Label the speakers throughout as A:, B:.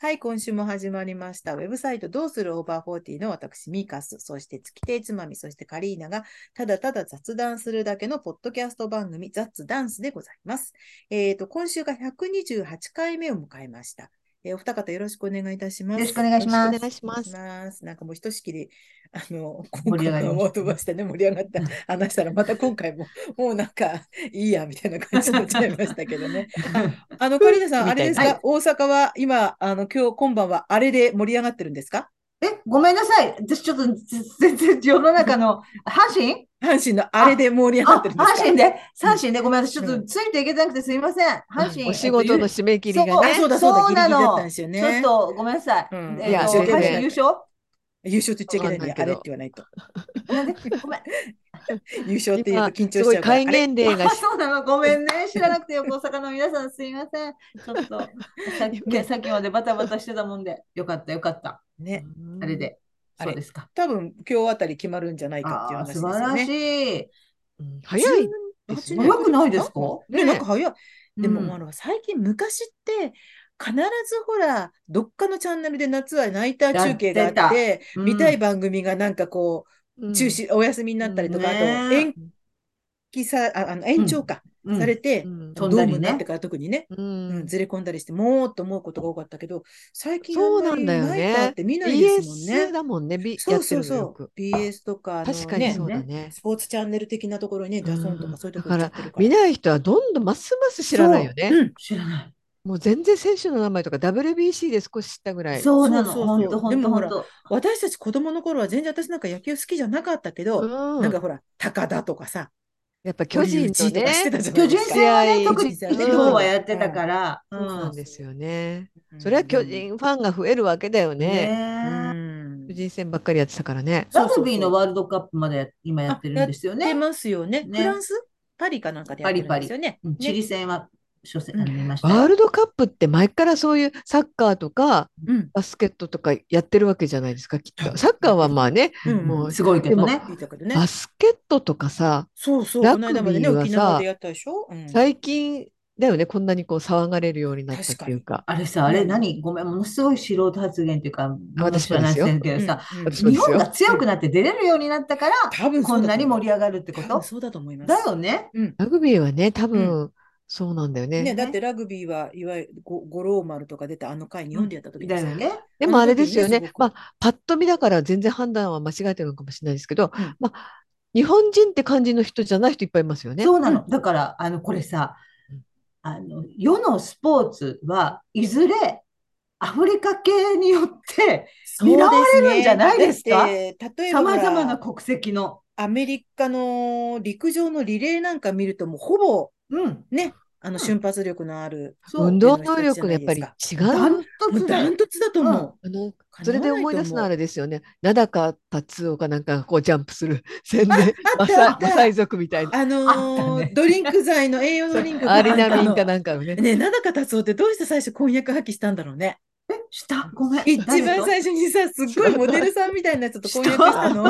A: はい、今週も始まりました。ウェブサイトどうするオーバーフォーティーの私、ミーカス、そして月亭つまみ、そしてカリーナが、ただただ雑談するだけのポッドキャスト番組、雑ダンスでございます。えっ、ー、と、今週が128回目を迎えました。えー、お二方よろしくお願いいたします。。
B: よろしくお願いします。
C: お願いします
A: なんかもうひとしきり、あの、今回も飛ばしてね、盛り上がった話したら、また今回も、もうなんか、いいや、みたいな感じになっちゃいましたけどね。あの、カリナさん、あれですか、はい、大阪は今、あの、今日、今晩はあれで盛り上がってるんですか
B: え、ごめんなさい。私ちょっと、全然世の中の、阪神
A: 阪神のあれで盛り上がってるんです
B: か阪神で、阪神で、ごめんなさい。ちょっとついていけなくてすみません。阪神。
C: お仕事の締め切りがね。
A: そうだ、そうだ、ギリギリだったんですよね。
B: ちょっと、ごめんなさい。
A: いや、
B: 優勝
A: 優勝って言っちゃいけないんで、あれって言わないと。ご めん。優勝って言うと緊張しちゃう
C: から。戒厳令が。
B: そうなの、ごめんね。知らなくてよく大阪の皆さんすみません。ちょっと、さっき,、ね、さっきまでバタバタしてたもんで、よかった、よかった。
A: ね。
B: あれで。そうですか。
A: 多分今日あたり決まるんじゃないかっていう話ですよね。
B: 素晴らしい。
C: 早い。
B: 早くないですか
A: ね、なんか早い。でも、あの最近昔って必ずほらどっかのチャンネルで夏はナイター中継があって、見たい番組がなんかこう、中止お休みになったりとか、あと延期さああの延長か、されて、ドームになってから特にね、うんずれ込んだりしてもうと思うことが多かったけど最近
C: そうなんだよね
A: って見ないですもんね。
C: BS だもんね、B、
A: そうそうそう BS とか
C: 確かにそうだね
A: スポーツチャンネル的なところにダソンとかそういうとこ
C: ろから見ない人はどんどんますます知らないよね。
B: 知らない
C: もう全然選手の名前とか WBC で少し知ったぐらい。
B: そうなの、本当
A: でもほら、私たち子供の頃は全然私なんか野球好きじゃなかったけど、なんかほら、高田とかさ、
C: やっぱ巨人
B: とね、巨人戦はね、特に今日はやってたから。
C: そうなんですよね。それは巨人ファンが増えるわけだよね。巨人戦ばっかりやってたからね。。
B: ラグビーのワールドカップまで今やってるんですよね。
A: やますよね。フランスパリかなんかでやってるんですよね。
B: チリ戦は初戦見ました
C: ワールドカップって前からそういうサッカーとかバスケットとかやってるわけじゃないですか、きっと。サッカーはまあね、
B: もうすごいけどね。
C: バスケットとかさ、
A: そうそう、
C: ラグビーはさ、最近だよね、こんなにこう騒がれるようになったっていうか。
B: あれさ、あれ何ごめん、ものすごい素人発言っていうか、
C: 私はない
B: けどさ、日本が強くなって出れるようになったから、こんなに盛り上がるってこと
A: そうだと思います。
B: だよね。
C: ラグビーはね、多分、そうなんだよね。
A: ねだってラグビーはいわゆる五郎丸とか出てあの回日本でやった時
B: ですよね。
C: でもあれですよね、まあ、パッと見だから全然判断は間違えてるのかもしれないですけど、まあ、日本人って感じの人じゃない人いっぱいいますよね。
B: そうなの、だからあのこれさあの世のスポーツはいずれアフリカ系によって担われるんじゃないですか
A: 例え
B: ばさまざまな国籍の。
A: アメリカの陸上のリレーなんか見るともうほぼ
B: うん、
A: ね、あの瞬発力のある。
C: 運動能力がやっぱり違う。ダ
A: ントツダントツだと思
C: う。あのそれで思い出すのはあれですよね。なだか達夫かなんかこうジャンプする 宣伝、マサマサイ族みたいな。
A: あのドリンク剤の栄養ドリンク
C: アリナミンかなんかね。
A: ねなだか達夫ってどうして最初婚約破棄したんだろうね。
B: え、したごめん。
A: 一番最初にさ、すっごいモデルさんみたいな人と婚約したの。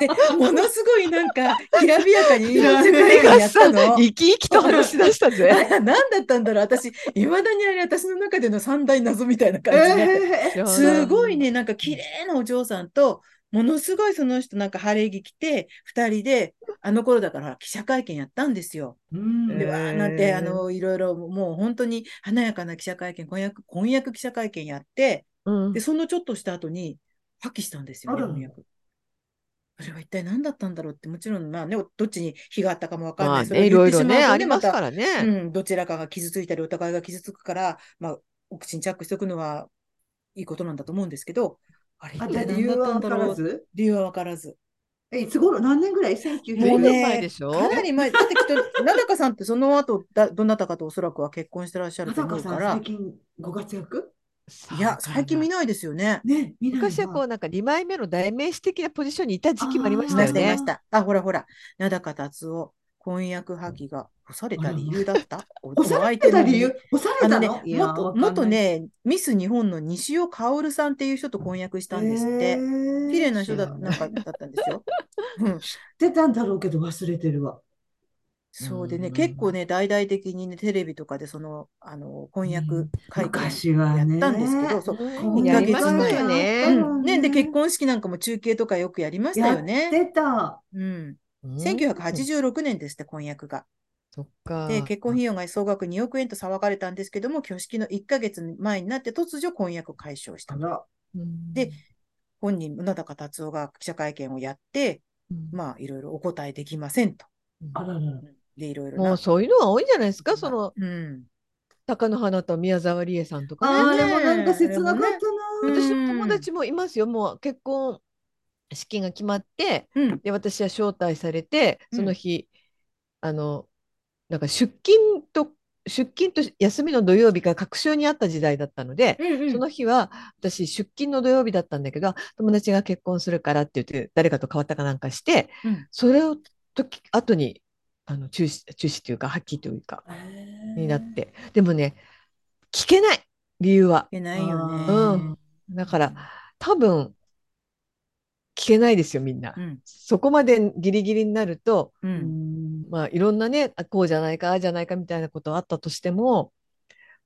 A: で、ものすごいなんか、きらびやかに
C: 世界がやったの。生き生きと話し出し たぜ。
A: 何だったんだろう私、いまだにあれ、私の中での三大謎みたいな感じで。えー、すごいね、なんか綺麗なお嬢さんと、ものすごいその人なんか晴れ着着て、二人で、あの頃だから記者会見やったんですよ。でわーなんて、あの、いろいろもう本当に華やかな記者会見、婚約、婚約記者会見やって、
C: うん、
A: で、そのちょっとした後に破棄したんですよ、ね、婚約。それは一体何だったんだろうって、もちろん、まあね、どっちに火があったかもわかんない。まあ、
C: ね、いろいろね、ありますからね、
A: うん。どちらかが傷ついたり、お互いが傷つくから、まあ、お口にチャックしておくのはいいことなんだと思うんですけど、あれ、
B: 理由は分からず
A: 理由は分からず。
B: え、いつ頃何年ぐらい ?1900
C: 年、ね、前でしょ
A: かなり前。だってきっと、なだかさんってその後だ、どなたかとおそらくは結婚してらっしゃると思うから。
B: 最近ご活躍
A: いや、最近見ないですよね。
B: ね
C: 昔はこう、なんか2枚目の代名詞的なポジションにいた時期もありましたよね。
A: ああ、ほらほら、なだか達夫、婚約破棄が干された理由だった。
B: 干された理由干されたの
A: の、ね、元ね、ミス日本の西尾薫さんっていう人と婚約したんですって。綺麗な人だなんかだったんですよ。
B: うん、知ってたんだろうけど忘れてるわ。
A: そうでね、結構ね、大々的にね、テレビとかでその、あの、婚約会
B: 昔
A: 見
B: は
A: や
B: ね。
A: ったんですけど、そう、
B: う
A: やりました
C: よね
A: うんね、で、結婚式なんかも中継とかよくやりましたよ
B: やっ
A: ね。
B: てた。
A: うん。
C: うん
A: 1986年ですって、婚約が。
C: そっか。
A: で、結婚費用が総額2億円と騒がれたんですけども、挙式の1ヶ月前になって突如婚約を解消した
B: あ。ら、
C: うん
A: で、本人、宗高達夫が記者会見をやって、
C: うん
A: まあ、いろいろお答えできませんと。
B: あららら。
A: で、いろいろ
C: も
A: な
C: う。そういうのは多いんじゃないですか、その、
A: うん。
C: 高野花と宮沢りえさんとか
B: あ
C: ね。
B: あれもなんか切なかったな。
A: ね
C: 私の友達もいますよ、もう結婚式が決まって、
A: うん。
C: で、私は招待されて、
A: うん
C: その日、あの、なんか出勤と、出勤と休みの土曜日が隔週にあった時代だったので、
A: うんうん
C: その日は私出勤の土曜日だったんだけど友達が結婚するからって言って誰かと変わったかなんかして
A: うん
C: それを時後にあの中止中止というか発揮というかになってでもね聞けない理由は
A: けないよね。
C: うんだから多分聞けないですよみんな、
A: うん。
C: そこまでギリギリになると
A: う。
B: うんん
C: まあいろんなねあこうじゃないかああじゃないかみたいなことあったとしても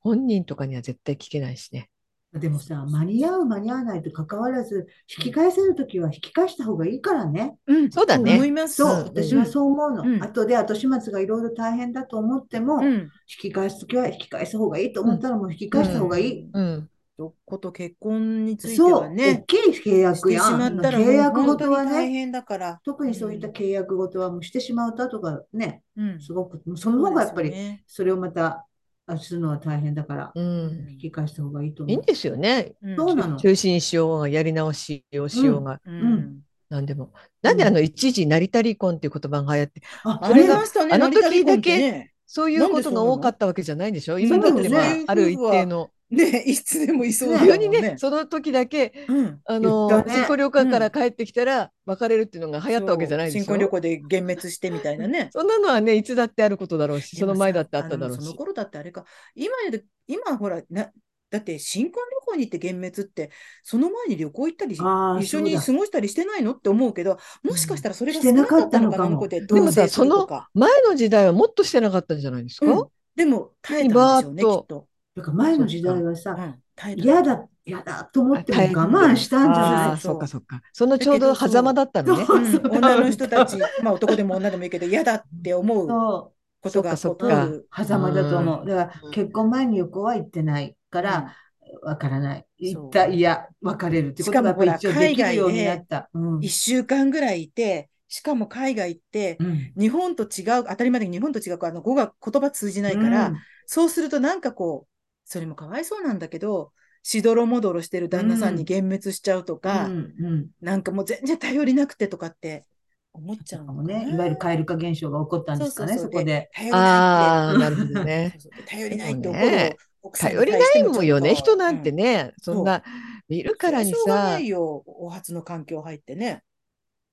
C: 本人とかには絶対聞けないしね。
B: でもさ、間に合う間に合わないと関わらず、引き返せるときは引き返した方がいいからね。
A: うん。
C: そうだね
A: 思います。
B: そう、
C: うん
B: 私はそう思うの。
A: うん
B: 後で後始末がいろいろ大変だと思っても、
A: う
B: 引
A: ん。
B: き返すときは引き返す方がいいと思ったらもう引き返した方がいい。
C: うん、
A: どっこと結婚について
B: そう、
A: は
B: 大
A: ね、
B: きい契
A: して
B: 約
A: し
B: やん。
A: まったらも
B: 契
A: う
B: 約
A: 本
B: ごと
A: 当
B: は
A: に大
B: ね、
A: 変だから。
B: 特にそういった契約ごとはもうしてしまうと後がね、
A: うん。
B: すごく、その方がやっぱ
A: そうです
B: り
A: よね
B: それをまたあするのは大変だから、
C: うん
B: 引き返した方がいいと
C: いい
B: 思
C: ん
B: う。
C: ですよね。
A: うん
B: そうなの。
C: 中心しようがやり直しをしようが
A: うん
B: うん
C: 何でも。なんであの一時成田離婚っていう言葉が流行って
B: あ、
A: あ
B: そ
A: り
B: れ
C: が
B: が
A: ましたね。
C: あの時
A: 成田離婚ってね。
C: そういうことが多かったわけじゃないんでしょ
A: んでそう
C: 今
A: な
C: だ
A: の
C: ってまあ
A: うん
C: ある一定の
A: ね、 いつでもいそうだ
C: 急
A: もん
C: にねその時だけ
A: うん。
C: あの
B: 言ったね
C: 新婚旅行から帰ってきたら別れるっていうのが流行ったわけじゃないで
A: 新
C: しょ
A: 婚旅行で幻滅してみたいなね。
C: そんなのはねいつだってあることだろう
A: で
C: しそ
A: も
C: の
A: さ
C: 前だってあっただろう
A: のその
C: し。
A: 頃だってあれか、今より今ほらな、だって新婚旅行に行って幻滅って、その前に旅行行ったり、
B: あー
A: 一緒に過
B: そう
A: ごしたりしてないのって思うけど、もしかしたらそれが
B: してなかったのか
A: 少なか
B: も
A: ったのか
C: で
A: な
C: もさ
A: 同棲するとか
C: 前の時代はもっとしてなかったんじゃないですか、
A: うんでも耐えたんでしょうね、き
C: バーッと
A: っと。
B: だから前の時代は
A: う
B: さ、
A: ん、耐えた。
B: 嫌だ、嫌だと思っても
C: 大変
B: 我慢したんじゃ
C: あ
B: な
C: あ
B: い
C: ー
A: そ
C: そうっかそっか。そのちょうど狭間だったのね。
B: そう
A: うん
B: そう
A: 女の人たち、まあ男でも女でもいいけど、嫌だって思う
B: そ
A: ことが
C: そっ
A: 起
C: か
A: こ
C: そっか
A: る。
B: う、狭間だと思う。だから
C: うん
B: 結婚前に旅行は行ってないから、わからない。
A: そう
B: 行った、いや、別れるってことがやっぱり一応できるようになった。うん
A: 1週間ぐらいいて、しかも海外行って、
B: うん
A: 日本と違う、当たり前だけど日本と違う、あの語が言葉通じないから、
B: うん
A: そうするとなんかこう、それもかわいそうなんだけど、しどろもどろしてる旦那さんに幻滅しちゃうとか、
B: うんうん
A: なんかもう全然頼りなくてとかって思っちゃう
B: か
A: の
B: も
A: かな
B: ね、いわゆる蛙化現象が起こったんですか
A: そ
B: ね、
A: うそうそう
B: そこで。
A: 頼りない
C: ああ、なるほど
A: って
C: ね。
A: そうそう頼りないって
C: そう
A: 怒
C: ね
A: るの奥さんに
C: 頼り
A: 対し
C: な
A: て
C: い
A: もちょっと
C: もんよね、人なんて
A: うん
C: ね、
A: ん
C: そんな、見るからに
A: それはしょうが
C: さ
A: な、いよ、お初の環境入ってね。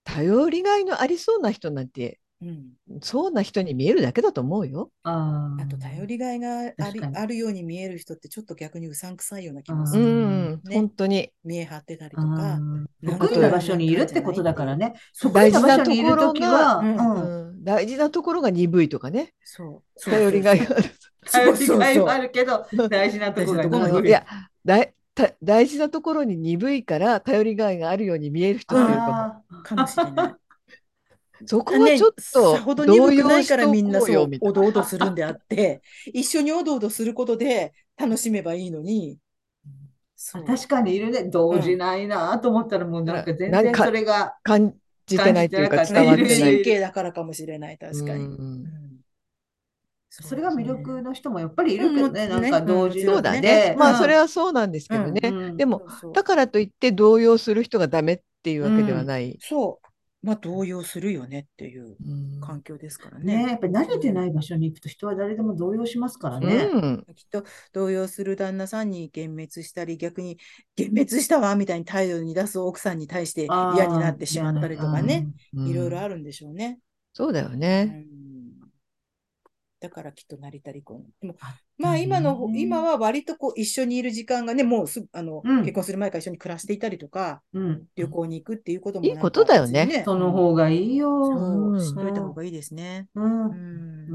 C: 頼りがいのありそうな人なんて、
A: うん、
C: そうな人に見えるだけだと思うよ。
B: あ
A: あと頼りがいがあ
B: 確
A: り
B: かに
A: あるように見える人ってちょっと逆にうさんくさいような気もす
C: う
A: る。
C: ん、
A: ね
C: 本当に。
A: 見え張ってたり
B: あ
A: とか。
B: ー得意な場所にいるってことだからね。
A: そう
B: 得意な場所にいるときは、
A: 大事なところが
B: うん
C: うん大事なところが鈍いとかね、
A: そう。そう
C: 頼りがいがある。
A: そうそうそう
B: 頼りがいはあるけど、大事なところ
A: 大事なと
B: が
A: ころが
B: 鈍
A: 鈍
C: いやだいた大事なところに鈍いから、頼りがいがあるように見える人っていうか、
B: あー
A: かもしれ ない。
C: そこはちょっ
A: ねさほ
C: と
A: ど
C: 動
A: 鈍くな
C: 揺
A: い
C: し
A: から
C: と
A: みんな
C: こう
A: そう
C: よ、みたい
A: おどおどするんであって、一緒におどおどすることで楽しめばいいのに。そ
B: あ
A: う
B: 確かにいるね。動じないなと思ったら、もうなんか全然それが、
C: な感じてないっていう
B: 感
C: か、
B: じて
C: 伝
B: な
C: わ
B: か
C: っ
B: った
C: てない
A: 神。経だからかもしれない、確かに。
C: うん
A: うん
B: それが魅力
A: の
B: の人もやっぱりいるけどね、
A: うん
B: なんか同時
C: そうだ
A: ね
C: ね。まあ、それ
B: は
C: はそうなんですけどね。でも、
A: そう
C: だからといって動揺する人がダメっていうわけではない。
A: そう。まあ、動揺するよねっていう
C: うん
A: 環境ですから。
B: ね、やっぱり慣れてないい場所に行くと人は誰でも動揺しますから
C: う
B: ね。
C: ん
A: きっと動揺する旦那さんに幻滅したり、逆に幻滅したわみたいに態度に出す奥さんに対して
B: あー
A: 嫌になってしまったりとかね、。
C: うん
A: いろいろあるんでしょうね。
C: そうだよ
A: う
C: ね。
A: んだからきっと成田離婚。でもまあ今の、今は割とこう一緒にいる時間がね、もうすあの、
B: うん
A: 結婚する前から一緒に暮らしていたりとか、
B: うん。
A: 旅行に行くっていうことも
C: いい
A: なんか
C: ことだよね
A: 別に
B: その方がいいよ。
A: そうう、
C: ん
A: しといた方がいいですね。
B: うん。
A: う。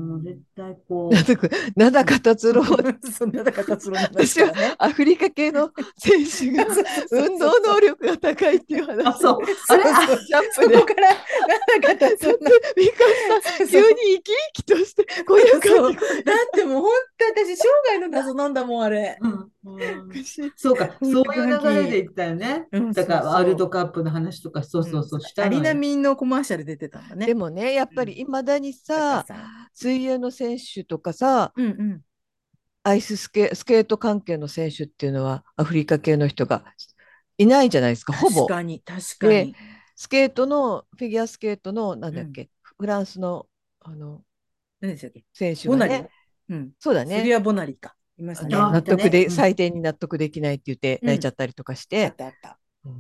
B: もうん絶対こ
C: なんだか、なんだか達郎、
A: そんな中、達郎の話から ね。
C: アフリカ系の選手が運動能力が高いっていう
B: う。あ、
C: 話。
B: そう。あれあ
A: そう
C: ジャン
A: そ
C: プで。
A: こから、なんだか達郎の
C: ミカさん、急に生き生きとして、こういう
A: そ
C: 感
A: うだってもう本当私、生涯の謎なんだもん、あれ。
B: うん
C: じ。
B: そうか、
A: うん
B: そういう流れでいったよね。
A: うん
B: だから
A: そうそう
B: ワールドカップの話とか、そうそうそう、した
A: ア
B: の
A: リ
B: よ
A: ナミンのコマーシャル出てたんだね。
C: でもね、やっぱりいまだにさ、水泳の選手とかさ、
A: うんうん。
C: アイススケスケート関係の選手っていうのは、アフリカ系の人がいないじゃないですか、ほぼ
A: 確。かに、確かに。
C: スケートの、フィギュアスケートの、なんだっけ、フランスのあの
A: 何でしたっけ
C: 選手
A: ボナ
C: が
A: リ
C: ね、
A: うん。
C: そうだ
A: セ
C: ね
A: リア・ボナリか。いましたね。
B: あ
C: 納得
B: ね
C: で、
A: うん
C: 採点に納得できないって言って
A: うん
C: 泣いちゃったりとかし、
A: あってたあった。
C: うん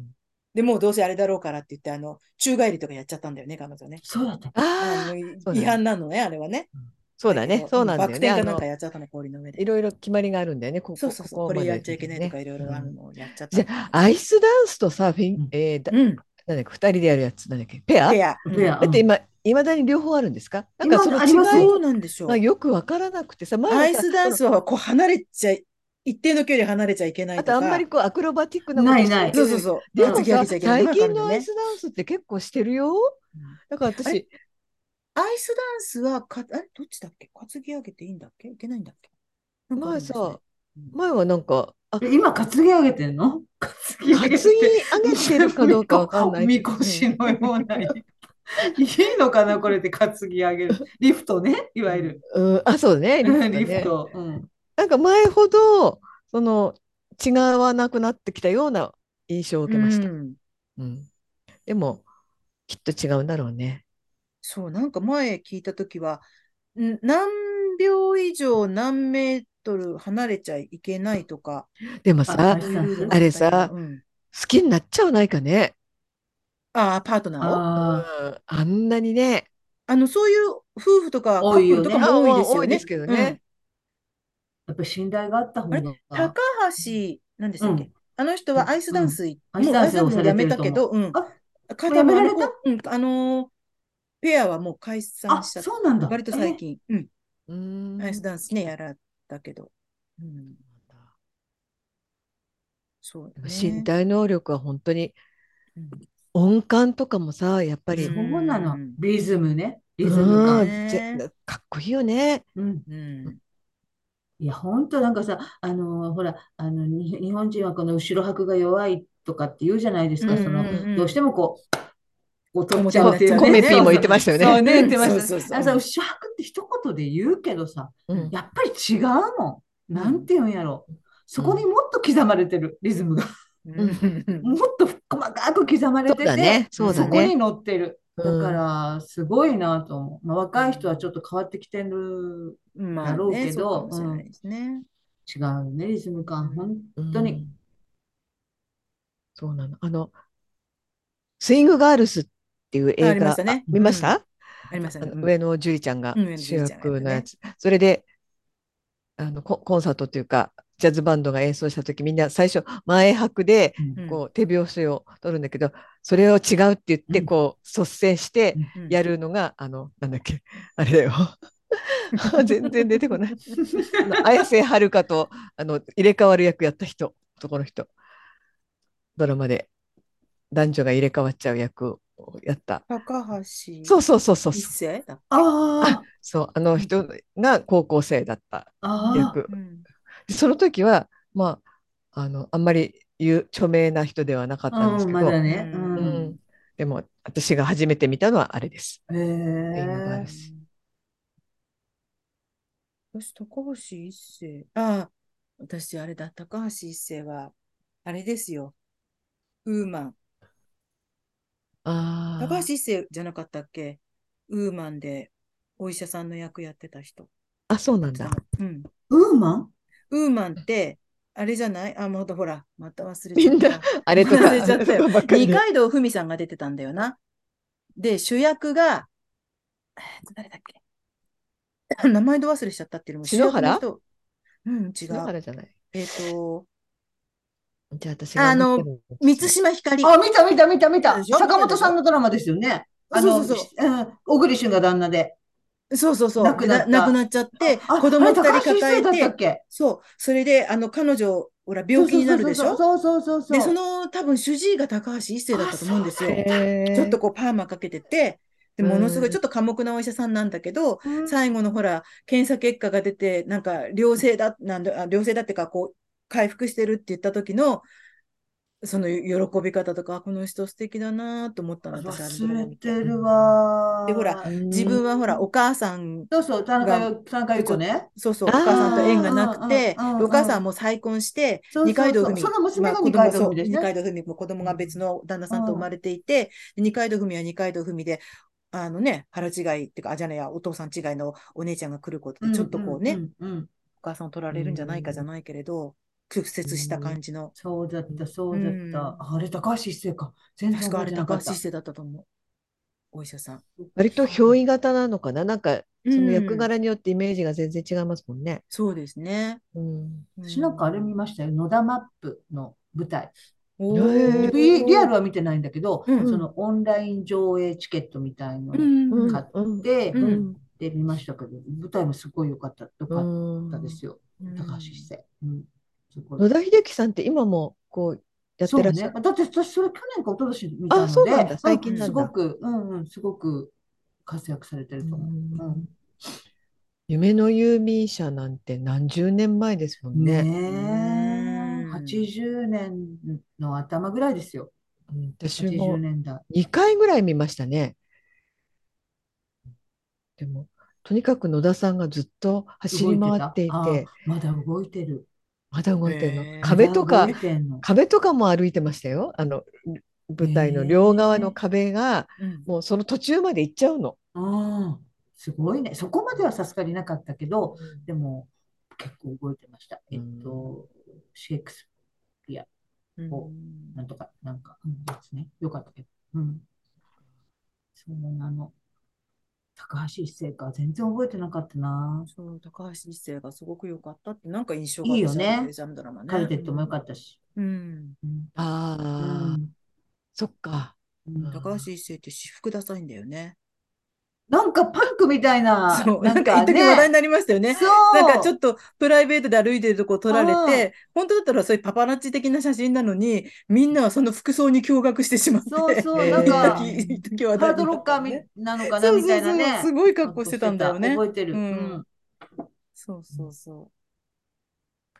A: でもうどうせあれだろうからって言って、あの、宙返りとかやっちゃったんだよね、彼女ね。
B: そうだった。
A: あ
C: ああ
A: の
C: そうだね
A: 違反なのね、あれはね。
C: そうだ
A: け
C: ね
A: ど
C: そうなんだよ
A: バク
C: ね
A: 転か
C: あ
A: なん
C: の
A: かやっちゃったの、氷の上で
C: い。ろいろ決まりがあるんだよねこ
A: そうそうそう、
C: こ
A: こ
C: ま
A: れ
C: で
A: やっちゃいけないとか、いろいろあるのをやっちゃったの。
C: じゃあアイスダンスとさフィン
B: うん
C: えーだ
A: うん、
C: なんだっけ二人でやるやつなんだっけペア
A: ペア。
B: ペア
C: だって今いまだに両方あるんですかなんかその
B: 今あります
C: 違い
A: そ
B: よ
A: うなんでしょう
C: が。よくわからなくてさ前は
A: ア
C: さ
A: イスダンスはこう離れちゃい、一定の距離離れちゃいけない
C: あ
A: と
C: と
A: か。
C: あんまりこうアクロバティックなこと
B: ない
C: して
B: ない
A: そうそうそう。
C: でも
A: 担ぎ上
C: さ
A: げちゃいけない
C: 最近のアイ
A: ね
C: スダンスって結構してるよだ
A: あ
C: から
A: れ
C: 私
A: アイスダンスはか、あれどっちだっけ担ぎ上げていいんだっけいけないんだっけなんかある
C: 前
A: んですね
C: さ前はなんかあ
B: え今、担ぎ上げてんの担ぎ
C: 担
B: 上
C: ぎ
B: げ
C: 上
B: て。
C: げてるかどうかわか んない
B: み
C: けど
B: こしのような。いいのかな、これで担ぎ上げる。リフトね、いわゆる。
C: うん、あ、そうね、リフトだ
B: リフ
C: ね。
B: ト。うん
C: なんか前ほど、その、違わなくなってきたような印象を受けました。
A: うん
C: うん。でも、きっと違うんだろうね。
A: そう、なんか前聞いたときは、ん何秒以上何メートル離れちゃいけないとか、
C: でも
B: あ
C: さ
B: 確、
A: そういうルール
C: あれさ
A: うん
C: 好きになっちゃわないかね。
A: ああ、パートナーを
C: う
B: あ
C: ん、あんなにね。
A: あの、そういう夫婦とかカ
B: 多い
A: ップ
B: よ
A: ルと
B: ね
A: かも
C: あ
A: 多いです
C: 多
A: よ
C: い
A: ね。
C: ですけど
B: あ、
C: ね。
B: やっぱり信頼があった方が。
A: うん高橋、何でしたっけ
B: うん
A: あの人はアイスダンス、もう
B: アイスダンスを
A: もやめたけど、うん
B: と思う。
A: 片もあの
B: もうやめられ
A: うん、あのーペアはもう解散
B: あ、
A: しちゃった。
B: そうなんだ。
A: 割と最近、うん、
C: うん。
A: アイスダンスね、やらだけど。うん、そう
C: で
A: だ
C: も
A: ね。
C: 身体能力は本当に、
A: うん
C: 音感とかもさ、やっぱ
B: え
C: り、
B: ー。
A: う
C: うんん、
B: そうなの
A: うん。
B: リズムね。リズム
A: が
B: 感。
C: じゃかっこいいよね。
B: うん。
A: うん
B: いや、ほんとなんかさ、あのーほら、あの、に日本人はこの後ろ拍が弱いとかって言うじゃないです
A: う
B: か、
A: ん
B: そ
A: うんうん
B: の、どうしてもこう、こう取っちゃう
C: コ
B: っていうね。
C: メピー
B: そう
C: も
B: そう
C: 言ってましたよね。
B: そうね、言ってましたね。
A: そうそうそう
B: あのさ、後ろ拍って一言で言うけどさ、
C: うん
B: やっぱり違うもん。なんて言うんやろ。そこにもっと刻まれてる、リズムが。
A: うん
B: もっと細かく刻まれ
C: そう
B: て
C: だ
B: て、
C: ね。そう
B: そ
C: だ
B: こ
C: ね。
B: に乗ってる。だ
C: うん
B: から、すごいなと思う。まあ、若い人はちょっと変わってきてる。
A: まあ
B: だろう
A: ね、
B: け
A: そうかも
B: ど
A: しれないですね。
B: 違うよね、リズム感。本当
C: う
B: に
C: ん。そうなの。あの、スイングガールズっていう映
A: ありま
C: 画、
A: したね
C: あ見ました、
A: ありました
C: あ
A: ね。
C: の
A: うん
C: 上野樹里ちゃんが
A: うん上野樹
C: 主
A: 里ちゃんがやったね
C: 役のやつ。それで、あのコ、コンサートっていうか、ジャズバンドが演奏した時みんな最初、前拍で、こう、手拍子を取るんだけど、それを違うって言って、
B: うん
C: こう、率先して
A: うんうん
C: やるのが、あの、なんだっけ、あれだよ。 全然出てこない。あの綾瀬はるかとあの入れ替わる役やった人、男の人。ドラマで男女が入れ替わっちゃう役をやった。
A: 高橋
C: そうそうそうそう
A: 一
C: そう。
A: 世だ
B: あ
C: そうあの人が高校生だった
B: あ、ああ、
C: 役
A: う。ん
C: でその時は、まあ、あのあんまり有著名な人ではなかったんで
B: うん
C: すけ
B: ま
C: ど、
B: だね。
A: う
B: うん。
C: うんん、でも私が初めて見たのはあれです。
B: へえ
C: スイングガールズ
A: 私、高橋一生。ああ、私、あれだ、高橋一生は、あれですよ。ウーマン。
C: あ
A: 高橋一生じゃなかったっけウーマンで、お医者さんの役やってた人。
C: あ、あ、そうなんだ。
A: うん。
B: ウーマン
A: ウーマンって、あれじゃないあ、またほら、また忘れ
C: みん
A: ちゃ
C: な
A: った。
C: あれとか
A: 忘れちゃったよ
C: ばっかり
A: 二
C: で
A: 階堂ふみさんが出てたんだよな。で、主役が、 えー誰だっけ名前ど忘れしちゃったっていうのも、
C: 篠原
A: 主役の人うん、違
C: だか
A: う。
C: らじゃない。
A: えっと、
C: じゃあ私
A: あの
C: 思ってる
A: 満島ひかり。
B: あ、見た見た見た見
A: で
B: た。
A: しょ
B: 坂本さんのドラマですよね。あ
A: そ
B: の、
A: うそうそう
B: しうん小栗旬が旦那で。
A: そうそうそう。
B: 亡くなった
A: で亡くなっちゃって、
B: あ
A: 子供
B: あ
A: 二人
B: れ高橋一
A: 抱え
B: 生だった
A: て
B: っ、け
A: そう。それで、あの、彼女、ほら、病気になるでしょ
B: そうそうそうそうそうそうそう。
A: で、その、多分、主治医が高橋一生だったと思うんですよ。
C: へー
A: ちょっとこう、パーマかけてて、で、ものすごい、ちょっと寡黙なお医者さんなんだけど、
B: うん
A: 最後のほら、検査結果が出て、なんか、良性だ、なんだ、あ良性だってか、こう、回復してるって言った時の、その喜び方とか、あこの人素敵だなと思ったの、私、あのドラ
B: 忘
A: マ
B: れ
A: 見
B: てるわー。
A: でほら自分はほら、お母さん
B: そうそう、田中よ、田中由子ね。
A: そうそう、お
C: あー
A: 母さんと縁がなくて、
B: うんうんうん
A: でお母さんはもう再婚して、
B: そうそうそう
A: 二階堂ふみ、
B: その娘が
A: まあ子供
B: 二階堂ふみですね
A: そう二階堂ふみも子供が別の旦那さんと生まれていて、で二階堂ふみは二階堂ふみで、あのね、腹違いっていうか、あ、じゃねえや、お父さん違いのお姉ちゃんが来ることで、ちょっとこうね、
B: んうんうん
A: お母さんを取られるんじゃないかじゃないけれど、屈折した感じの、
B: そうだった、そうだった。
A: う
B: あれ、高橋一生か。全然
A: 確かあ
B: 覚
A: れ
B: えてなか
A: 高
B: っ
A: 橋
B: た
A: 一。生だったと思う。お医者さん。
C: 割と憑依型なのかななんか、その
A: う
C: 役
A: ん
C: 柄によってイメージが全然違いますもんね。
A: そうですね。
C: うん。
B: 私なんかあれ見ましたよ。野田マップの舞台。
A: お
C: へ
A: ー
C: ー
B: リリアルは見てないんだけど、
A: うん
B: そのオンライン上映チケットみたいの
A: う
B: を
A: んうん
B: 買っ
C: うん
B: て、
A: うん
B: で見ましたけど、舞台もすごい良かった、良かったですよ。
A: うん
B: 高橋一生。うん、すごい
C: 野田秀樹さんって今もこうやってらっしゃ
B: そう
C: る。
B: ね。だって私それ去年か一昨年見たの
C: あそうなんだ
B: で、
C: 最近
A: なんだ
B: すごく、うんうん、すごく活躍されてると思う。
C: う
B: うん
C: 夢の郵便車なんて何十年前ですもん
B: ん、ね
C: ね。
B: え、
A: うん
B: 80年の頭ぐらいですよ。
C: うん私
B: 80
C: も
B: 年代。
C: 2回ぐらい見ましたね。でも、とにかく野田さんがずっと走り回ってい
B: 動
C: て、
B: あまだ動いてる。
C: まだ動いてる
A: へ
C: の。
A: ー
C: 壁と
B: まだ
C: か
B: 動い、てんの
C: 壁とかも歩いてましたよ。あの、舞台の両側の壁が、
A: うん
C: もうその途中まで行っちゃうの。
B: うん、すごいね。そこまではさすがになかったけど、でも結構動いてました。えっと、シェイクス
A: うん
B: こなんとか、なんか、うん、ですね。よかったけど。うん。そうなの。高橋一生か。全然覚えてなかったな。
A: そう、高橋一生がすごく良かったって、なんか印象が
B: いいよ
A: 私は
B: ね
A: レジャードラマね。
B: カルテットもよかったし。
A: うん。
B: うん。う
C: ああ、
B: ん
C: そっか。
B: うん
A: 高橋一生って私服ダサいんだよね。
B: なんかパンクみたいな、
A: そう、
B: な
A: なんんか
B: か
A: 一時話題
B: ね、
A: になりましたよね。
B: そう、
A: なんかちょっとプライベートで歩いてるとこ撮られて、本当だったらそういうパパラッチ的な写真なのに、みんなはその服装に驚愕してしまって、
B: そうそう
C: なんか
A: 一時一時話
B: ハ
A: 題
B: ードロッカーみなのか
A: そ
B: な
A: う
B: み
A: そ
B: た
A: う
B: いな
A: そう、
B: ね。
A: すごい格好してたんだよね。
B: 覚えてる。
A: う
B: うんん。
A: そうそうそ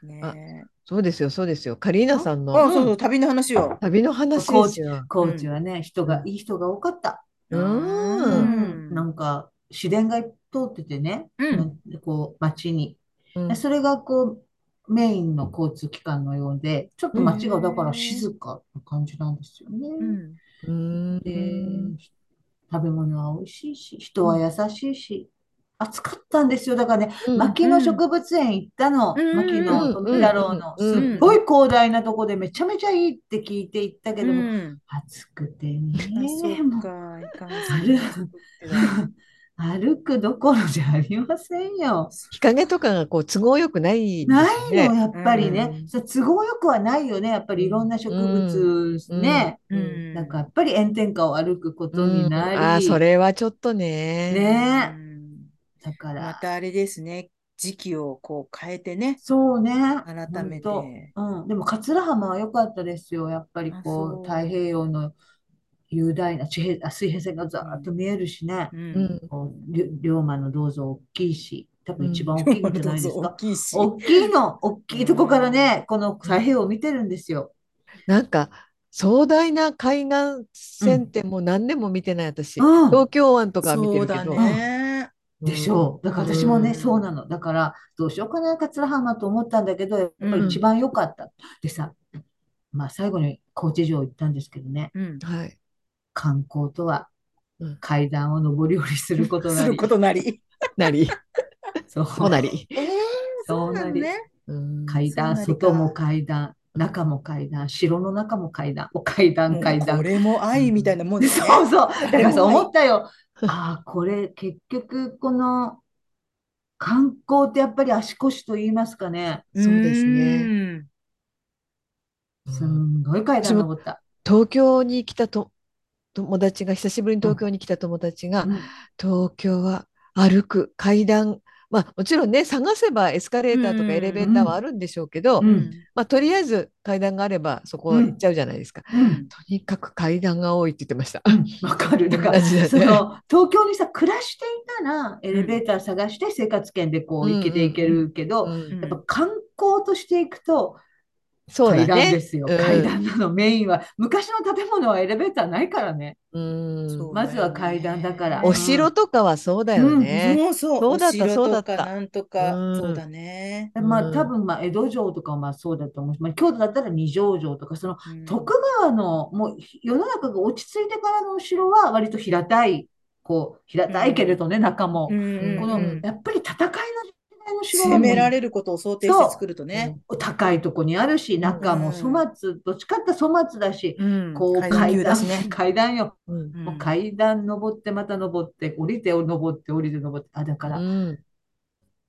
A: う。
C: あ
A: ね
C: そうですよ、そうですよ。カリーナさん
A: え。
C: の
A: あ、そうそう、旅の話を。
C: 旅の話ですよ。
B: コーチはね、人が、いい人が多かった。
C: う。
B: うん
A: うん
B: ん。なんか、自然が通っててね、
A: うん
B: なんこう、街に。
C: うん
B: でそれがこうメインの交通機関のようで、ちょっと街がだから静かな感じなんですよね。
A: うん
C: うん
B: で、食べ物は美味しいし、人は優しいし、暑かったんですよ。だからね、牧野植物園行ったの、
A: うん
B: 牧野富太郎の。
C: うん
B: すっごい広大なとこでめちゃめちゃいいって聞いて行ったけど
A: う
B: も、
A: ん
B: 暑くて
A: あそ
B: ね、
A: う
B: もう
A: か、いかん
B: あ
A: せん
B: る
A: 作っては
B: 歩くどころじゃありませんよ。
C: 日陰とかがこう都合よくないんです
B: ない
C: ね
B: の、やっぱり
A: う
B: ね
A: ん。
B: そう都合よくはないよね。やっぱりいろんな植物ね。
A: うんうん
B: なんかやっぱり炎天下を歩くこと
C: うん
B: になり、
C: あーそれはちょっとね。
B: ね
A: うん
B: だか
A: ま
B: ら、
A: たあれですね、時期をこう変えてね。
B: そうね、
A: 改めて
B: 本当うん、でも桂浜は良かったですよ。やっぱり
A: あ
B: こう
A: そう
B: 太平洋の雄大な地平、あ水平線がざーっと見えるしね
A: う。。
C: うんん
B: こうりゅ龍馬の銅像大きいし、多分一番大きいんじゃないです
A: 大
B: か。
A: きいし。
B: 大きいの、大きいとこからね、この太平洋を見てるんですよ。
C: なんか壮大な海岸線ってもう何年も見てない私、
B: うん
C: 東京湾とかは見て
A: そう
C: るけど
A: だ。ね。
B: でしょう。だから私も
A: う
B: ね、
A: ん
B: そうなの。だから、どうしようかな、桂浜と思ったんだけど、やっぱり一番良かった。でさ、まあ最後に高知城行ったんですけどね、
A: うん
C: う。ん。はい。
B: 観光とは
C: うん
B: 階段を上り下りすること
A: す
B: な
A: る
B: り。
A: ことなり。
C: なり、
B: そう、
C: もなり。
A: ええ、
B: そうなり。
A: ね。
C: うん
B: 階段、
A: そうなりか
B: 外も階段、中も階段、城の中も階段、お階段、階
A: もうこ
B: 段。
A: れも愛みたいなもん ですね。
B: そうそう。だから
A: で
B: さ、
A: も
B: 思ったよ。ああ、これ結局この観光ってやっぱり足腰と言いますかね。
C: そうですね。
A: ね。
B: すんごい階段登った。
C: 東京に来たと友達が久しぶりに東京に来た友達が、
B: うん
C: 東京は歩く階段まあもちろんね探せばエスカレーターと
A: うん
C: かエレベーターはあるんでしょうけど、
B: うん
C: まあ、とりあえず階段があればそこ行っちゃうじゃないですか、
B: うん
C: とにかく階段が多いって言ってました。
B: わかる。だから、
C: 同じだね
B: その、東京にさ、暮らしていたら、エレベーター探して生活圏でこう行けていけるけど、
C: うん
B: やっぱ観光としていくと
C: そう
B: 階
C: だ
B: 段で
C: ね。
B: すよ。
C: うん
B: 階段なの、メインは。昔の建物はエレベーターないからね。
C: うん
A: そう
B: まずは階段だから。
C: お城とかはそうだよね。
A: そうそう、
C: そうだった
A: お城
C: そうだっ
A: と
C: た
A: かなんとか、
C: うん
A: そうだね。
B: でま
C: う
B: あ
C: ん
B: 多分まあ江戸城とかもまあそうだと思うし、まあ、京都だったら二条城とか、その
A: うん
B: 徳川のもう世の中が落ち着いてからのお城は割と平たい、こう平たいけれどね、中も
A: う。んう
B: こ
A: んう
B: の
A: ん
B: やっぱり戦いの時代の城は
A: 攻めら
B: も
A: れることを想定して作るとね。
B: う高いとこにあるし、中も粗末、どっちかって粗末だし、
C: うん
B: こう
A: 階段
B: 階
A: 級だ
B: 段
A: しね、
B: 階段よ。
C: うん
A: うん
B: もう階段登ってまた登って降りて登って降りて登ってあだから、
C: うん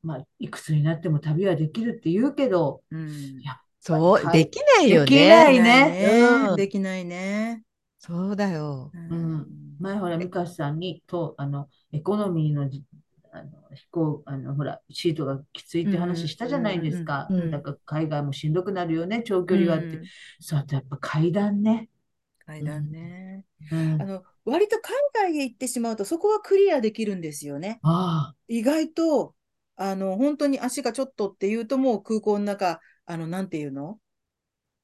B: まあ、いくつになっても旅はできるって言うけど
A: うん
C: そう、できないよ
B: できな
C: ね。
B: い
C: うん
A: できないね。
C: そうだよ。
A: う
B: うん前ほら美香さんにとあのエコノミーのじあの飛行あのほらシートがきついって話したじゃないですか、
C: うんうんうんうん
B: だから海外もしんどくなるよね長距離はって、
A: うん
B: そうあとやっぱ階段ね、
A: 階段ね。
B: うん
A: あの割と海外へ行ってしまうとそこはクリアできるんですよね。
B: ああ
A: 意外とあの本当に足がちょっとっていうともう空港の中あのなんていうの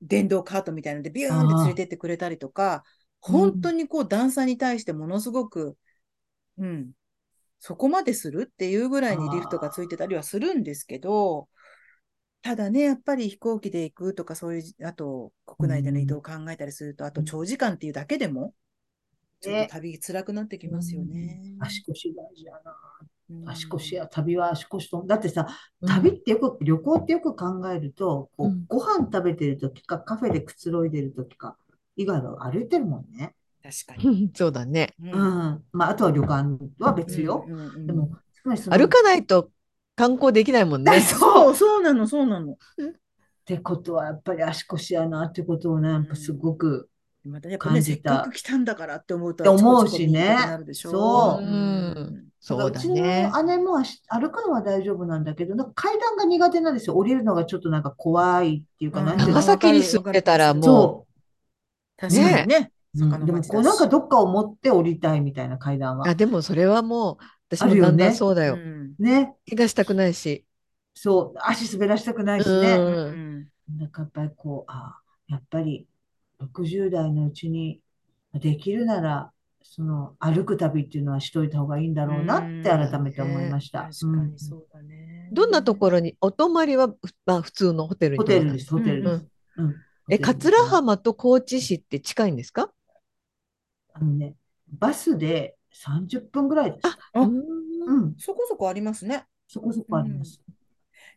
A: 電動カートみたいのでビューンって連れてってくれたりとか
B: うん
A: 本当にこう段差に対してものすごく、うん、そこまでするっていうぐらいにリフトがついてたりはするんですけどただねやっぱり飛行機で行くとかそういうあと国内での移動を考えたりすると、あと長時間っていうだけでもちょっと旅辛くなってきますよね。
B: 足腰大事やな
A: うん
B: 足腰や旅は足腰とだってさ旅ってよく旅行ってよく考えるとこう、
C: うん
B: ご飯食べてる時かカフェでくつろいでる時か以外は歩いてるもんね。
A: 確か
C: う
A: に。
C: ん そうだね。
B: うんまあ、あとは旅館は別よ。
A: うんうんうん
B: でもつまりその
C: 歩かないと観光できないもんね。
B: そ
A: そ
B: うっ
A: う、そうなの、そうなの。
B: てことはやっぱり足腰やなってことをねやっぱすごく、
A: またやっぱね、
B: 感
A: せ
B: じ
A: ったかく来たたんだからって思うと、
B: って思うしね
A: あちこちコミュニティになるでしょ
B: そう
A: うん
C: そうだ
B: ち
C: ね。
B: の姉も足歩くのは大丈夫なんだけどなんか階段が苦手なんですよ降りるのがちょっとなんか怖いっていうか、
A: うん
B: なんていうの
C: 長崎に住んでたらも
B: そ
A: 確かにね。
B: う、
A: 坂
B: うん
A: の
B: でも
A: 町
B: こ
A: だ
B: う
A: し
B: なんかどっかを持って降りたいみたいな階段
C: う、あ、
B: は。
C: でもそれはもう、私
B: あ
C: も
B: るよ
C: だんだ
B: ね
C: んそうだよ。
A: うん
B: ね
C: 怪我したくないし。
B: そう、足滑らしたくないし
C: う
B: ね。
C: ん
A: うん
B: なんかやっぱりこう、ああ、やっぱり60代のうちにできるなら、その歩く旅っていうのはしといた方がいいんだろうなって
A: うん
B: 改めて思いました。
A: 確かにそうだね。
C: どんなところに、お泊まりは、まあ、普通のホテ
B: うん
C: ルに
B: ホ
C: 泊
B: テ
C: まったん
B: ルで
C: で
B: すす、
C: か。
B: ホテルです。うん、ホ
C: え、
B: テルです
C: 桂浜と高知市って近いんですか
B: あのね、バスで30分ぐらいでした。
A: あ
C: うん
B: うん、
A: そこそこありますね。
B: そこそこあります。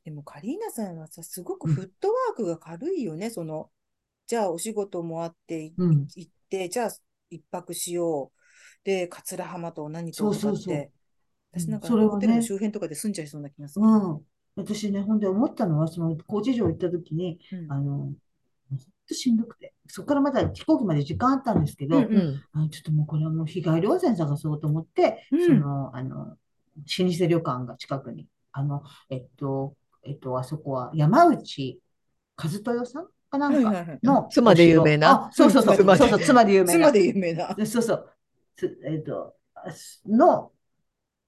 A: でもカリーナさんはさ、すごくフットワークが軽いよね。その、じゃあお仕事もあって、
B: うん、
A: 行って、じゃあ一泊しよう。で、桂浜と何とと
B: そ
A: か
B: う
A: っ
B: そうそう
A: て。私なんか
B: それはね
A: ホテルの周辺とかで住んじゃいそうな気がする。
B: うん。私ね、ほんで思ったのは、その高知城行った時に、
A: うん
B: あの、ほんとしんどくて、そこからまた飛行機まで時間あったんですけど、
A: うんうん
C: うん。
B: あちょっともうこれはもう日帰り温泉探そうと思って、
A: うん
B: その、あの、老舗旅館が近くに、あの、えっと、えっと、あそこは山内和豊さんかなん
A: はい
B: か
A: はいはい
B: の
C: 妻で
B: お城
C: 有名な
B: あ、そうそうそう、
C: 妻で
B: そうそう、妻で有名
A: 妻
B: な。
A: で有名な。
B: でそうそう。つえっと、あすの、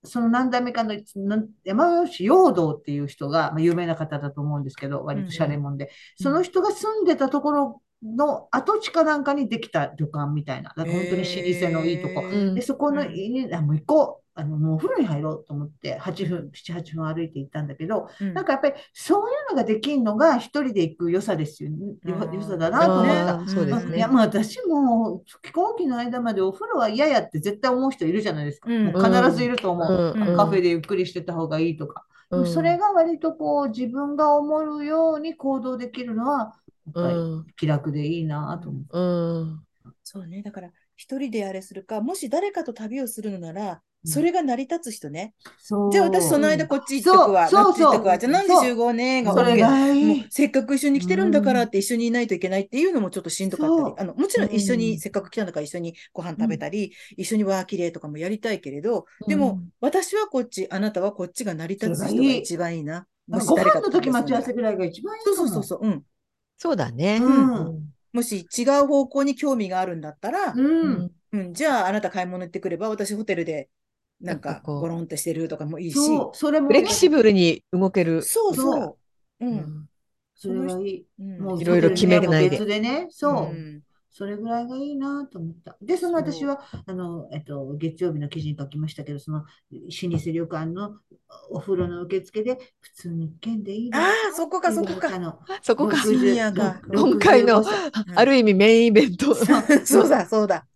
B: その何代目かのなん山吉陽道っていう人が、まあ、有名な方だと思うんですけど、割とシャレもんで、
A: うん
B: その人が住んでたところの跡地かなんかにできた旅館みたいな、だから本当に老舗のいいとこ。
A: へー
B: で、そこの
A: うん
B: 家に、あ、もう行こう。あの、もうお風呂に入ろうと思って、8分、7、8分歩いて行ったんだけど、
A: うん
B: なんかやっぱりそういうのができるのが一人で行く良さですよね。
A: あー
B: よ良さだなと思った。
C: あーそうです
B: いや、
C: ね。
B: まあ私も飛行機の間までお風呂は嫌やって絶対思う人いるじゃないですか。
A: うん
B: もう必ずいると思う。
A: うん
B: カフェでゆっくりしてた方がいいとか。でもそれが割とこう自分が思うように行動できるのは、やっぱ
C: う
B: り
C: ん
B: 気楽でいいなと思う。
C: うん。
A: そうね。だから、一人であれするか、もし誰かと旅をするのなら、それが成り立つ人ね。
B: そう
A: じゃあ私その間こっち行っとくわ、
B: そう
A: こっち行っとくわ。
B: そ
A: じ
B: う
A: ゃあなんで集合ねが
B: それ
A: OK
B: がい
A: もう
B: い。
A: せっかく一緒に来てるんだからって一緒にいないといけないっていうのもちょっとしんどかった
B: そう
A: り、あのもちろん一緒
B: うん
A: にせっかく来たんだから一緒にご飯食べたり、一緒にわあ綺麗とかもやりたいけれど、で
B: う
A: も
B: ん
A: 私はこっち、あなたはこっちが成り立つ人が一番いいな。もし
B: ご
A: 誰
B: 飯
A: か
B: の
A: と
B: 時待ち合わせぐらいが一番いい
A: そう
B: か
A: そ
B: も
A: うそうそう、うん。
C: そうだね。
B: うん
A: もし違う方向に興味があるんだったら、
B: う。
C: うんん
A: うん、じゃああなた買い物行ってくれば私ホテルでなん
C: なん
A: か
C: かこう
A: ゴロンとしてるとかもいいし。
B: そう、それも
C: フ
B: ね、
C: レキシブルに動ける。
A: そうそう。う。
C: うんん
B: それがいい。
A: うん
B: もう
C: いろいろ決めないで
B: ホテルの部屋も別ね、そうう。
A: ん
B: それぐらいがいいなと思った。で、その私は、あの、えっと、月曜日の記事に書きましたけど、その、老舗旅館のお風呂の受付で、普通に一軒でいいな
A: ああ、そこか、そこか。
B: の、
C: そこが
A: シニアが
C: 論解の
A: うん
C: ある意味メインイベン ト。
A: そうだ、そうだ。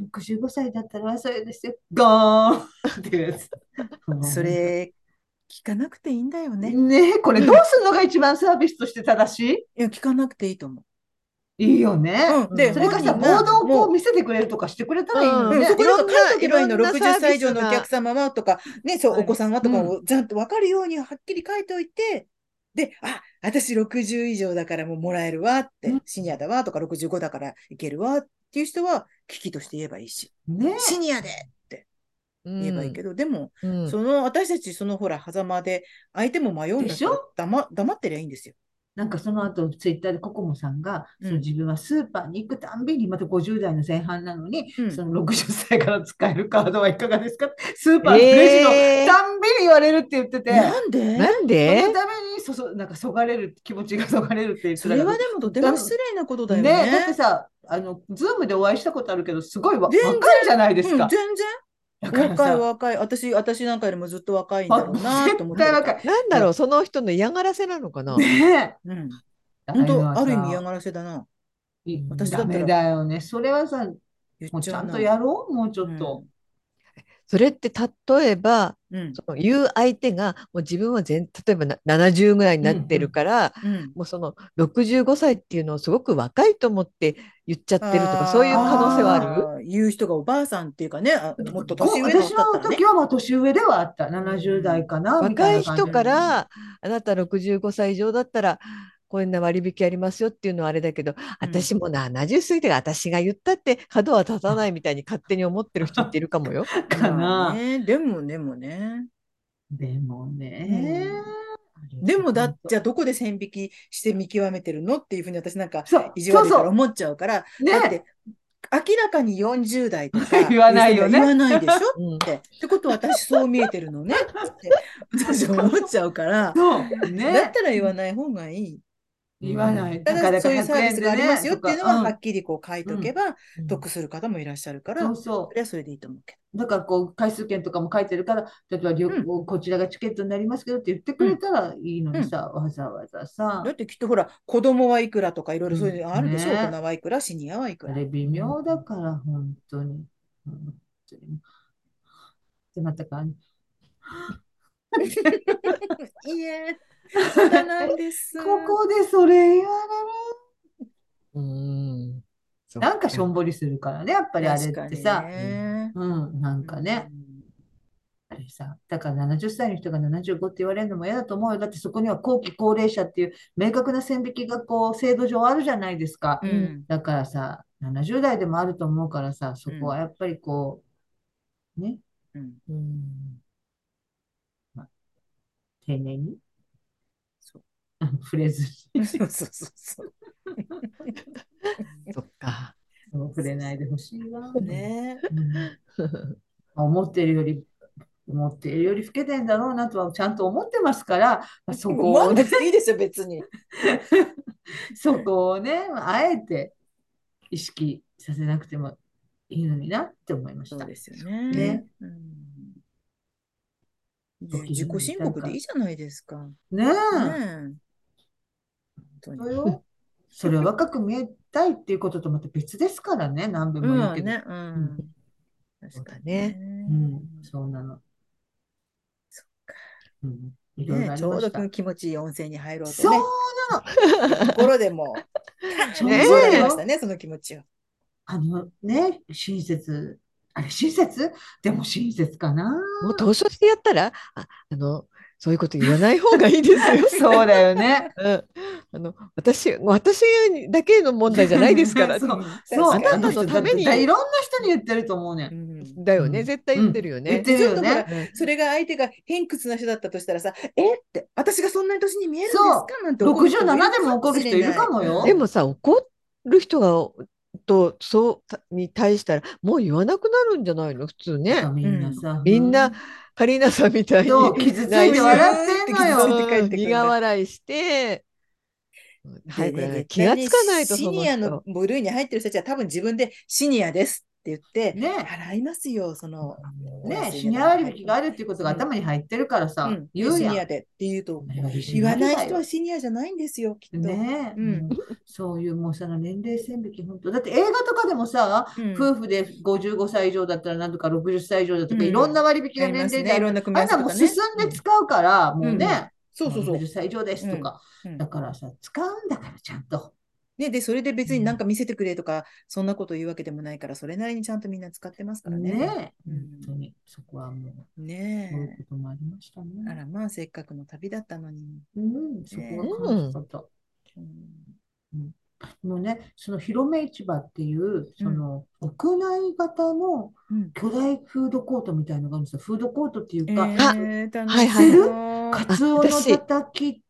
B: 65歳だったら、それですよ。ゴーンっていうやつ。
A: それ、聞かなくていいんだよね。
B: ねこれどうするのが一番サービスとして正し
A: いや、聞かなくていいと思
B: いいいよね。
A: う。うん。で、
B: それかさ、
A: 本人が
B: 行動をこ
A: も
B: う
A: う
B: 見せてくれるとかしてくれたらいいの
A: うん、
B: ね
A: そ。こ
C: いろ
A: だ
C: ん
A: と
C: な
A: 書いとけばいいの。
C: いろんな
A: 60歳以上
C: サ
A: のお
C: ービスが
A: 客様はとか、ね、そう、
C: はい
A: お子さんはとかをちゃんと分かるようにはっきり書いておいて、で、あ、私60以上だからもうもらえるわって、
B: うん
A: シニアだわとか65だからいけるわっていう人は、危機として言えばいいし、
B: ね
A: シニアでって
C: うん
A: 言えばいいけど、でも、
C: うん
A: その私たちそのほら狭間で相手も迷うんだったら
B: でしょ
A: 黙黙ってりゃいいんですよ。
B: なんかその後ツイッターでココモさんが、
A: うん
B: その自分はスーパーに行くたんびに、また50代の前半なのに、
A: うん
B: その60歳から使えるカードはいかがですかスーパーのレジの
C: えー
B: たんびに言われるって言ってて、
A: なんで
C: なん
B: そ
C: で
B: のためにそそ、なんかそがれる、気持ちがそがれるって言って
A: そ
B: たら
A: れはでもとても失礼なことだよね。
B: ねだってさ、あの、ズームでお会いしたことあるけど、すごいわ
A: 全然
B: 若いじゃないです
A: う
B: か
A: ん、。全然
B: だから
A: 若い
B: さ、
A: 若い私私なんかよりもずっと若いんだ
B: あ
A: ろうなと思っ
B: 絶
A: て
B: 対
A: た
B: 若い。
C: なんだろう、その人の嫌がらせなのかな。
B: ね
A: うん、
B: え。
A: 本当ある意味嫌
B: が
A: がらせだな。私
B: 私
A: だ
B: ダ
A: ったら
B: メだよね。それはさ、
A: 言
B: も
A: っ
B: うち
A: ゃ
B: ゃ
A: うんな
B: とやろう、もうちょっと。
C: それって例えば、
A: うん
C: その言う相手がもう自分は全例えばな70ぐらいになってるから、
A: うん
C: もうその65歳っていうのをすごく若いと思って言っちゃってると
A: あ
C: か
A: ー
C: そういう可能性はある
A: ー言う人がおばあさんっていうかね、あもっと年上の
B: 私
A: 人だ
B: の
A: ったらね
B: 時。はまあ年上ではあった。70代かな、みた
C: 若
B: い
C: い
B: な感じ
C: 人からあなた65歳以上だったらこんな割引ありますよっていうのはあれだけど、私も70過ぎて私が言ったって角は立たないみたいに勝手に思ってる人っているかもよ。
B: か
A: まあ
B: な。
A: ね、でもでもね。
B: でもね。
A: でもだ、じゃあどこで線引きして見極めてるのっていうふうに私なんか
B: そう、
A: 意地悪い
B: そ
A: か
B: う
A: ら思っちゃうから、
B: そう。ね
A: だって明らかに40代とか
B: 言わないよね
A: 言わないでしょっ
C: うん
A: て。ってことは私そう見えてるのねって私思っちゃうから、
B: そう。
A: だっ
B: ね。
A: たら言わない方がいい。
B: 言わない。
A: た
B: なかな
A: だ
B: か
A: そういうサービ
B: 100円
A: ス
B: で
A: がありますよっ
B: ね
A: ていうの
B: と
A: はは
B: か
A: っきりこう書いとけば得する方もいらっしゃるから、
B: うん
A: そ
B: そうそう。
A: れはそれでいいと思うけ
B: だからこう回数券とかも書いてるから、例えば旅行、こちらがチケットになりますけどって言ってくれたらいいのにさ、わざわざ
A: ど。
B: さ
A: だ、ってきっとほら子供はいくらとかいろいろそういう
B: う
A: の
B: ん
A: あるでしょ、
B: ね
A: 大人はいくらシニアはいく
B: あ
A: ら。
B: れ微妙だから、本当に。本当に。ってまたか、
A: いえ、そうなんです。
B: ここでそれ言われ
C: うん
B: る。なんかしょんぼりするからね、やっぱりあれ
A: 確か
B: って
A: に
B: さ。
A: ね
B: うん、なんかね。。あれさ、だから70歳の人が75って言われるのも嫌だと思うよ。だってそこには後期高齢者っていう明確な線引きがこう制度上あるじゃないですか。
A: うん。
B: だからさ、70代でもあると思うからさ、そこはやっぱりこう、ね、
A: うん。
C: うん
B: 丁寧に、
A: そう
B: あの 触れずに、
A: そうそうそう
C: そっか。
B: そう触れないでほしいわ
A: そう。。ね。
B: うん思ってるより、思ってるより老けてんだろうなとはちゃんと思ってますから、まあそ こ
A: 思
B: を
A: わ
B: ね
A: なくていいですよ、別に。
B: そこをね、あえて意識させなくてもいいのになって思いまし
A: そう
B: た。
A: ですよね。
B: ね
A: うんで自己申告でいいじゃないですか。ね
B: ね
A: え
B: え、
A: 本当
B: そ
A: に
B: れをそれは若く見えたいっていうこととまた別ですからね、何べんも言う
A: う
B: け
A: ん
B: ど。
A: ね、うん。確かに
B: う
A: ね
B: ん、。そうなの。
A: そっ
B: うん、いろいろ
A: ね
B: あり
A: ちょ
B: ま
A: う
B: し
A: ど
B: た。
A: 気持ちいい温泉に入ろう
B: そ
A: と
B: う
A: ね。ところでもう、
B: ちょう
C: ねえ
A: そうなり
B: ど
A: ましたね、その気持ちを。
B: あのね、親切、あれ親切でも親切かな。
C: もう投書してやったら、あ、あの、そういうこと言わない方がいいですよ。
B: そうだよ ね。
C: うん、あの私私だけの問題じゃないで すから。
B: そう
A: そう
B: あ
C: あなた
B: の
C: の
B: 人
C: ために
B: だっていろんな人に言ってると思うね。
A: うんん
C: だよ
B: う
C: ね
B: ん
C: 絶対言ってるよね。
B: 言ってるよ
A: ちょっと
B: ね。
C: うん
A: それが相手が偏屈な人だったとしたらさ、えって、私がそんなに年に見えるんです
B: そう
A: かなんて怒る人もいる
B: 67でも怒る人いるかもよ。
C: でもさ怒る人がとそうたに対したらもう言わなくなるんじゃないの普通ね。
B: みんなさ、
C: みんなカリーナさんみたいに
B: そう傷ついて笑ってんの
A: 内緒
B: よ。
A: に帰ってくるんだ
C: 苦笑いして。早くやらない
A: で
C: 気がつかないと
A: シ
C: その
A: ニアの
C: 人。
A: 部類に入ってる人たちは多分自分でシニアですって言って、
B: ね。
A: 払いますよ、その。
B: ね、シニア割引があるっていうことが頭に入ってるから
A: う
B: さ
A: ん、、
B: 言う
A: シ
B: やん
A: ニア。でって言うと、
B: 言
A: 言わない人はシニアじゃないんですよ、きっと。
B: ねえ、
A: うん
B: もうそういうもうその年齢線引き本当だって映画とかでもさ、
A: うん
B: 夫婦で55歳以上だったらなんとか60歳以上だとか、
A: うん
B: いろんな割引
A: あり
B: が年
A: ます
B: 齢
A: ね、い
B: で、
A: ろんな組み合
B: あん
A: わせと
B: なもう
A: か
B: 進
A: ね。
B: んで使うから、もうね、
A: そうそうそう
B: 60。歳以上ですとか、
A: うん
B: だからさ使うんだからちゃんと。
A: ね、で、それで別になんか見せてくれとか、そんなこと言うわけでもないから、それなりにちゃんとみんな使ってますから
B: ね
A: ね。
B: え、
A: うん
B: 本当にそこはもう
A: ね
B: そういう
A: え。
B: こともありましたね。
A: あら、まあ、せっかくの旅だったのに。
B: うん、そこは感じ方。
A: うん
B: もうね、その広め市場っていう、
A: う
B: そ
A: ん
B: の屋内型の
A: うん
B: 巨大フードコートみたいのがあるんですよ。フードコートっていうか、
C: あ
A: えー、楽
C: はい
A: し
C: はい
A: そう。
B: カツオの
C: 私
B: たたき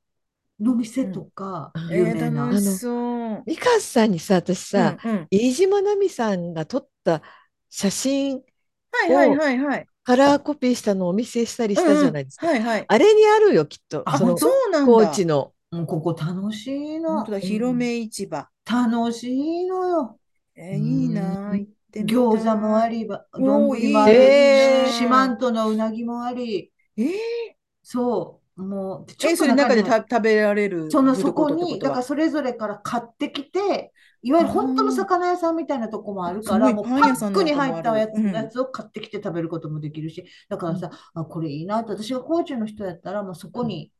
B: の店とか
C: うん、
A: え
B: 有名
A: ー、
B: な。
A: 楽しそう。
C: ミカさんにさ私さ、
A: うんうん
C: 飯島奈美さんが撮った写真
A: はいはいはいはい。
C: カラーコピーしたのをお見せしたりしたじゃないですか。
A: うんうんはいはい。
C: あれにあるよきっと
B: あ
C: その
B: 本
A: そうなんだ。
C: 高知の。
B: もうここ楽しいの。
A: 本当だ、広め市場。
B: うん楽しいのよ。
A: えー、いいなあ、行ってみたい
B: 餃子もあ。り、ば
A: おー
B: 丼もあ
C: いいね
B: り、四万十のうなぎもあり、
A: えー、
B: そう、もう、ちょ
A: え
B: っ
A: そ
B: と
A: れ中で
B: ね
A: た食べられる
B: その
A: フー
B: そ
A: ドコ
B: こ
A: ートって
B: に、
A: と
B: だ
A: は
B: からそれぞれから買ってきて、いわゆる本当の魚屋さんみたいなとこもあるから、
A: す
B: も
A: ご
B: う
A: い
B: パ
A: パン屋さ
B: ッ
A: ん
B: ク
A: なん
B: に
A: かもある
B: 入ったやつ、
A: うん
B: やつを買ってきて食べることもできるし、だからさ、あ、これいいなって、私が高知の人やったら、もうそこ
A: う
B: に、
A: ん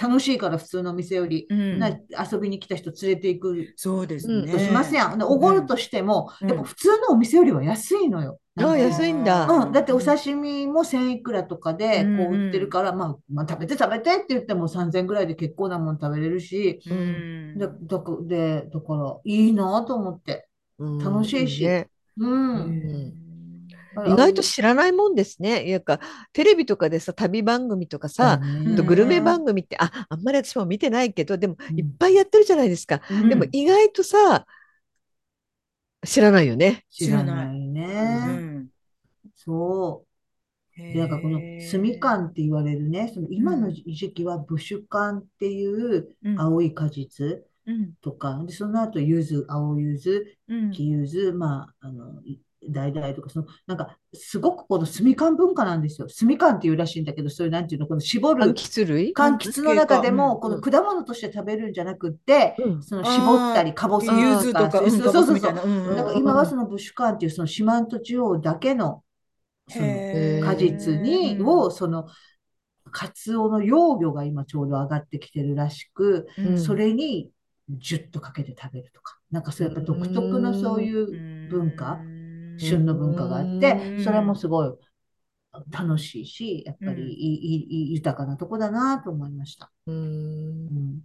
B: 楽しいから普通のお店より、
A: うん
B: な遊びに来た人連れていく
A: そうです
C: うん
A: ね。
B: としますやん。でおごるとしても、
A: うん
B: やっぱ普通のお店よりは安いのよ。
C: あ
B: なんか
C: 安いんだ
B: うん、だってお刺身も1000いくらとかでこう売ってるから、まあ、まあ食べて食べてって言っても3000ぐらいで結構なもん食べれるし、
A: 身うん。
B: だだかでだからいいなと思って、楽しいし
C: ね
B: うん
A: うん
B: あ
C: 意外と知らないもんですね。いうかテレビとかでさ旅番組とかさ、
A: うん
C: あとグルメ番組ってああんまり私も見てないけどでもいっぱいやってるじゃないですか。
B: うん
C: でも意外とさ知らないよね。
B: 知らな
A: う
B: い
A: ん
B: ね、そうでなんかこの炭缶って言われるねその今の時期はブシュカンっていう
A: うん
B: 青い果実
A: うん
B: とかでその後柚子青柚子
A: うん
B: 木ゆず、まあ、あの、い橙とか、その、なんか、すごくこの炭缶文化なんですよ。炭缶っていうらしいんだけど、そういう、なんていうの、この絞
C: 柑
B: る、
C: 橘類
B: 柑橘の中で
A: 柑橘
B: も、
A: 系かうん
B: この果物として食べるんじゃなくって、
C: うん
B: その絞ったり、かぼす
C: あー
A: 柚子とか、
B: そううんそう
A: かぼす
B: そう
A: み
B: そ
A: た
B: う
A: いな。うん
B: なんか今はそのブッシュカンっていう、その四万十地方だけの、その、
A: へー
B: 果実に、を、その、カツオの幼魚が今ちょうど上がってきてるらしく、
A: うん
B: それにジュッとかけて食べるとか、なんかそうやっぱ独特のそういう文化、
A: うん
B: 旬の文化があっ
C: う
B: て、
A: ん
B: それもすごい楽しいし、やっぱり
A: うん
B: いいいい豊かなとこだなと思いました。
C: うん
B: うん、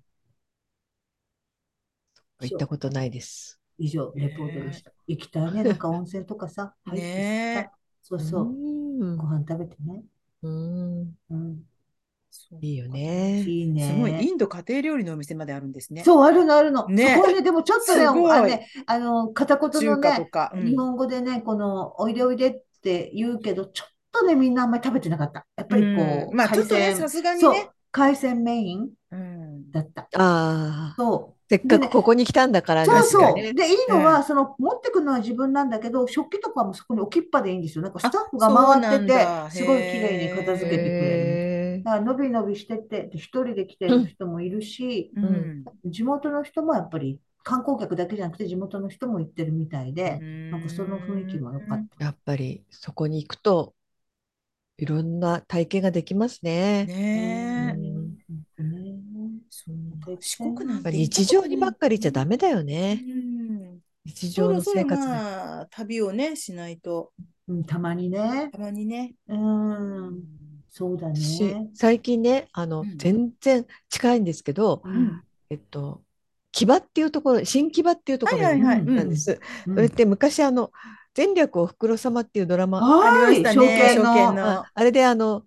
C: 行ったことないです。
B: 以上、レポートでした。行きたいね、なんか温泉とかさ、入っ て
A: ねえ
B: さ、そうそう、
C: ん
B: ご飯食べてね。
C: うん
B: うん、
A: そう
C: いいよね。
B: いい
A: すごい、
B: ね。
A: インド家庭料理のお店まであるんですね。
B: そう、あるのあるの。
A: ね
B: そこはね、でもちょっとね、
A: すごい
B: あのね、あの、片言の
A: 中華と
B: ね、
A: か。うん
B: 日本語でね、この、おいでおいでって言うけど、ちょっとね、みんなあんまり食べてなかった。やっぱりこ
A: うん
B: う、
A: まあ、
B: 海
A: ちょっとね、
B: 鮮
A: さすがに
B: そう
A: ね。、
B: 海鮮メイン
A: うん
B: だった。
C: ああ、
B: そう。
C: せっかくここに来たんだから、
B: そう
C: 確か
B: そう。
C: にね。
B: で、いいのは、その、持ってくのは自分なんだけど、食器とかもそこに置きっぱでいいんですよ。なんかスタッフが
A: そう
B: 回っ
A: な
B: て
A: ん
B: て
A: だ、
B: すごい綺麗に片付けてくれる。
C: へ
B: だから、のびのびしてて、で一人で来てる人もいるし、
A: う
B: 地元の人もやっぱり、観光客だけじゃなくて地元の人も行ってるみたいで、なんかその雰囲気も良かっ
C: ーやっぱりそこに行くといろんな体験ができますね。
B: た。
A: ねえ、
B: うん
A: そうか四国なん
C: やっぱ
A: て
C: り日常にばっかりじゃダメだよね。
A: うん
C: 日
A: そ
C: 常
A: ろ
C: の
A: そろ
C: 生活で。
A: まあ、旅をね、しないと、
B: うん、たまにね。
A: たまにね。
B: うん、そうだ
C: 私
B: ね。
C: 最近ねあの、
A: うん
C: 全然近いんですけど、
B: う
A: うんん、
C: えっと、木場っていうところ新木場っていうところに
A: はいはい
B: はい
C: なんです、
B: うん
C: それって昔あの「前略おふくろ様」っていうドラマ
B: は
A: あり
B: い、
A: ました
B: 証
A: ね、
B: 券
A: 証券
B: の。
A: の
C: ああれであの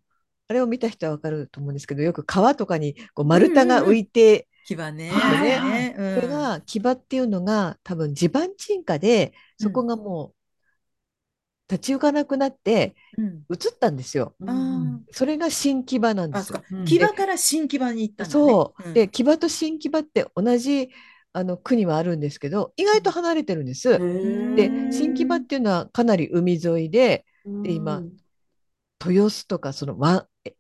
C: あれを見た人はわかると思うんですけどよく川とかにこう丸太が浮いて、
A: 木はね。
B: はい
A: ねうん
C: これが木場っていうのが多分地盤沈下で
A: うん
C: そこがもう立ち行かなくなって
A: うん
C: 移ったんですよ。
B: う
A: あ
B: ん
A: ー
C: それが新木場なんで
A: あ、
C: す
A: そ
C: よ
A: っ。
B: うん
A: か。木場から新木場に行ったんだね。
C: そう、
A: ん
C: で木場と新木場って同じあの区にはあるんですけど意外と離れてるんです。
B: うん
C: で
B: へー
C: 新木場っていうのはかなり海沿いでで今
B: うん
C: 豊洲とかその湾え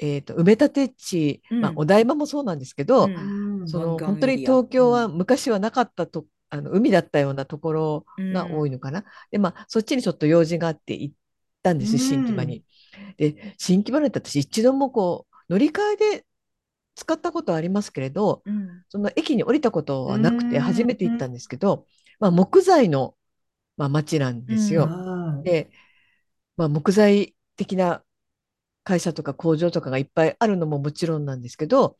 C: えーと埋め立て地、まあ
A: う、ん
C: お台場もそうなんですけど、
B: うん
C: そ
A: 湾
C: の
A: 岸
C: 本当
A: エ
C: に
A: リア
C: 東京は
A: う
C: 昔はなかったと、あの海だったようなところが多いのかな。でまあそっちにちょっと用事があって行ったんで
B: う
C: すよ
B: ん
C: 新木場に。で新木場なんて私一度もこう乗り換えで使ったことはありますけれど
A: うんうん
C: その駅に降りたことはなくて
B: うん
C: 初めて行ったんですけど、まあ、木材の、まあ、町なんですよ。
B: はい
C: で、まあ、木材的な会社とか工場とかがいっぱいあるのももちろんなんですけど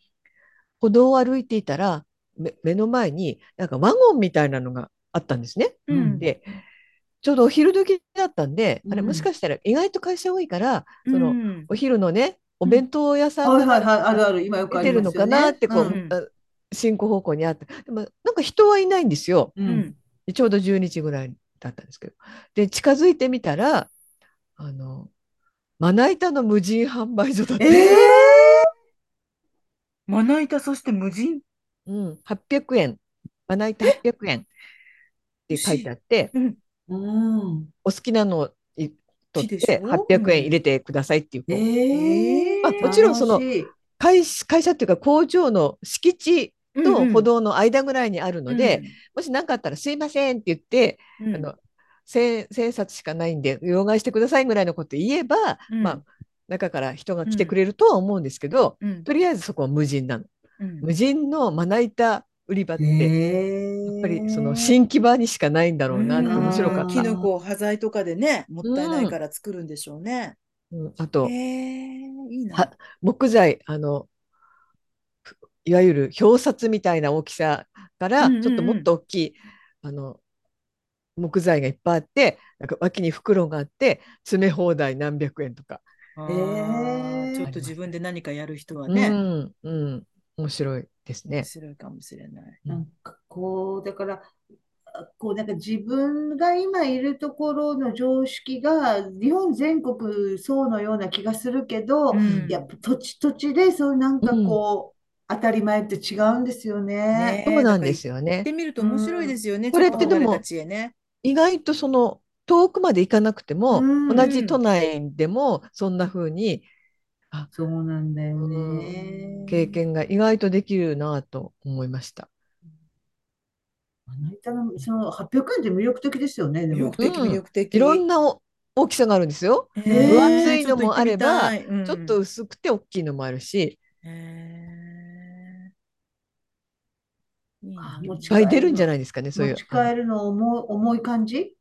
C: 歩道を歩いていたらめ目の前になんかワゴンみたいなのがあったんですね。
A: うん
C: でちょうどお昼時だったんで、あれ
B: うん
C: もしかしたら意外と会社多いからそ
A: う
C: の、
A: ん
C: お昼のねお弁当屋さん
B: はいは
C: が
B: い、あるある、今よくあ
C: 出
B: り
C: てる
B: ま
C: の
B: すよ
C: か
B: ね。
C: なってこう、
A: うん
C: あ進行方向にあってでもなんか人はいないんですよ。
B: う。
A: うんん
C: でちょうど12時ぐらいだったんですけど。で、近づいてみたら、あの、まな板の無人販売所だっ
B: え
C: た。
B: え
A: まな板、そして無人。
C: うん、800円。まな板800円って書いてあって、
A: うん
B: うん。
C: お好きなのをい取
A: 木
C: っ
A: でしてょ
C: 800円入れてくださいっていう、こう
B: ええ
A: まあ
C: もちろんその
B: 楽しい
C: 会社会社っていうか工場の敷地
A: う
C: と
A: んうん
C: 歩道の間ぐらいにあるので、
A: うん
C: もし何かあったらすいませんって言って、
A: うん
C: あの、千千冊しかないんで、両替してくださいぐらいのこと言えば、
A: うん
C: まあ、中から人が来てくれるとは思うんですけど、
A: うん
C: とりあえずそこは無人なの。
A: うん
C: 無人のまな板売り場って、
B: ええ
C: やっぱりその新木場にしかないんだろうなって
B: うん
C: 面白かっ
A: キ
C: た。
A: ノコを端材とかでね、もったいないから作るんでしょうね。
C: うんあ
A: へ
C: と、
A: え、いいな
C: は。木材、あの、ふいわゆる表札みたいな大きさか
A: うんうん
C: ら、
A: うん
C: ちょっともっと大きい、あの、木材がいっぱいあって、なんか脇に袋があって、詰め放題何百円とか。
A: あ
B: え
A: ー
B: ー
A: ちょっと自分で何かやる人は
C: う
A: ね、
C: ん、うん、面白いです
A: 面
C: ね。
A: 白いかもしれない。
B: なんかこう、だから、こうなんか自分が今いるところの常識が日本全国そうのような気がするけど、
A: うん
B: やっぱ土地土地でそういうなんかこう、当たり前って違うんですよね。
A: ね
C: そうなんですよ
A: 行っ
C: ね
A: て。みると面白いですよね、
C: これって
A: ちょと
C: でも
A: 離れた地へね。
C: 意外とその遠くまで行かなくても、
B: うん
C: 同じ都内でもそんな風に
B: そうなんだよ
C: う
B: ね。
C: 経験が意外とできるなと思いました。
B: まな板のその800円って魅力的ですよね、で
A: 魅
B: も。
A: 力的、
C: うん
A: 魅力的。
C: いろんなお大きさがあるんですよ。
A: えー、
B: 分厚
C: いのもあれば
A: ちょっと行ってみたいうん
C: ちょっと薄くて大きいのもあるし、
A: えーいいな
B: あもう
C: いっぱい出るんじゃ
B: ない
C: ないですかね、そうい
B: 持
C: う
B: ち。帰るの重い、重い感じ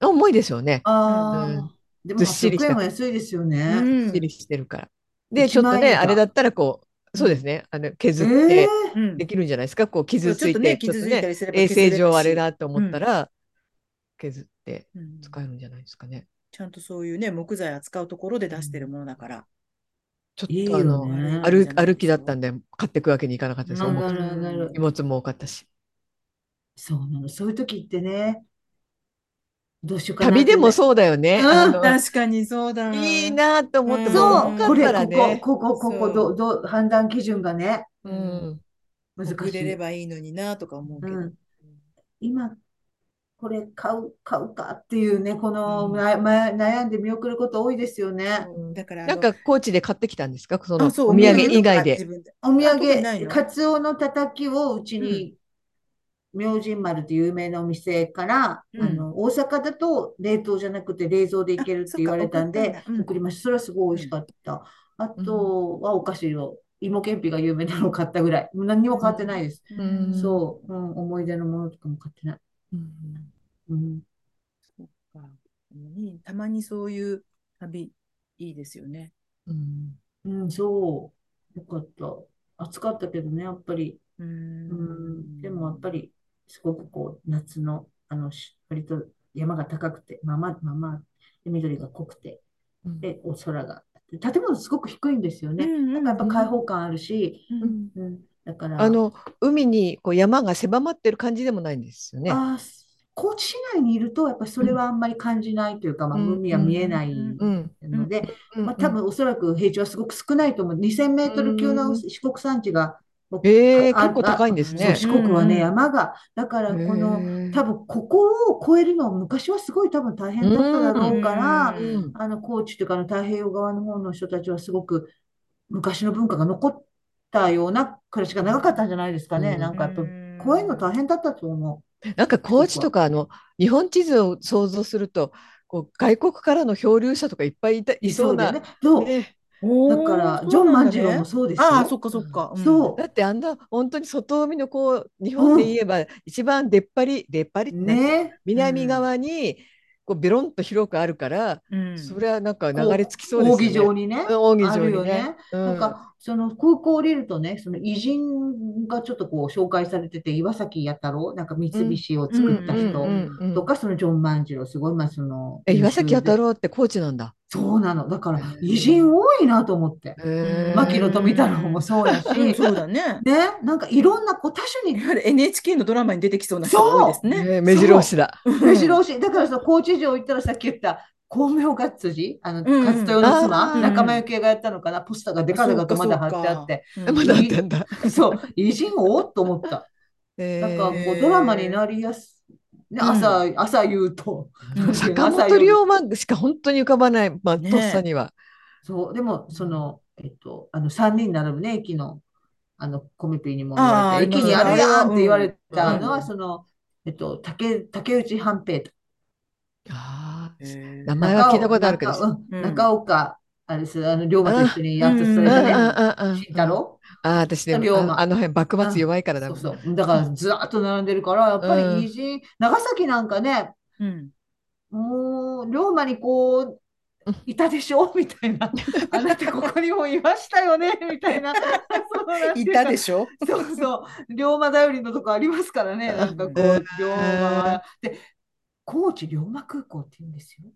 C: あ重いですよね。
B: ああ、
C: うん
B: でも
C: ずっしり
B: 800
C: した
B: 円は安いですよ
A: う
B: ね。
C: しっ
A: ん
C: しりしてるから。で、ち
B: 一
C: ょっと
B: 枚
C: ね、
B: 板
C: あれだったらこう、そうですね、あの削っ
B: ええ
C: て
A: うん
C: できるんじゃないですか、こう傷つ
A: ちょっ
C: い
A: とね
C: て、ちょっと
A: 傷ついたりすれば
C: 衛
A: 削れ
C: 生
A: るし
C: 上あれだと思ったら、削って
A: うん
C: 使えるんじゃないですかね。
A: ちゃんとそういうね、木材扱うところで出してるものだから。
C: ちょ
B: い
C: っ
B: い
C: とあ
B: よ
C: の、
B: ね。
A: ある
C: 歩歩きだったんで、買ってくわけにいかなかったですよ。
B: な
C: もう
B: るほどなるほ
C: 荷
B: ど
C: 物も多かったし。
B: そうなの。そういう時ってね、どうしようかな
C: 旅でも
B: う。
C: そうだよね。
B: うん
C: あの
A: 確かにそうだ。
C: いいなと思って
A: ん
C: も、
B: そ
C: 多
B: う、
C: か
B: こ
C: っ
B: れ、
C: たら
B: こ
C: ね。
B: こ、ここ、こ
A: そ
B: こ、
A: う
B: どう、どう、判断基準がね、
A: こ
C: うん。
B: 難
A: 遅
B: し
A: れれ
B: い。
A: ばいいのになとか思うけど。
B: うん今、これ買う、買うかっていうね、この、
A: うん
B: な、ま、悩んで見送ること多いですよね。
A: だからあ
C: な
A: の、
C: んか高知で買ってきたんですかその
A: あ
C: お
A: そう
C: 土産以
A: お
C: 外
A: 土産とか
C: で。
A: 自分で
B: お土
A: あ特にない
B: 産、
A: の
B: カツオのたたきをうちに、明神丸っていう有名なお店から、
A: うん
B: あの、大阪だと冷凍じゃなくて冷蔵でいけるって言われた
A: あ
B: ん
A: そっか
B: で
A: 送ったんだうん、
B: 送りました。それはすごい美味しかった。あとはお菓子を、芋けんぴが有名なのを買ったぐらい。何にも買ってないです。
C: うん
B: そう、うん、思い出のものとかも買ってない。うんうん
A: そっか。ねたまにそういう旅、いいですよね。
B: うん、うん、そう。よかった。暑かったけどね、やっぱり。
A: う
B: うん、でもやっぱり、すごくこう、夏の、あの、し割と山が高くて、まあまあ、まあまあ、で緑が濃くて、
C: うん
B: で、お空があって。建物すごく低いんですよね。
A: ね
B: やっぱ開放感あるし、
A: うん
B: うん、だから、
C: あの海にこう山が狭まってる感じでもないんですよね。
B: あー、高知市内にいると、やっぱりそれはあんまり感じないというか、まあ、
C: うん
B: 海は見えない
C: うん、
B: ので、
C: うん
B: まあ、多分おそらく平地はすごく少ないと思う。2000メートル級の四国山地が、
C: ええ
B: あ
C: 結構高いんです
B: そ
C: ね
B: う、。四国は
A: うん
B: ね、山が、だからこの、
C: へえ
B: 多分ここを越えるのは昔はすごい多分大変だっただろうから、
C: うん
B: あの高知というかあの太平洋側の方の人たちはすごく昔の文化が残ったような暮らしが長かったんじゃないですかね。
C: うん
B: なんかやっぱ、越えるの大変だったと思。
C: なんか高知とかあの日本地図を想像するとこう外国からの漂流者とかいっぱいいたいうそう
B: だ
C: な、
B: よね。そう。
C: ね
B: だから、ジョン万次郎も
A: そ
B: そうで
A: う
B: す
A: なんだね。ああ、
B: よ。
A: そっかそっか。ん
B: そう
C: だってあんな本当に外海のこう日本で言えば一番出っ張り出っ張りってなんて
B: ね。
C: 南側にこうベロンと広くあるから、
A: うん
C: それはなんか流れ着きそうです
B: 扇
C: よ
B: 状
C: ね。
B: にね。
C: 扇
B: ある
C: に
B: よね。
C: うん
B: なんか、その空港降りるとね、その偉人がちょっとこう紹介されてて、岩崎弥太郎、なんか三菱を作った
C: うん
B: 人
C: うんうん
B: とか、そのジョン万次郎、すごい、まあその、
C: え岩崎弥太
B: 郎。
C: 郎って高知なんだ。
B: そうなの。だから、偉人多いなと思って。
C: へえ
B: 牧野富太郎もそうだし、
A: う
B: ね
A: ん、、そうだね。
B: なんかいろんなこう多種に
A: やはり NHK のドラマに出てきそうな人が多いですね。
C: ね目白押しだ。
B: 目白押し、だからさ、高知城行ったらさっき言った、光明が辻、あの、
A: うん
B: 勝豊の妻、
C: あー
B: 仲間由紀恵がやったのかな、ポスターがでかでかとまだ貼ってあって、
A: そうか。
C: まだあったんだ。
B: そう、偉人多っと思った。なんかこう、ドラマになりやす、ね、
A: うん
B: 朝、朝言うと。
A: うん
B: 朝
C: 坂本龍馬しか本当に浮かばない、まあ、
A: ね
C: とっさには。
B: そう、でも、その、えっと、あの、三人並ぶね、駅の、あの、コメピーにも言わ
A: あー
B: れて、駅にあるやんって言われたの
A: う
B: は、
A: ん
B: その、えっと、竹、竹内半平と。
C: あー
A: へ
C: 名前は聞いたことあるけど。
B: 中尾
A: うん
B: 中岡、あれです、あの、龍馬と一緒にやってた
A: う
B: ね
A: ん
C: あ
A: 中尾
C: ああああ
B: 慎太郎
C: ああ私ね、
B: 龍馬
C: ああの辺、幕末弱いからだ
B: そう
C: もん。
B: そう。だから、ずらっと並んでるから、やっぱり偉人、長崎なんかね、
A: えうん。
B: もう、龍馬にこう
C: うん、
B: いたでし ょみたいな。あなたここにもいましたよねみたい な。そうなんて
A: いう
B: か
A: たでしょ
B: そうそう。龍馬頼りのとこありますからね。なんかこ
C: う、
B: うん龍馬は。で、高知龍馬空港って言うんですよ。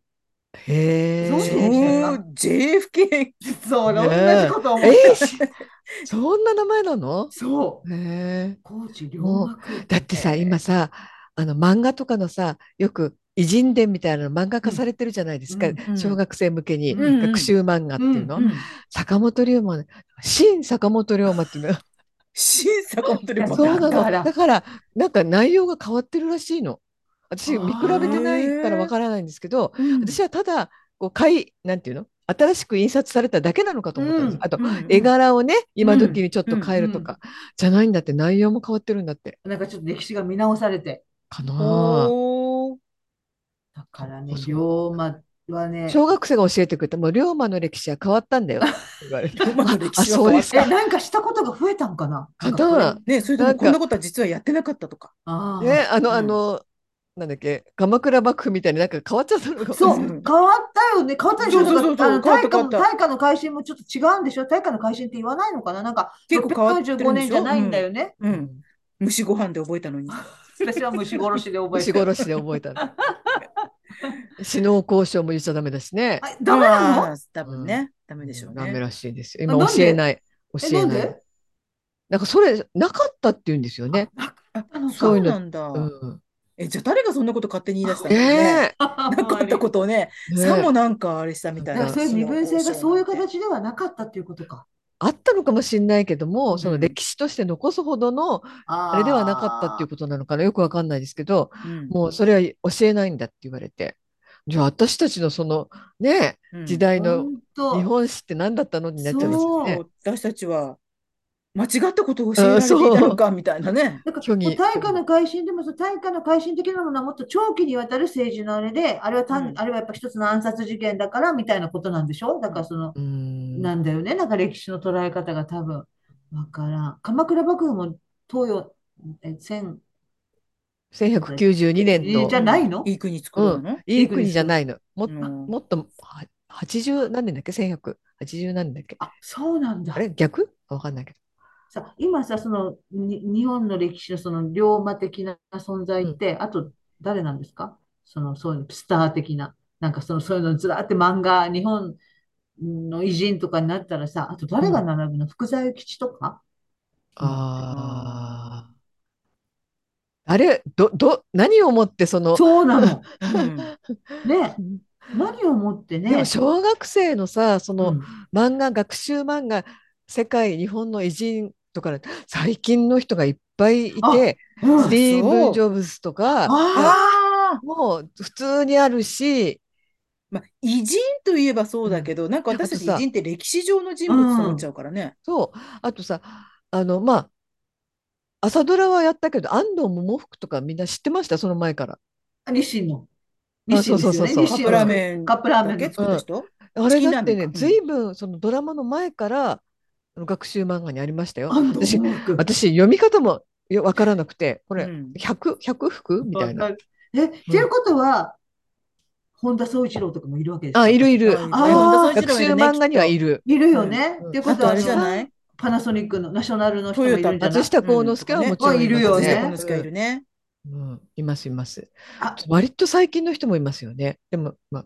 C: へえ。
B: そう
A: そう
B: でしたか
A: JFK
B: そう、同
C: ねえ
B: じこと思っ
C: えー
B: た。
C: しそんな名前なの
B: そう。
C: へえ。
B: 高知龍馬空港。
C: だってさ、今さ、あの漫画とかのさ、よく偉人伝みたいなの漫画化されてるじゃないですか、
B: うん
A: うん
C: 小学生向けに、
B: うんうん
C: 学習漫画っていうの。
A: うん
C: 坂本龍馬、新坂本龍馬っていうの。
A: 新坂本龍馬
C: そうなの。
B: だから
C: だから、なんか内容が変わってるらしいの。私、見比べてないからわからないんですけど、私はただ、こう、回、なんていうの新しく印刷されただけなのかと思ったんです。
B: うん
C: あと、
A: うん
C: 絵柄をね、今時にちょっと変えるとか、
B: う
C: じゃないんだって、内容も変わってるんだって。
B: なんかちょっと歴史が見直されて。
C: かなあ
A: おー
B: だからね、
C: そう
B: 龍馬はね、
C: 小学生が教えてくれた、もう龍馬の歴史は変わったんだよ。言われて。
A: 龍馬の歴史は
C: あそうです
B: え、
C: か。
B: なんかしたことが増えたんかな
C: か
B: なんかこれ
C: な。
A: ねそれと
C: な
A: も
C: んか
A: こんなことは実はやってなかったとか。
B: ああ。
C: ね、あの、
A: うん
C: あの、なんだっけ、鎌倉幕府みたいになんか変わっちゃったのかも
B: そう、
A: う
B: 変
A: ん
B: わったよね。変わったでしょ。
A: そうそうそうそう
B: だからあの
A: 変わった
B: 大化も、大化の改新もちょっと違うんでしょ。大化の改新って言わないのかななんか、
A: 結構変わってるんでしょ
B: 645年じゃないんだよね。
A: うん。虫ご飯で覚えたのに。
B: 私は虫殺しで覚えて
C: 虫
B: る。
C: 殺しで覚えたの。 首脳交渉も言っちゃダメだしね。
B: あ、ダメなの
A: まあ多分ね。ダメでしょう
C: ダメ
A: ね。
C: らしいですよ。
B: あな
C: 今
B: んで
C: 教えない。
B: え、
C: 教え
B: なん
C: ない
B: で。
C: なんかそれ、なかったって言うんですよね。
B: あ
A: あ
B: あの
C: そういうの
A: なんだ
C: う。ん。
A: え、じゃあ誰がそんなこと勝手に言い出したのかね。
C: ね
A: なかったことをね、
C: え。
A: さ
C: ねえ
A: もなんかあれしたみた
B: だ
A: い
B: か
A: な。
B: らそういう身分性がそういう形ではなかったっていうことか。
C: あったのかもしれないけども、そうの
A: ん
C: 歴史として残すほどの、
B: あ
C: あれではなかったっていう
B: こ
C: ことなのかな。よくわかんないですけど。
A: うん
C: もうそれは教えないんだって言われて。じゃあ私たちのそのね、
A: うん
C: 時代の日
B: 本
C: 本史って何だったのになっちゃうんですよね。
A: 私たちは間違ったことを教えられていたのかみたいなね。
B: だか
C: 虚
B: ら
C: 偽
B: もう大化の改新でもその大化の改新的なものはもっと長期にわたる政治のあれで、あれは単、
A: うん
B: あれはやっぱ一つの暗殺事件だからみたいなことなんでしょだからその、
C: うーん
B: なんだよね。なんか歴史の捉え方が多分わからん。鎌倉幕府も東洋、え、千、
C: 1192年
B: じゃ
C: の、
B: ないの
A: いい国作るのね。
C: いい国じゃないの。も
A: うん
C: もっと、は80何年だっけ ?1180 何年だっけ
B: あ、そうなんだ
C: あ。れ逆わかんないけど。
B: さ、今さ、その、に日本の歴史のその龍馬的な存在って、あと誰なんですかその、そういうスター的な。なんかその、そういうのずらーって漫画、日本の偉人とかになったらさ、あと誰が並ぶの福沢諭吉とか
C: ああ。あれ、ど、ど、何をもってその、
B: そう なの。
A: うん
B: ね
C: う。ん
B: 何をもって
C: でも
B: ね。
C: 小学生のさ、その
B: うん
C: 漫画、学習漫画、世界、日本の偉人とか、最近の人がいっぱいい
B: あ
C: て、
B: うん
C: スティーブン・ジョブズとか、
B: あ
A: ああ、
C: もう普通にあるし、
A: まあ、偉人といえばそうだけど、なんか私たち
C: あとさ
A: 偉人って歴史上の人物と思っちゃうからね。
C: そう、あとさ、あの、まあ、朝ドラはやったけど、安藤桃福とかみんな知ってました、その前から。
B: あ、日清の。
C: あ
B: 日清
C: そう
B: です
C: そ
B: よね。
C: うそう
B: 日
A: カッ
C: そう
B: 清
A: プ
B: の
A: ラーメン
B: カップラーメ
A: だ
B: ン
A: け
B: の。
A: 作った人
C: あれだってね、
A: 好きなのか
C: ずいぶんそのドラマの前から、あの学習漫画にありましたよ。
B: 安藤
C: 私、
B: 文福。
C: 私読み方もよわからなくて、こ
A: う
C: れ、
A: ん
C: 100、100服みたいな。
B: え、っていうことは、本田宗一郎とかもいるわけですか
C: あ、いるいる。
A: あ
B: いる
A: 本田宗
C: 学
A: 一郎い
C: 習
A: るね
C: 漫画にはいる。
B: いるよね。
C: うん
B: っていうこ
A: あ
B: と
A: と
B: は、
A: あれじゃ
B: あの
A: ない
B: パナソニックのナショナルの人もいるんじゃない
C: 松下幸之助はもちろん
A: 松
B: そう
C: ます
B: ね
A: 下幸
B: あ
A: 之助はいるね。
C: うん、いますいます
B: あ。
C: 割と最近の人もいますよね。でも、まあ、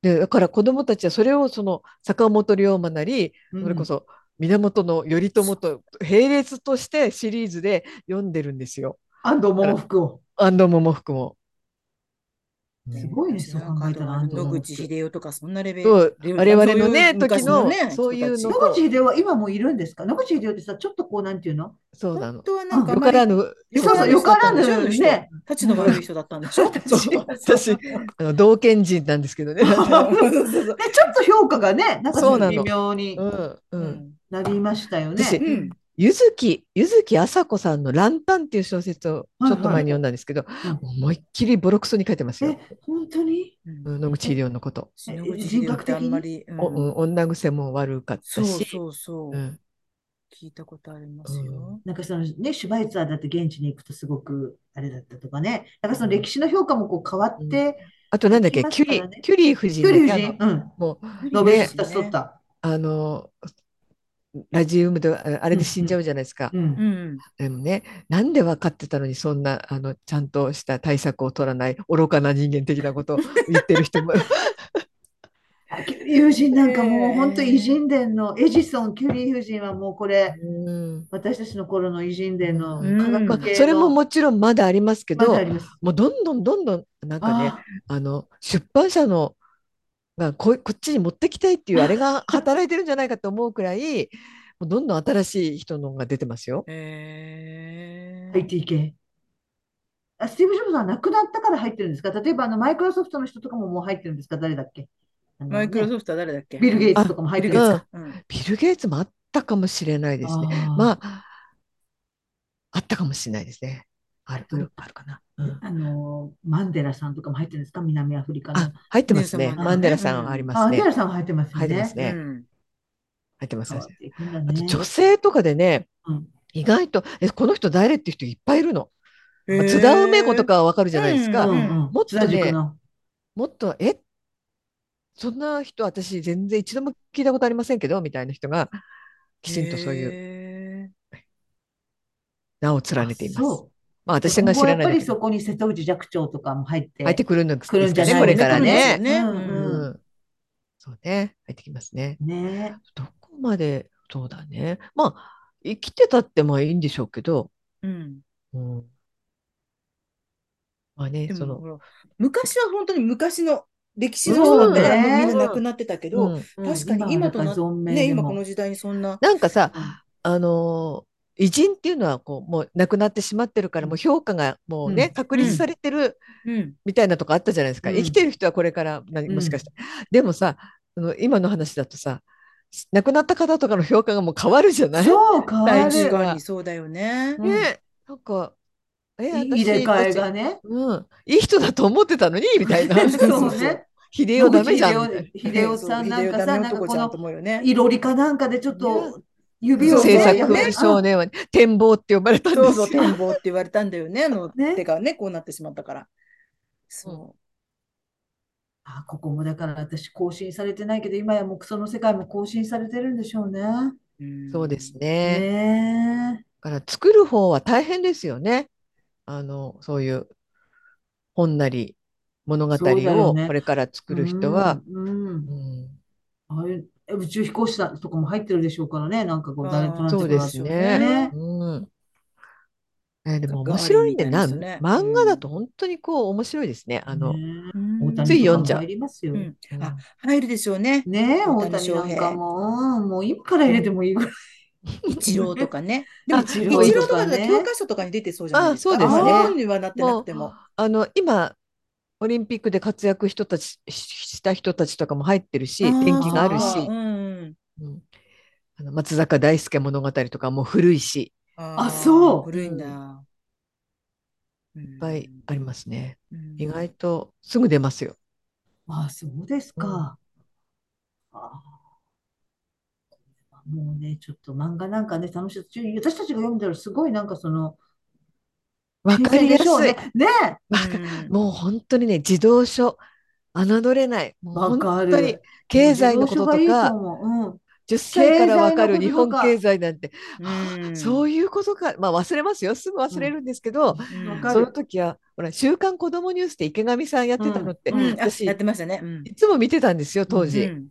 C: で、だから子供たちはそれをその坂本龍馬なり、
B: うん
C: それこそ源頼朝と並列としてシリーズで読んでるんですよ。
B: 安藤桃福を。
C: 安藤桃福も。
B: すごいね、そう考えたら安藤
A: 野
B: 桃福。
A: 口英世とかそんなレベル。
C: そう
A: レベル
C: 我々のね
A: そういう昔
C: 時の
A: ね
C: そういう
A: 人
C: の
A: た
B: 野口英世は今もいるんですか野口英世ってさ、ちょっとこう、なんていうの
C: そう
A: ち
C: な
A: 本
C: の。
A: 当はなんかあ
C: よ
A: ん
C: か
A: まり
C: らぬ、よ
B: そう
C: か
B: そ
C: ら
B: う
C: ぬ
B: よからぬ
A: 人だったんでしょ
B: ね。
A: たちの悪い人だったんでしょ
C: そう私、あの道県人なんです けどね。
B: で、ちょっと評価がね、なんか
C: そうなの
B: 微妙に
C: うんう。
A: うんん
B: なりましたよ
C: 私
B: ね。
A: うん
C: 柚木柚木朝子さんの「ランタン」っていう小説をちょっと前に読んだんですけど、
B: いはい
C: 思いっきりボロクソに書いてますよ、
B: え、本当に
A: うん
C: 野口英世のこと、
A: 野口英世ってあんまり。うん
C: おうん女癖も悪かった
A: そう
C: し
A: そうそうう。
C: ん
A: 聞いたことありますよ。
B: なんかそのね、シュバイツァーだって現地に行くとすごくあれだったとかね。なんかその歴史の評価もこう変わって、
C: あとなんだっけ、
B: 行き
C: キ
B: ましたから
C: ュリー
B: ね
C: キュリー夫人
B: 距
C: だっ
B: 離
C: け
B: 夫
C: あ
B: 人、
C: の
B: うん、
C: もう
B: ノーベル
C: ね
B: 賞取った。
C: あのラジウムでああれで死んじゃうじゃないですか、
B: うん
A: うん。
C: でもねなんで分かってたのにそんなあのちゃんとした対策を取らない愚かな人間的 なことを言ってる人も
B: 友人なんかもう
A: ええ
B: 本当偉人伝のエジソン、キュリー夫人はもうこれ、
C: うん
B: 私たちの頃の偉人伝の
C: うん
B: 科
C: まあ
B: 学系
C: それも
B: の
C: もちろんまだありますけ
B: まだ
C: ど
B: あります。
C: もうどんどんどんどんなんかね
B: あ
C: あの出版社のがここっちに持ってきたいっ ていうあれが働いてるんじゃないかと思うくらいもうどんどん新しい人のが出てますよ。
A: え
B: ー IT 系。あ、スティーブ・ジョブズは亡くなったから入ってるんですか例えばあのマイクロソフトの人とかももう入ってるんですか誰だっけあのね
A: マイクロソフトは誰だっけ
B: ビル・ゲイツとかも入ってるんですか
A: うん
C: ビル・ゲイツもあったかもしれないですね。
B: あー
C: まああったかもしれないですね。あるあるかな。うん
B: あのマンデラさんとかも入ってるんですか南アフリカの。
C: あ入ってます
A: ネ
C: ね。
A: ルソンマンデラ
C: マンデラさんはあり
B: あ
C: ます
B: マンデ
C: ね。
B: ラさんも入ってますよ
C: 入ってます
B: ね。
C: ね。
A: うん
C: 入ってます。
B: 変
C: 入っ
B: わっ
C: てます
B: ていくんだ
C: あ
B: ね
C: と女性とかでね
B: うん
C: 意外とえこの人誰っていう人いっぱいいるの。
A: へー
C: 津田梅子とかはわかるじゃないですか。
A: うん
C: もっと
B: 津
C: ね
B: 田塾の
C: もっと、えそんな人、私、全然一度も聞いたことありませんけど、みたいな人が、きちんとそういう
A: へ
C: 名を連ねていま
B: あ
C: す。
B: そう
C: まあ、私が知
B: 今
C: ら
B: 後やっ
C: な
B: ぱ
C: い
B: り
C: だけ
B: そ
C: ど、
B: こに瀬戸内寂聴とかも入って
C: 入ってくるのです
B: くるんじ
C: か
B: ゃないの
C: ね、これからね。
A: ね
B: うんうん
C: うんそうね、入ってきますね。
B: ね
C: どこまで、そうだね。まあ、生きてたってまあいいんでしょうけど、
A: ーうん
C: うんまあね
A: で、
C: そ
A: も
C: の、
A: ほら昔は本当に昔の歴史の人だったら
B: うん
A: もうみんな亡くなってたけど、
C: うん
A: 確かに今となっね今この時代にそんな
C: なんかさ、
B: うん
C: あのー偉人っていうのはこうもう亡くなってしまってるからもう評価がもうね、
B: うん
C: 確立されてる
A: うん
C: みたいなとこあったじゃないですか、
B: うん
C: 生きてる人はこれから何
B: うん
C: もしかして、でもさあの今の話だとさ亡くなった方とかの評価がもう変わるじゃない
B: そう変わ
C: 大
A: 確
C: 事
B: る
A: かにそうだよね。
B: うん
C: ねなんかえ
B: 入れ替えが
C: ね、
B: ね
C: うん、いい人だと思って たのにみたいな
B: そうね
C: 秀夫ダメじゃんみたいな
B: 秀夫秀夫さんなんかさ
A: そう
B: なん
A: 秀夫ダメ
B: か
A: 男
B: こ
A: じゃんと
B: の
A: 思うよね。
B: いろりかなんかでちょっと指を
C: 制
A: 制作
B: ねや
C: 作
B: め
C: 少年は展望って呼ばれたんで
A: そう
C: す
A: そう、
C: よ。
A: 展望って言われたんだよね。あの、
B: ね
A: 手がね、こうなってしまったから。そ
B: あ、ここもだから私更新されてないけど、今やもうその世界も更新されてるんでしょうね。
A: う。
C: そうです
A: ね。
C: ね。
B: ね
C: だから作る方は大変ですよね。あのそういう本なり物語
B: そうだよ
C: を
B: ね
C: これから
B: え。
C: 作る人は、
B: うん、うん
C: うん
B: あれ、え宇宙飛行士さんとかも入ってるでしょうからね、なんかこう、
A: あー
B: 誰とな
C: そう
B: く
C: で
B: なっ
C: す
B: て
A: そう
B: く
A: で
B: る
A: す
C: ね。
B: ね。
C: うんえで
A: な
C: も
A: ん
C: 面
A: かある
C: 白い
A: み
C: ん
A: た
C: で
A: い
C: な、
A: ですね
C: 漫画だと本当にこう面白いですね。あの、
B: ね
A: うん
B: 大
C: つい
B: 谷と
C: 読
B: か
C: ん
B: も
C: じゃう
B: 入りますよ。
A: うん。
C: うん
A: あ、入るでしょうね。
B: ねえ、
A: 大
B: 大
A: 谷
B: 谷
A: 翔
B: なん
A: 平
B: かも、もう今から入れてもいいぐらい。
A: 一郎とか ね。で
C: あ
A: も、
C: 一
A: 一
C: 郎
A: 郎と
B: とか
A: かだ
B: ね
A: と教科書とかに出てそうじゃないですか。
C: あそうです
B: ね
A: あ本にはなってなくても。
C: あの今オリンピックで活躍人たちしした人たちとかも入ってるし、
A: ー
C: 演技がある
A: そう
C: し
A: か、うん。
C: うんあの松坂大輔物語とかも古いし、
A: あー
B: そう
A: 古いんだ。い
C: いっぱいありますね。
A: うん
C: 意外とすぐ出ますよ。
B: あ、そうですか。あーもうね、ちょっと漫画なんかね、楽しい。私たちが読んだらすごいなんかその、
C: わかりや
B: 新鮮で
C: す
B: しょう
C: い。
B: ね。ねえ、
C: わかもう本当にね、児童書、侮れない。もう
B: わ
C: 本
B: か
C: 当
B: る
C: に経済のことと
B: 自動書がいいと
C: か、
B: 思う。うん。
C: 10歳からわかる
B: 経済
C: 日
B: のこと
C: 本
B: とか
C: 経済なんて、
A: うん
C: そういうことか。まあ忘れますよ。すぐ忘れるんですけど、
A: うん
B: わか
C: そ
B: る
C: の時は、ほら、週刊子供ニュースで池上さんやってたのって、
A: うんあ
C: 私
A: やってましたね。うん
C: いつも見てたんですよ、当時。
A: うん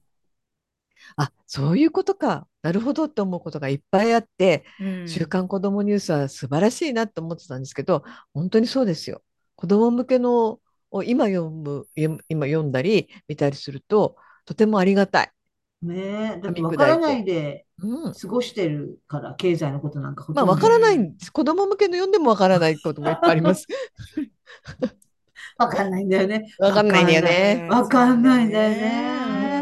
C: あ、そういうことか。なるほどって思うことがいっぱいあって、
A: うん
C: 週刊子どもニュースは素晴らしいなと思ってたんですけど、本当にそうですよ。子ども向けのを今読む、読む今読んだり見たりすると、とてもありがたい。
B: ねえ、だって
C: 噛み砕
B: わ
C: いて
B: からないで
C: うん、
B: 過ごしてるから、経済のことなんかほ
C: ま
B: と
C: あ、
B: んど
C: わからないんです。子ども向けの読んでもわからないこともいっぱいあります。
B: わかんないんだよね。
C: わかんないんだよね。
B: わかんないんだよね
A: うん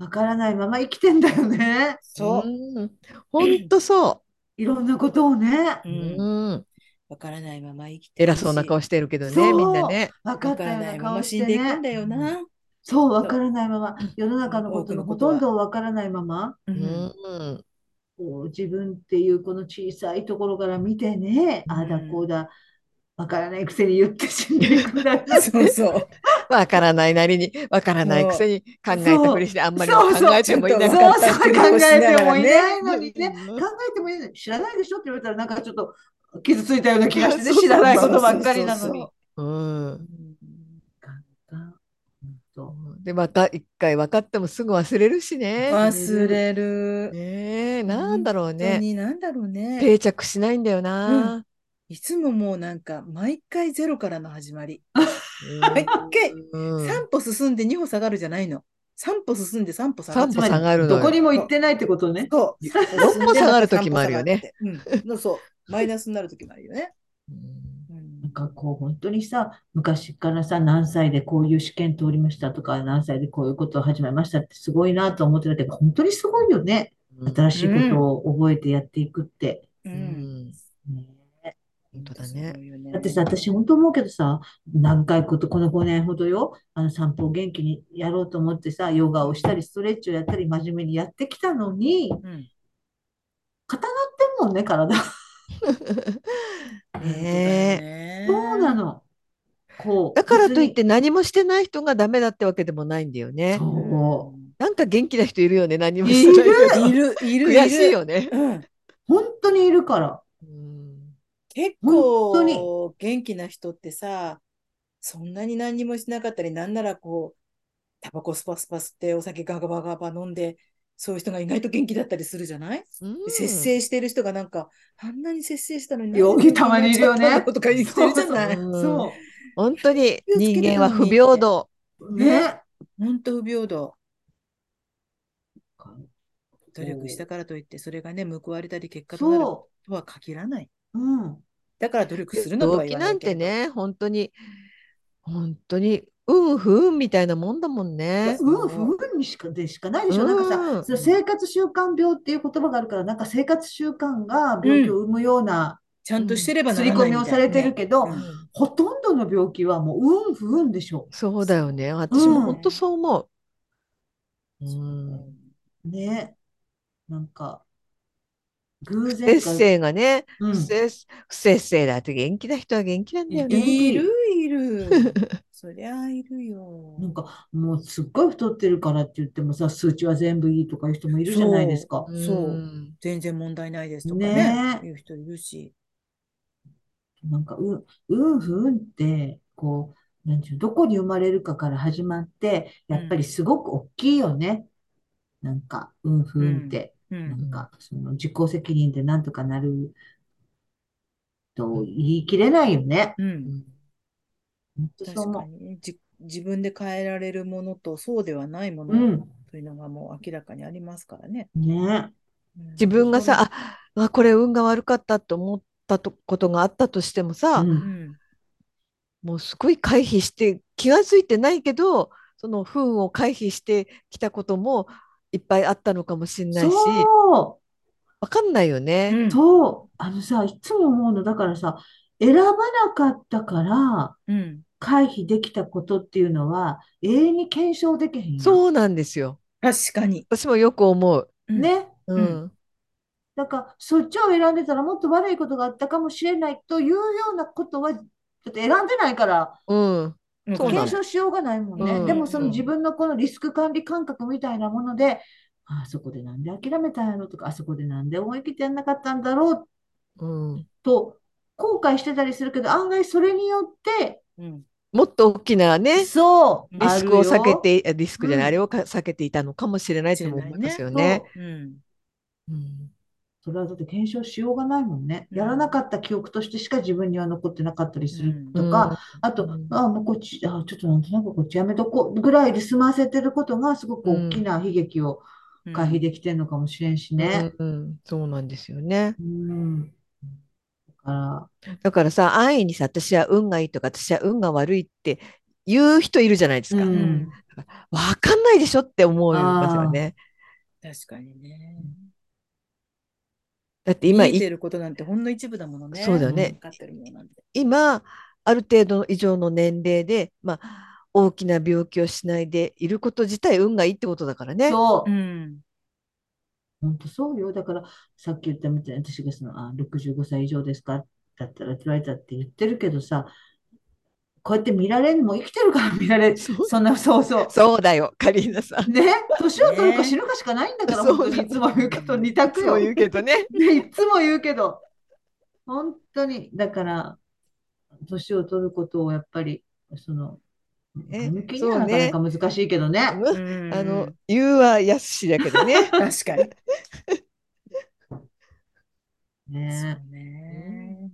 B: わからないまま生きてんだよね。
A: そうう。
C: ん。本当そ
B: いろんなことをね。
A: う
C: う。
A: ん
C: うん。
A: わからないまま生きて
C: 偉そうな顔
A: し
C: してるけど
B: そ
C: ね、
B: う
C: みんなね。
B: 分か
A: わ
B: った
A: か
B: よ
A: ら
B: う
A: な
B: ない
A: ま
B: 顔
A: ま
B: し
A: 死
B: て
A: んでいくん
B: ね。
A: だよな。
B: そう、わからないまま。世の中のことのほとんどをわからないまま、
A: う
C: うんん。
B: こう自分っていうこの小さいところから見てね、
A: うん
B: ああだこうだ、わからないくせに言って死んでいくんだよね。
A: そうそう。
C: わからないなりに、わからないくせに考えたふりして、あんまり
B: そうそう
C: 考えてもいな
B: そう
C: かっ
B: そう考
A: 繰り越し
B: え
A: な
B: て
A: が
B: も
A: らね
B: いないのにね、
C: た。
B: 考えてもいないのに知らないでしょって言われたらなんかちょっと傷ついたような気 がしてね、知らないことばっかりなのに。
C: うん。
B: うんと
C: で、また一回分かってもすぐ忘れるしね。
A: 忘れる。
C: ねえ、なんだろう
A: 本当
C: ね。
A: になんだろうね。
C: 定着しないんだよな。
A: いつももうなんか毎回ゼロからの始まり。
C: うん
A: 一回
C: うん
A: 三歩進んで二歩下がるじゃないの。三歩進んで三歩下がる
C: 三。歩下がるの
B: どこ
C: よ。
B: にも行ってないってことね。
A: そう。
C: 六歩下がる時もあるよね
A: 三歩下がって。うん。そう。マイナスになる時もあるよね。
C: うん
A: うん
B: なんかこう本当にさ、昔からさ、何歳でこういう試験通りましたとか、何歳でこういうことを始めましたってすごいなと思ってたけど、本当にすごいよね。新しいことを覚えてやっていくって。
A: う。
C: うんん
B: ね
C: 本当だね。
B: だってさ、私本当思うけどさ、何回こと、この5年ほどよ、あの散歩を元気にやろうと思ってさ、ヨガをしたり、ストレッチをやったり、真面目にやってきたのに、
A: うん。
B: 固まってんもんね、体。
C: ねえ。
A: え
B: そうなの。こう、
C: だからといっ
B: 別
C: て何もしてない人がダメだってわけでもないんだよ
B: に、
C: ね。
B: そう。
C: なんか元気な人いるよね、何もしてない
A: い
C: けど。
A: る、いる、いる。
C: 悔しいよね。
A: うん。
B: 本当にいるから。
C: うん
A: 結
B: 本当に
A: 構元気な人ってさ、そんなに何にもしなかったり、なんならこう、タバコスパスパ吸って、お酒ガバガバ飲んで、そういう人が意外と元気だったりするじゃない、
C: うん
A: 節制してる人がなんか、あんなに節制したのに、
B: よ
A: なんで
B: たまにいるよね
A: 元気になっちゃったんだろうとか言ってるじゃない
C: うん
B: そ
C: 本当に
A: 気をつけて
C: 人
A: たのに
C: 間は不平等。
B: う。ね。
A: 本当不平等。努力したからといって、それがね、報われたり結果となる
B: そ
A: とは限らない。
B: う。うん。
A: だから努力するのと
C: 動
A: は言
C: 機
A: わな
C: ないん
A: け
C: て
A: ど。
C: ね、本当に、本当に、運不運みたいなもんだもんね。
B: うん、不運にしか、でしかないでしょ。なん
C: う
B: か
C: ん
B: さ、その生活習慣病っていう言葉があるから、なんか生活習慣が病気を生むような
A: ちゃんとしてればな
B: 刷
A: ら
B: り
A: ない
B: 込
A: み
B: み
A: たい
B: を
A: なね
B: されてるけど、
A: うん
B: ほとんどの病気はもう運不運でしょ
C: そうだよね。私も本当そう思う。う。
A: そうん
B: う。ね。なんか、偶
C: 不摂
B: 然か。
C: 生がね、
B: うん
C: 不摂不摂生だって元気な人は元気なんだよね。
A: いるいる。そりゃいるよ。
B: なんか、もうすっごい太ってるからって言ってもさ、数値は全部いいとかいう人もいるじゃないですか。
A: んそうん全然問題ないですとか
B: ね
A: ね。いう人いるし。
B: なんか、うん、うん、ふんって、こう、なんていうの、どこに生まれるかから始まって、やっぱりすごく大きいよね。なんか、うん、ふんって。
A: う。
B: なんんか、その自己責任でなんとかなると言い切れないよね。
A: うん。
B: 本当そう
A: 確
B: 思
A: かにねじ自分で変えられるものとそうではないも
B: う。う
A: の
B: ん。
A: というのがもう明らかにありますからね。
B: ね。
A: うん
C: 自分がさ、あ、あこれ運が悪かったと思ったとことがあったとしてもさ、
B: う。
A: うんん、
C: もうすごい回避して気が付いてないけどその不運を回避してきたこともいっぱいあったのかもしれないし
B: そう。
C: わかんないよね。
A: うん
B: そう、あのさ、いつも思うの、だからさ、選ばなかったから
A: うん、
B: 回避できたことっていうのは、永遠に検証できへんやん。
C: そうなんですよ。
A: 確かに。
C: 私もよく思う。
A: うん
B: ね。
C: うんん、
B: だから、そっちを選んでたらもっと悪いことがあったかもしれないというようなことは、だって選んでないから、
C: うん、そうなの
B: 検証しようがないもん
C: う
B: ね。
C: ん
B: でも、その自分のこのリスク管理感覚みたいなもので、ああそこでなんで諦めたんやろとか、あそこでなんで思い切ってやんなかったんだろう
C: うん、
B: と、後悔してたりするけど、案外それによって、
A: うん
C: もっと大きなね
B: そう、
A: リ
C: リスクを避け
B: い
C: てリスクじゃ
B: う
C: ない、
B: ん
C: あれをか避けていたのかもしれないとも思いますよね。
A: うん
C: うん
B: それはだって検証しようがないもんね。
A: うん
B: やらなかった記憶としてしか自分には残ってなかったりする
A: う
B: と
C: うん
B: か、あと
C: うん、
B: あもうこっち、あちょっとなんとなくこっちやめとこうぐらいで済ませてることがすごく大きな悲劇を
A: うん
B: 回避できてるのかもしれんしね。
C: うんうんそうなんですよね。
B: うん。だから、
C: だからさ安易にさ私は運がいいとか私は運が悪いって言う人いるじゃないですか。
B: う
A: うんん
C: わかんないでしょって思いますよね。
A: 確かにね。
C: だって今
A: 見え
C: い
A: てることなんてほんの一部だものね。
C: そうだよね
A: 分かってるものなんて。
C: 今ある程度以上の年齢で、まあ、大きな病気をしないでいること自体運がいいってことだからね。
B: そう
A: う。ん。
B: 本当そうよ。だから、さっき言ったみたいに、私がその、あ、65歳以上ですかだったら、言われたって言ってるけどさ、こうやって見られるのも生きてるから見られる。
C: そう
B: そんな、そうそう。
C: そうだよカリーナさん。
B: ね、年を取るか
A: ね
B: 死ぬかしかないんだから、
C: そう
B: 本当にいつも言うけ ど、二択
C: そう言
B: よ。
C: うけどね。
B: ね、いつも言うけど、本当に、だから、年を取ることをやっぱり、その、
C: え
B: 向きにはなかなか難しいけどね。
C: うん
A: うん
C: あの言うはやすしだけどね。
A: 確かに。そ
B: ね
A: うね。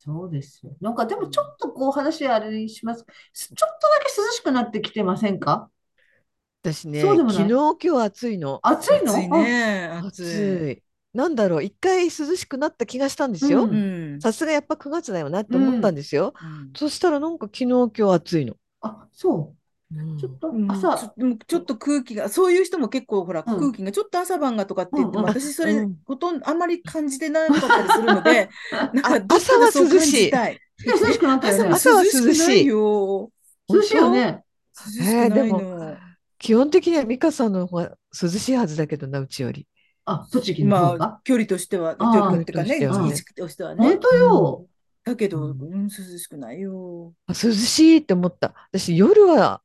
B: そうですよ。なんかでもちょっとこう話あれにします。すちょっとだけ涼しくなってきてませんか
C: 私ね
B: そうでも
C: 昨
B: ない
C: 日今日暑いの。
B: 暑いの
A: 暑いね。暑
C: 暑い。なんだろう一回涼しくなった気がしたんです
B: う
A: い。
C: よ
A: う。ん。
C: さすがやっぱ9月だよなって思ったんですよ。
A: うん
C: そしたらなんか昨日今日暑いの。
B: あ、あ、そ
C: う
B: う。
C: ん
B: ちょっと
A: うん
B: 朝、
A: ちょでもちょっと空気が、そういう人も結構ほら、
B: うん
A: 空気がちょっと朝晩がとかって言っても、
B: うんうん
A: 私それ、
C: うん
A: ほとんどあんまり感じてなかったりするので、なんかどっかでそう感じたい。
B: ね涼しくなったよ
A: 朝
B: ね。
A: も
C: 朝は涼しい
A: 涼しくないよ。
B: 涼しいよね。
A: 涼しくない
C: えーで
A: の
C: も。基本的には美香さんの方が涼しいはずだけどなうちより。
B: あ、栃木の方
A: ま
B: が
A: あ、距離としては、距
B: あー
A: 離っていうかね、
C: 距離としてはね
A: 位置としてはね
B: 本。当よ。
A: だけど、
C: う
A: うんん、涼しくないよ。
C: あ涼しいって思った。私夜は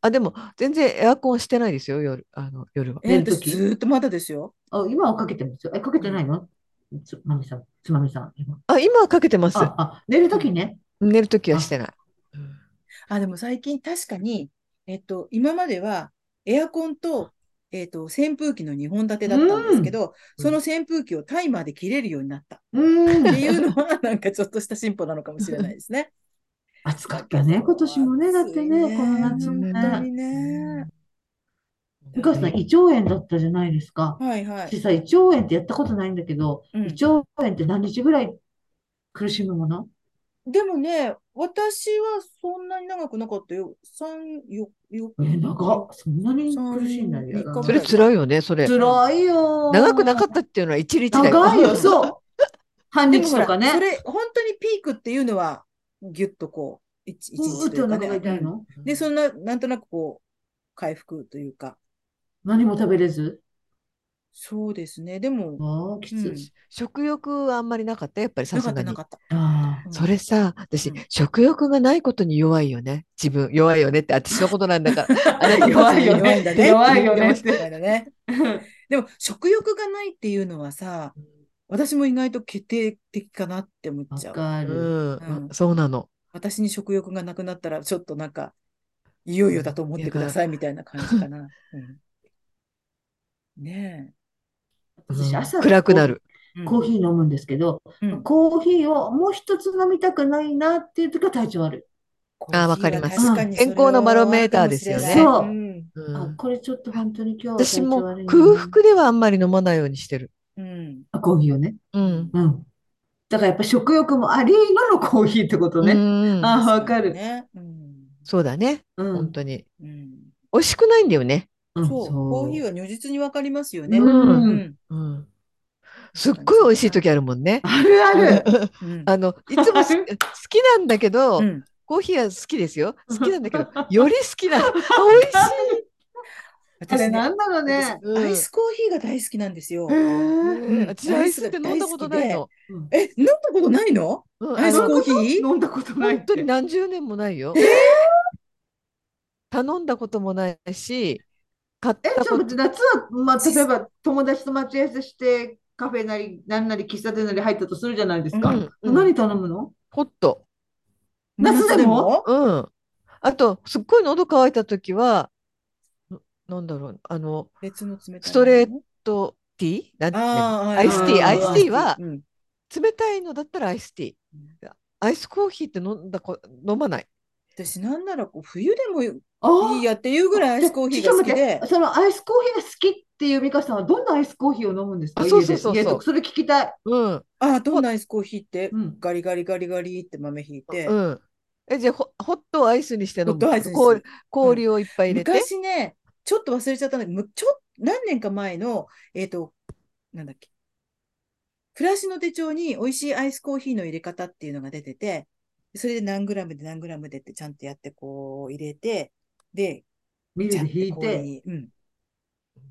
C: あでも全然エアコンしてないですよ夜あの夜は。
A: え、
B: 寝る時
A: 私ずーっとまだですよ。
B: あ、今はかけてますよ。え、かけてないのつまみさん、つまみさん、今。
C: あ今はかけてます。
B: あ、あ、寝るときね。
C: 寝るときはしてない。うん
A: あ、でも最近確かに、えっと、今まではエアコンと、えっと、扇風機の2本立てだったんですけど、その扇風機をタイマーで切れるようになった
B: う
A: って
B: ん。
A: いうのは、なんかちょっとした進歩なのかもしれないですね。
B: 暑かったね、今年もね。だってね、
A: 暑い
B: この夏
A: 本
B: ね。
A: 当にね。
B: お母さん、胃腸炎だったじゃないですか。
A: はいはい。
B: 私さ、胃腸炎ってやったことないんだけど、
A: うん
B: 胃腸炎って何日ぐらい苦しむもの
A: でもね、私はそんなに長くなかったよ。3、よ、よ、
B: え、長っ。そんなに苦しいんだ
A: 三
B: よ。
A: 日
C: そ
A: ぐ
C: れ
A: ら
C: 辛いよねそれ。
B: 辛いよ。
C: 長くなかったっていうのは一日だ
B: 長いよ、
C: う。
B: そう。半
A: で
B: 日
A: もほ
B: と
A: ら、
B: かね。
A: それ、本当にピークっていうのは、ぎゅっとこう、一、一
B: う
A: 日
B: うっ
A: と
B: て
A: い
B: お
A: うか
B: 腹が
A: ね。
B: 痛いの
A: で、そんな、なんとなくこう、回復というか、
B: 何も食べれず
A: そうですね。でも、
B: ああ、きつ
A: うん
B: い。
C: 食欲はあんまりなかったやっぱりさ
A: なか
C: す
A: っ
C: が
A: たな
C: に
A: か。った。
B: あ
A: うん
C: それさ、私、
A: うん
C: 食欲がないことに弱いよね。自分、弱いよねって、私のことなんだから。あなた
B: 弱いよ
A: 弱
B: ね
A: いんだね。
B: 弱いよね
A: 弱いんだね
B: あ。
A: でも、食欲がないっていうのはさ、私も意外と決定的かなって思っ
B: わ
A: ちゃう。
B: か
C: う
B: る。
C: ん、
A: うん
C: そうなの。
A: 私に食欲がなくなったら、ちょっとなんか、いよいよだと思ってくださいみたいな感じかな。うんね
B: 私、朝
C: うん暗くなる。
A: え。
B: コーヒー飲むんですけど、
A: うん
B: コーヒーをもう一つ飲みたたくないなっていう時は体調悪い。
A: コーヒーは
C: あーわかります
A: 確かにそれは
C: 健康のバロメーターですよね
A: あるかもしれない
B: そう
A: うん
C: うん
B: あ、これちょっと本当に今日は
C: 私
B: 体調
C: も
B: 悪いな
C: 空腹ではあんまり飲まないようにしてる。
A: うん
B: あコーヒーをね。
C: うん。
B: うん。だからやっぱ食欲もありののコーヒーってことね。
C: うん
B: あわかる
A: ね。うん。
C: そうだね。
B: うん。
C: 本当に。
A: うん。
C: 美味しくないんだよね。
B: うん、
A: そう、コーヒー
B: は。
A: は如実にわかりますよね。
B: う
A: うんん。
C: うん。すっごい美味しい時あるもんね。
B: あるある。
A: うん。
C: あの、いつもし好きなんだけど、
A: うん
C: コーヒーは好きですよ。好きなんだけど、より好きな。あ美味し
B: あ
A: 私
B: れ
A: ね
B: なんだろう
A: 私
B: ね。
C: うん
A: アイスコーヒーが大好きなんですよ。
B: へ
C: い。
A: うん
C: 私アイスって飲んだことないの。
A: え、飲んだことないの
C: うん
A: アイ
C: あ
A: ス
C: の
A: コーヒ
B: え。
A: ー
B: 飲んだことない
C: 本
B: っ
C: 当に
B: て。
C: 何十年もないよ。頼んだこともないし、買っ
B: え、
C: た
B: ちょ
C: こ
B: っ
C: と
B: と夏は、まあ、例えば友達と待ち合わせして、カフェなり、なんなり、喫茶店なり入ったとするじゃないですか。
C: うんうん
B: 何頼むの
C: ホット。
B: 夏でも
C: うん。あと、すっごい喉乾いたときは、ななんだろう、あの、
A: 別の冷たいの。
C: ストレーとティーなんて
A: あー
C: アイスティー、
B: は
C: ア
B: い
C: イスティーは、
A: うん
C: 冷たいのだったらアイスティー。アイスコーヒーって飲んだこ飲まない。
A: 私なんならこう冬でもい
B: ああ
A: いやっていうぐらいアイスコーヒーが好き
B: ちょっと
A: で
B: 待って、そのアイスコーヒーが好きっていう美香さんはどんなアイスコーヒーを飲むんですか
C: あ
B: 家
C: そう
B: で
C: そうそうそう
B: 家でそれ聞きたい。
C: うん。
A: ああ、どんなアイスコーヒーって
B: うん
A: ガリガリガリガリって豆ひいて
C: う、ん。え、じゃあホ、ホットをアイスにして飲む。
A: ホットアイスにする
C: 氷、氷をいっぱい入れて。
A: 昔ね、ちょっと忘れちゃったんだけど、むちょ何年か前の、えっ、と、なんだっけ、暮らしの手帳に美味しいアイスコーヒーの入れ方っていうのが出てて、それで何グラムで何グラムでってちゃんとやってこう入れて、で、
B: ミル
A: ち
B: で
A: ゃんと
B: 引い
A: 氷
B: て。
A: に。うん。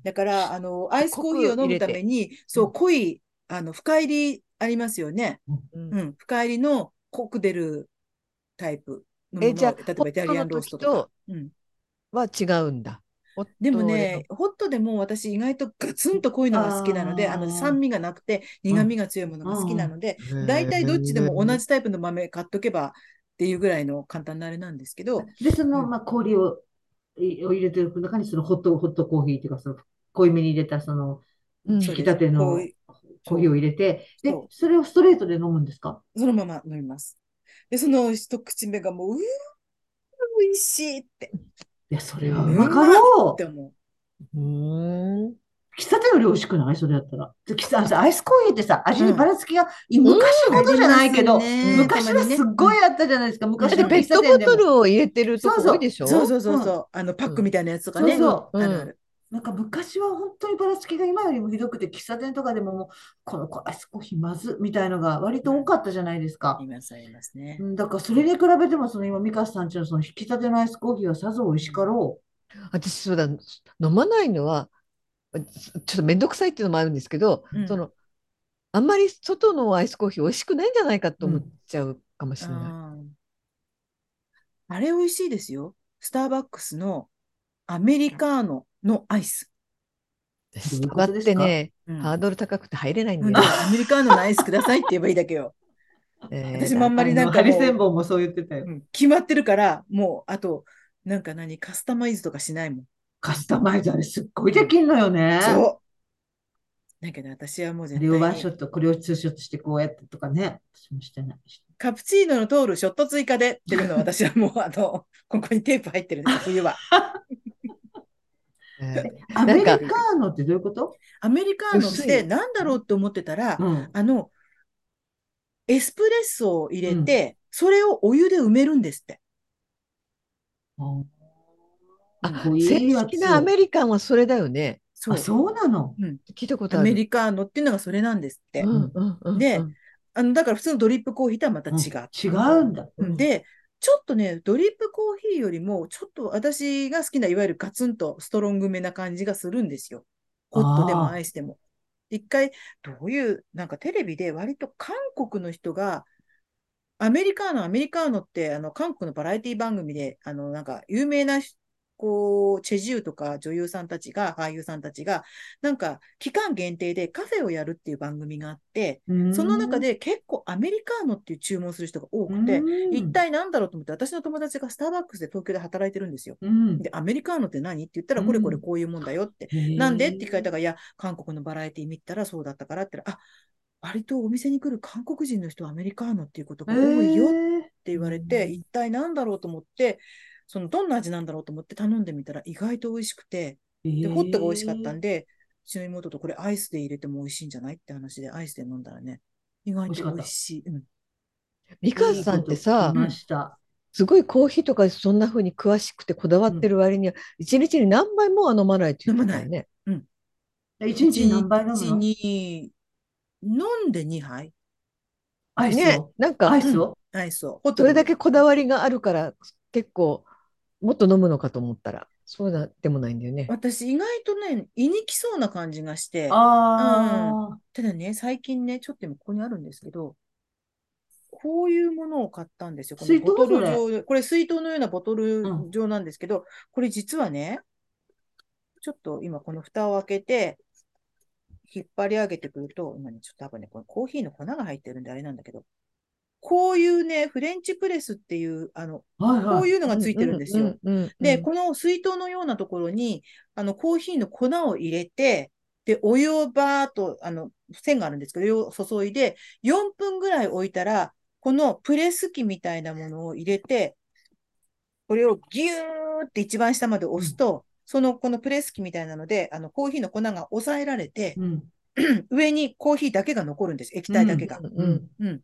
A: だから、あの、アイスコーヒーを飲むために、そうう、濃い、あの、深入りありますよね。
C: うん
A: うん。深入りの濃く出るタイプのもの
C: えじゃあ
A: 例えばイタリアンローストと
C: ホッ
A: か
C: ト。
A: うん。
C: は違うんだ。ホット
A: でも
C: を入れ
A: ね
C: る、
A: ホットでも私意外とガツンと濃いのが好きなので、
B: あー
A: あの酸味がなくて苦味が強いものが好きなので、
C: うん
A: 大体どっちでも
C: へ
A: 同
C: ー
A: じタイプの豆買っとけばっていうぐらいの簡単なあれなんですけど、
B: で、そうの、
A: ん
B: まあ、氷をいを入れてる中に、そのホット、ホットコーヒーっていうか、その濃いめに入れた、その、
C: うん
B: 引き立ての
A: そうです
B: コーヒーを入れて、で
A: そう、
B: それをストレートで飲むんですか
A: そのまま飲みます。で、その一口目がもう、うー、美味しいって、
B: いや、それはうまかろ
A: っ
B: う。
A: て思う。
C: うん。
B: 喫茶店より美味しくないそれだったら。で喫茶さアイスコーヒーってさ、味にばらつきが、昔ほどじゃないけど、
A: ありますね
B: 昔はすっごいあったじゃないですか、
C: だっ
B: 昔
C: て
B: の
C: ペ
B: 喫
C: ッ
B: 茶
C: ト
B: 店
C: ボ
B: で
C: ト
B: も。
C: ルを入れてるとこ多いでしょ
A: そうそうそうそう、あのパックみたいなやつとかね、
B: そう
C: そう
A: あるある。
B: なんか昔は本当にばらつきが今よりもひどくて、喫茶店とかでももう、この子アイスコーヒーまずみたいのが割と多かったじゃないですか
A: あり。ますありますね
B: う。んだからそれに比べても、その今、美香さんちのその引き立てのアイスコーヒーはさぞ美味しかろ
C: 私そうだ飲まないのはちょっと面倒くさいっていうのもあるんですけど、
A: うん
C: そのあんまり外のアイスコーヒー美味しくないんじゃないかと思っちゃうかもしれない。
A: あーあれ美味しいですよ。スターバックスのアメリカーノのアイス。
C: スタバってね、
A: うん
C: ハードル高くて入れないん
A: うん
C: だ
A: だ
C: よ
A: からアメリカーノのアイスくださいって言えばいいだけよ。
C: ね。
A: 私もあん
B: う。
A: まりなんか
B: あの
A: も
B: ハリセン
A: う、
B: ボンもそう言ってたよ。
A: うん決まってるから、もうあと、なんか何、カスタマイズとかしないもん。
B: カスタマイズあれすっごいできんのよね。
A: そう。だけど私はもう絶対
B: 両ワンショ
A: に
B: ット、これをツーショットしてこうやってとかね。私もしてない。
A: カプチーノの通るショット追加でって いうのを私はもうあの、ここにテープ入ってるんですよ、冬は。
C: えー
B: ア
C: な
B: メ
C: ん
B: リカ
C: か
B: ーノってどういうこと
A: アメリカーノっ
C: 薄
A: て
C: い
A: なんだろうって思ってたら、
B: うん。
A: あの、エスプレッソを入れて、それをお湯で埋めるんですって。
C: あ
B: こういい
C: 正
B: や
C: 式なアメリカンはそれだよね。
A: そう。
B: あ、そうなの。
C: 聞いたこと
A: ア
C: あ
A: メ
C: る。
A: リカーノっていうのがそれなんですって。
C: うんうんうんうん
A: であの、だから普通のドリップコーヒーとはまた
B: うん
A: 違う。
B: 違うんだ。
A: うんで、ちょっとね、ドリップコーヒーよりも、ちょっと私が好きないわゆるガツンとストロングめな感じがするんですよ。ホットでもアイスでも。一回、どういう、なんかテレビで割と韓国の人が、アメリカーノ、アメリカーノって、あの、韓国のバラエティ番組で、あの、なんか、有名な、こう、チェジュとか女優さんたちが、俳優さんたちが、なんか、期間限定でカフェをやるっていう番組があって、その中で結構アメリカーノっていう注文する人が多くて、一体何だろうと思って、私の友達がスターバックスで東京で働いてるんですよ。で、アメリカーノって何って言ったら、これこれこういうもんだよって。なんでって聞かれたから、いや、韓国のバラエティ見たらそうだったからって言ったら、あ、割とお店に来る韓国人の人はアメリカーノっていうことが多いよって言われて、えー、一体何だろうと思って、そのどんな味なんだろうと思って頼んでみたら意外と美味しくて、えー、でホットが美味しかったんで、うちの妹とこれアイスで入れても美味しいんじゃないって話でアイスで飲んだらね、意外と美味しい。うん、
C: 美川さんってさ、すごいコーヒーとかそんな風に詳しくてこだわってる割には、一、うん、日に何杯もは飲まないって言ってたよね。
A: うん。
B: 一日に何杯飲むの
A: 飲んで2杯。
B: アイスを、
C: ね、なんか、
B: アイスを、
A: うん、アイスを。
C: それだけこだわりがあるから、結構、もっと飲むのかと思ったら、そうでもないんだよね。
A: 私、意外とね、胃にきそうな感じがして、
B: あ
A: うん、ただね、最近ね、ちょっと今ここにあるんですけど、こういうものを買ったんですよ。このボトル状これ水筒のようなボトル状なんですけど、うん、これ実はね、ちょっと今この蓋を開けて、引っ張り上げてくると、今ね、ちょっと多分ね、このコーヒーの粉が入ってるんであれなんだけど、こういうね、フレンチプレスっていう、あの、
B: はいはい、
A: こういうのがついてるんですよ。で、この水筒のようなところに、あの、コーヒーの粉を入れて、で、お湯をバーっと、あの、線があるんですけど、お湯を注いで、4分ぐらい置いたら、このプレス機みたいなものを入れて、これをギューって一番下まで押すと、うんその、このプレス機みたいなので、あの、コーヒーの粉が抑えられて、
B: うん、
A: 上にコーヒーだけが残るんです。液体だけが。
B: うん。、
A: うん、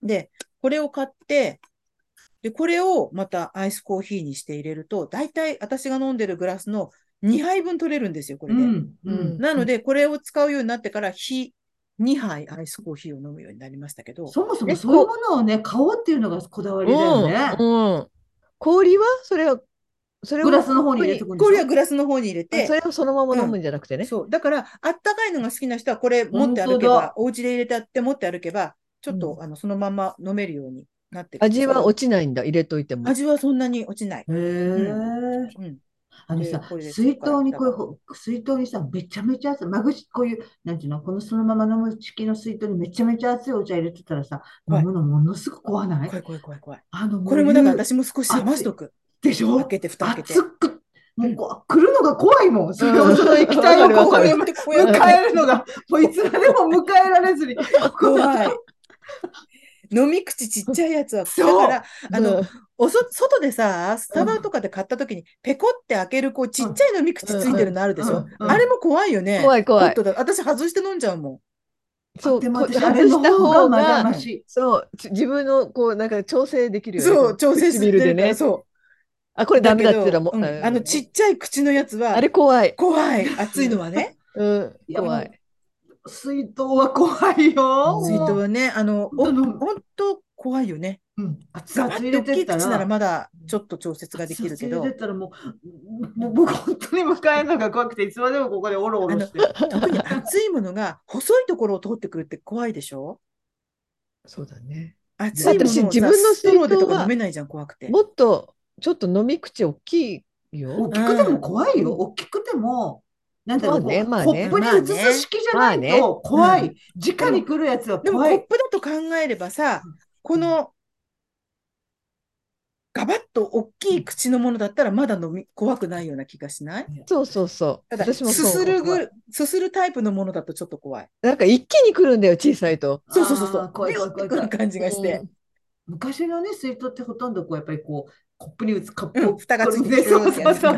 A: で、これを買って、で、これをまたアイスコーヒーにして入れると、大体私が飲んでるグラスの2杯分取れるんですよ、これで。うん
B: うん、
A: なので、これを使うようになってから、日2杯アイスコーヒーを飲むようになりましたけど。
B: そもそもそういうものをね、買おうっていうのがこだわりだよね。
C: うん。氷はそれは
B: それをグラスの方に入れて
A: これはグラスの方に入れて。
C: それをそのまま飲むんじゃなくてね。
A: うん、そう。だから、あったかいのが好きな人はこれ持って歩けば、お家で入れてあって持って歩けば、ちょっと、うん、あのそのまま飲めるようになって
C: 味は落ちないんだ、入れといても。
A: 味はそんなに落ちない。。
B: へえ、うんあのさ、水筒にこう水筒にさ、めちゃめちゃ熱い、間口、こういう、なんていうの、このそのまま飲む式の水筒にめちゃめちゃ熱いお茶入れてたらさ、飲むのものすごく怖ない
A: 怖い怖い怖い怖い。
B: あの、
A: これもだから私も少し冷ましとく。
B: でしょ
A: 開けて、蓋開けて。
B: く、もうこ、来るのが怖いもん。それをその液体をここで迎えるのが、もういつまでも迎えられずに。
A: 怖い。飲み口ちっちゃいやつは、だから、あの、おそ外でさ、スタバとかで買った時に、ペコって開ける、こう、ちっちゃい飲み口ついてるのあるでしょあれも怖いよね。
C: 怖い怖い。
A: 私外して飲んじゃうもん。
C: そう、外した方が、そう、自分の、こう、なんか調整できる
A: そう、調整す
C: るでね。そう。あ、これダメだっても、
A: うん、あのちっちゃい口のやつは、
C: あれ怖い。
A: 怖い。熱いのはね。
C: うん、怖い。
B: 水筒は怖いよ。
A: 水筒はね、あの、本当怖いよね。
B: うん、熱
A: 々入れてたら。口ならまだちょっと調節ができるけど。
B: 入れたらもう、もう僕本当に迎えるのが怖くて、いつまでもここでおろおろして。
A: 特に熱いものが細いところを通ってくるって怖いでしょ
C: そうだね。
A: 熱いものをさ、
C: 自分の
A: ストローでとか飲めないじゃん、怖くて。
C: もっとちょっと飲み口大きいよ。
B: 大きくても怖いよ。大きくても、なんだろう、
C: ねま
B: ね、
C: あ
B: コップに移す式じゃないと怖い。直に来るやつは
A: でもコ
B: 怖
A: ッ
B: い。
A: プだと考えればさ、この、ガバッと大きい口のものだったらまだ飲み怖くないような気がしない
C: そうそうそう。
A: ただ、
C: 私も
A: す
C: そう
A: するぐ、すするタイプのものだとちょっと怖い。
C: なんか一気に来るんだよ、小さいと。
A: そうそうそうそう。
B: 怖い
A: 怖い怖い怖い感じがして。
B: 昔のね、水筒ってほとんどこう、やっぱりこう、コップに打つ、コップ、
A: うん、蓋がついて
B: るそうそうそうそ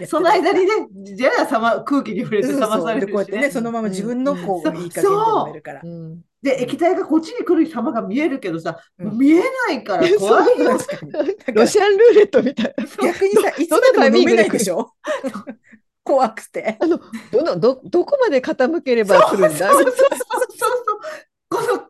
B: う。その間にね、じゃあま空気に触れて冷まされる
A: こうやってね、そのまま自分のこう、いい加減で飲めるから。
B: で、液体がこっちに来る様が見えるけどさ、見えな いから怖いよ。
C: ロシアンルーレットみたいな。
A: 逆にさ、いつまでも飲めないでしょ 怖く て。
C: あの、どの、ど、どこまで傾ければ来るんだ
B: そうそうそうそう。この、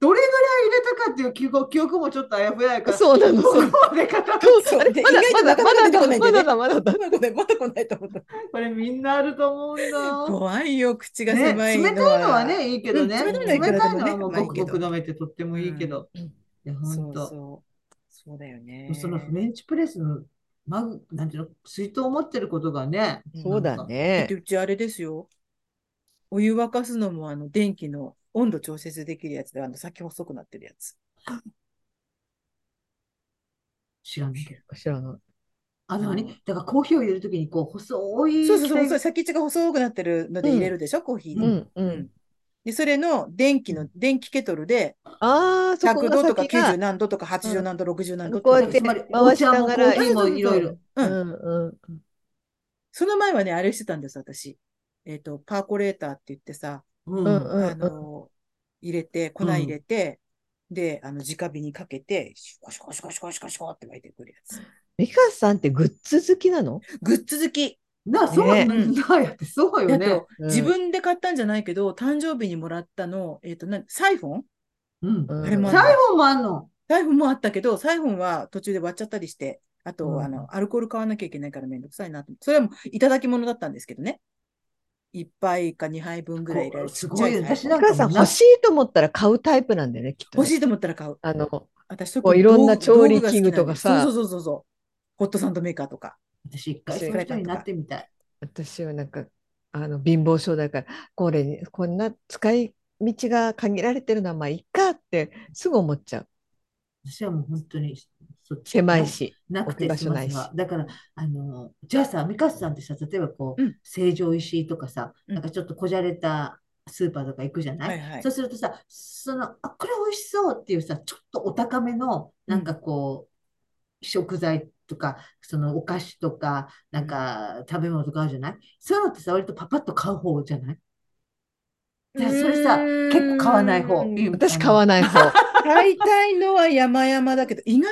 B: どれぐらい入れたかってっていう記憶記憶もちょっとあやふややから、
C: そうなの
B: ここまで語って
A: そう
C: あれ
A: で
C: まだ
A: 意外となか
C: ま
A: なか出てこ
C: だ
A: ないんだ
C: ま
A: よ
C: だ
A: ね
C: だま
A: まだ来
C: だだ。
A: ないまだ来ないと思った。
B: これみんなあると思うんだ。
A: 怖いよ、口が
B: ね、
A: 狭いの
B: 冷たいのはね、いいけどね。
A: うん冷
B: 冷た
A: た
B: い
A: いのはいくらでもね
B: のはもう
A: まあい
B: ご
A: い
B: く
A: けど
B: ごく飲めてとってもいいけど。
A: うん
B: いや、
A: そ
B: 本
A: う
B: 当。
A: そう。そうだよね。
B: そのフレンチプレスのマグ、なんていうの、水筒を持ってることがね、
A: うん
C: そうだ
A: だっ
C: ね
A: て。うちあれですよ。お湯沸かすのもあの電気の温度調節できるやつで、あの先細くなってるやつ。
B: 知らんけど。
C: 知らない。
B: あの、
A: うん
B: 何だからコーヒーを入れるときに、こう、細い
A: そうそうそう、細い
B: 線
A: 先っちが細くなってるので入れるでしょ、コーヒー
C: う
A: に。
C: んうん。
A: で、それの電気の、電気ケトルで、
C: ああ、そこ
A: 100
C: が
A: 度とか
C: 先が
A: 90何度とか80何度、60何度
C: こうや
A: と
C: っ
A: か
C: て
B: つまり、お
C: 回し
B: 茶
C: な
B: も
C: が
B: コ
C: ら
B: ーヒーも
A: そうそうそう
B: いろいろ。
A: う。
C: うんんうん
A: その前はね、あれしてたんです、私。えっと、パーコレーターって言ってさ、
B: う
C: うん
B: ん。
C: うん
A: あの、入れて、粉入れて、で、あの、直火にかけて、シュコシュコシュコシュコシュコシュコって沸いてくるやつ。
C: 美香さんってグッズ好きなの
A: グッズ好き。
B: な、そう
C: ね
B: なんだよって、そうよ
A: だ
B: ね
A: と。、
C: うん
A: 自分で買ったんじゃないけど、誕生日にもらったの、えっ、と、なん、サイフォン
B: うん。
C: うん
A: あれもある
B: サイフォンもあんの。
A: サイフォンもあったけど、サイフォンは途中で割っちゃったりして、あと、
C: うん
A: あの、アルコール買わなきゃいけないからめんどくさいなと。それもいただき物だったんですけどね。1杯か2杯分ぐらい入れる
B: こう
A: ち
B: す
A: っ
B: ごい
A: ちゃいサイ
B: 私
A: フ
B: な
A: ォ
B: ん
A: ン
C: 美香さん欲しいと思ったら買うタイプなんだよね、きっと
A: 欲
C: ね、
A: しいと思ったら買う。
C: あの、
A: 私特
C: こう
A: に
C: いろんな
A: 道具
C: 調理器具とか
A: 道具が好きな
C: さ
A: んですそうそうそうそう。ホットサンドメーカーとか。
B: 私、一回そういう人になってみたい。
C: 私はなんか、あの、貧乏症だから、これに、こんな使い道が限られてるのはまあいいかってすぐ思っちゃう。
B: 私はもう本当に、そっち
C: 狭いし。
B: なく
C: 置
B: て
C: く場所
B: 済ま
C: ない
B: せ
C: し
B: はだから、あの、じゃあさ、ミカスさんってさ、例えばこう、
A: うん
B: 成城石井とかさ、
A: うん
B: なんかちょっとこじゃれたスーパーとか行くじゃない
A: はいはい
B: そうするとさ、その、あ、これ美味しそうっていうさ、ちょっとお高めの、なんかこう、食材とか、そのお菓子とか、なんか食べ物とかあるじゃないそういうのってさ、割とパパッと買う方じゃないじゃあそれさ、
A: うーん
B: 結構買わない方。
C: 私買わ
B: い。
C: ない方。
A: 大体のは山々だけど、意外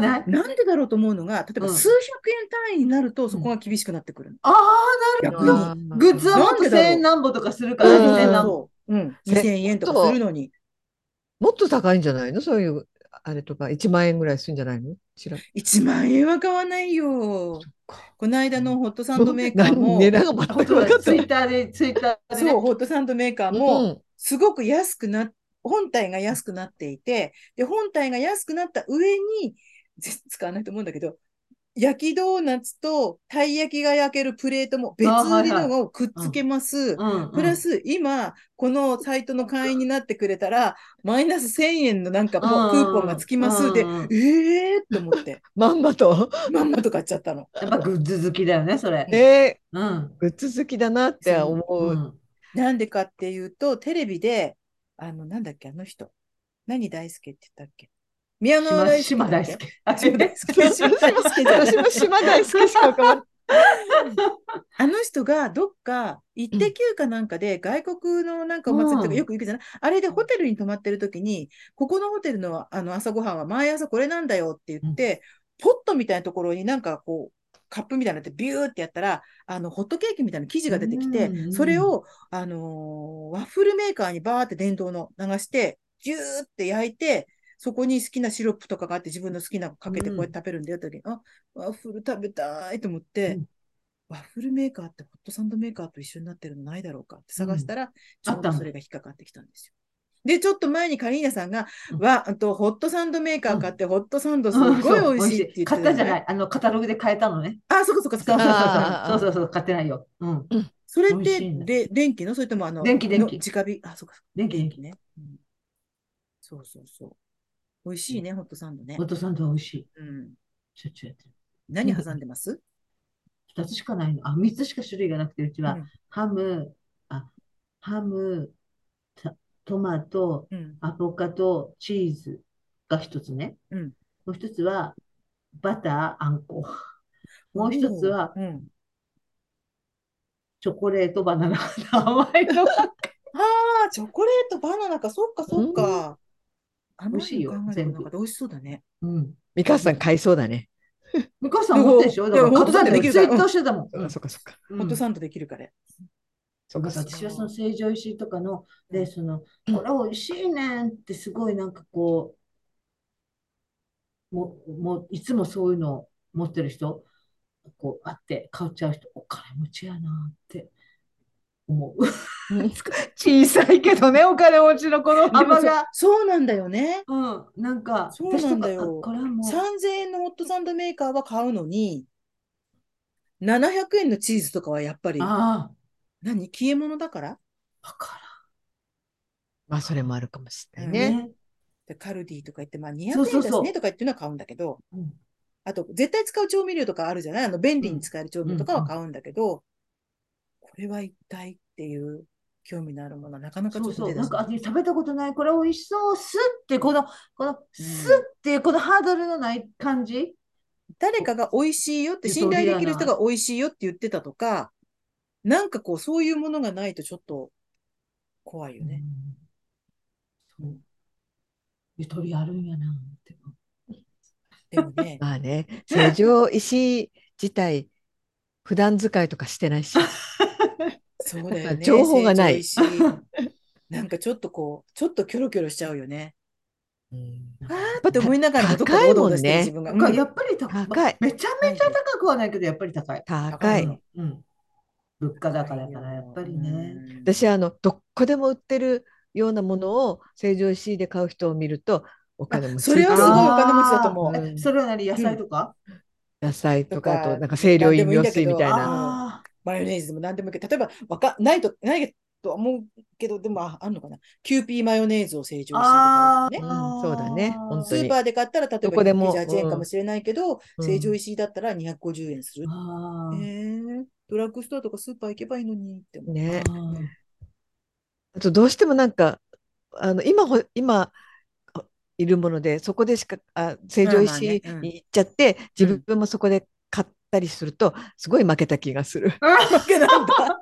A: と、
B: わない
A: なんでだろうと思うのが、例えば
B: うん
A: 数百円単位になると、そこが厳しくなってくるの。
B: ああ、なるほど。
A: 逆
B: グッズはもっ
A: なん
B: と
A: でだろう
B: 1000円何ぼとかするから、
C: うん
B: 2000何ぼ。
A: そううん、2000円とかするのに、
C: もっと高いんじゃないのそういう、あれとか、1万円ぐらいするんじゃないの知らん
A: 1万円は買わないよ。この間のホットサンドメーカー
C: 何
A: も、
C: 値段が全
B: 本
C: く
B: 当
C: 分か
B: だ、
C: って
B: ツイ
C: ない
B: ッ。ターで、ツイッターでね
A: そう、ホットサンドメーカー
C: う
A: も、
C: ん
A: すごく安くな、本体が安くなっていて、で、本体が安くなった上に、全然使わないと思うんだけど、焼きドーナツとたい焼きが焼けるプレートも別売りのをくっつけます。
B: うんうん
A: プラス、今、このサイトの会員になってくれたら、マイナス1000円のなんかもうクーポンがつきますで、
B: うんうんうん
A: ええーって思って、
C: まんまと。
A: まんまと買っちゃったの。
B: やっぱグッズ好きだよね、それ。
C: えー
B: うん。
C: グッズ好きだなって思
B: う
C: う。
B: ん。
A: なんでかっていうと、テレビで、あの、なんだっけ、あの人。何大輔って言ったっけ宮川
B: 島
A: 大輔
B: 島
A: だっ
B: 大
A: け。
B: 輔。あ
A: 島大輔。島大輔じゃない
C: 私も島大好きしか浮かばない。
A: あの人がどっか、一定休暇なんかで外国のなんかお祭りとか
B: うん
A: よく行くじゃない、あれでホテルに泊まってる時に、ここのホテルのあの朝ごはんは毎朝これなんだよって言って、ポットみたいなところになんかこう、カップみたいになってビューってやったら、あの、ホットケーキみたいな生地が出てき
B: うんう
A: て、
B: ん
A: それを、あのーワッフルメーカーにバーって電動の流して、ギューって焼いて、そこに好きなシロップとかがあって自分の好きなのかけてこうやって食べるんだよって時に、あ、ワッフル食べたいと思って、
B: うん
A: ワッフルメーカーってホットサンドメーカーと一緒になってるのないだろうかって探したら、ちょうどそれが引っかかってきたんですよ。で、ちょっと前にカリーナさんが、
B: うん
A: わ、あと、ホットサンドメーカー買って、ホットサンドすごい美味しいって言って。
B: 買ったじゃないい。あの、カタログで買えたのね。
A: あ、そこそ こそ
B: そう
A: こ
B: そう。そう
C: あ
B: そ
C: ー
B: う。そうそうそう、買ってないよ。うん。
A: それっ
B: 美味しい
A: て
B: んだ
A: で、電気のそれともあの、
B: 電気電気
A: の直火。あ、そっかそっか。
B: 電気電気。
A: ね。うんそうそうそう。美味しいね、ホットサンドね
B: ホ。ットサンドは美味しい。
A: うん。
B: しょっちゅうやってる。
A: 何挟んでます
B: 2つしかないの。あ、3つしか種類がなくて、うちは、
A: うん
B: ハム、あ、ハム、たトマト、
A: うん。
B: アボカド、チーズが一つね。
A: うん
B: もう一つは、バター、あんこ。もう一つは、
A: おー、うん。
B: チョコレート、バナナ。甘 いの。
A: あー、チョコレート、バナナか、そっかそっか。甘
B: 美味しいよ
A: の考えてこなか
B: 全
A: った美味しそうだね。
B: うん。
C: 美香さん買いそうだね。
B: ミカさん持ってるでしょだから、
A: でも
B: 買ったんだよ。
A: ホット
B: ツ
A: サ
B: イ
A: ンドできるから
B: ッターしてたもん。
C: あそっかそっか。
B: うん
A: ホットサンドできるから。
C: そっかそっか。
B: 私はその成城石井とかの、で、その、これ美味しいねんってすごいなんかこももういつもそういうのを持ってる人、こうあって買っちゃう人、お金持ちやなって思う。小さいけどね、お金持ちのこの
A: でも
B: 幅
A: そ
B: が。
A: そうなんだよね。
B: うん、なんか、
A: そうなんだよ
B: 私とかあこれはもう、
A: 3000円のホットサンドメーカーは買うのに、700円のチーズとかはやっぱり、
B: あ
A: 何消え物だから
B: あ、わか
C: まあ、それもあるかもしれ
B: ら
C: なんいね。
B: ね。
A: でカルディとか言って、まあ200
B: そうそう
A: 円
B: そう
A: ですねとか言っていうのは買うんだけど、
B: うん
A: あと絶対使う調味料とかあるじゃないあの便利に使える調味料とかは買うんだけど、これは一体っていう興味のあるものはなかなかちょっと
B: そうそう、
A: 手出
B: なん
A: せ
B: か
A: ない
B: あ食べたことない、これ美味しそう、すって、この、この、すっていう、このハードルのない感じ。
A: 誰かが美味しいよって信頼できる人が美味しいよって言ってたとか、なんかこうそういうものがないとちょっと怖いよね。
B: うんそうゆとりあるんやなって。
A: でも ね、
C: まあね、成城石井自体、普段使いとかしてないし、
A: そうだよね。
C: 情報がない
A: 成長しなんかちょっとこう、ちょっとキョロキョロしちゃうよね。あーって思いながらもどっかでおどおどしてる自分が。
B: なんか
A: うん
B: やっぱり高い
C: 高い
B: めちゃめちゃ高くはないけど、やっぱり高い。
C: 高い。
B: うん。物価高だから、やっぱりね。。
C: 私あのどこでも売ってるようなものを成城石井で買う人を見るとお金持ち
A: それはすごいお
C: あ
A: 金持ちだと思
C: う
B: あーえそれは何、野菜とか
C: 野菜とかあ
A: と
C: と
A: か
C: なんか清涼飲料水みたい
A: うん
C: な
B: あ
A: マヨネーズでも何でもいいけど、例えば、わかないと、ないとは思うけど、でも、ああんのかな。キユーピーマヨネーズを成長してる
B: あ
A: ね
B: ー。
C: うんそうだね本
A: ス
C: 当に
A: ーパーで買ったら、例え
C: どこ
A: ば
C: でも
A: 128円かもしれないけど、
C: うん
A: 成城石井だったら250円する
B: ー。あ
A: え
B: ー
A: ー、ドラッグストアとかスーパー行けばいいのにって思う。
C: ね。
B: あー
C: あとどうしてもなんかあの今ほ今あいるものでそこでしかあ成城石井
A: まあまあねうん
C: に行っちゃって自分もそこで買ったりするとすごい負けた気がする
A: わけなんだ。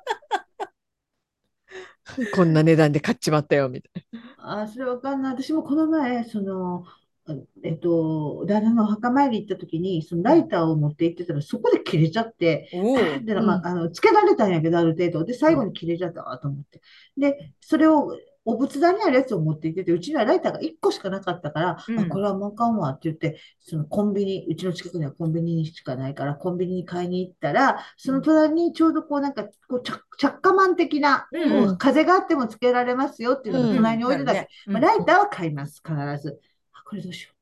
C: こんな値段で買っちまったよみたい
B: あ、それわかんない。私もこの前、その、あえっと、旦那のお墓参り行った時に、そのライターを持って行ってたら、そこで切れちゃって、
A: お
B: パ
A: お。
B: ーンってな、まあ、あの、つけられたんやけど、ある程度。で、最後に切れちゃったわと思って。で、それを、お仏壇にあるやつを持って行ってて、うちにはライターが1個しかなかったから、
A: うん
B: あ、これはもうあかんわって言って、そのコンビニ、うちの近くにはコンビニしかないから、コンビニに買いに行ったら、その隣にちょうどこう、なんか、こう、着着火マン的な、
A: うん
B: こう風があってもつけられますよっていうのが隣に置いてたけど
A: うん
B: まあ、ライターは買います、必ず。あ、これどうしよう。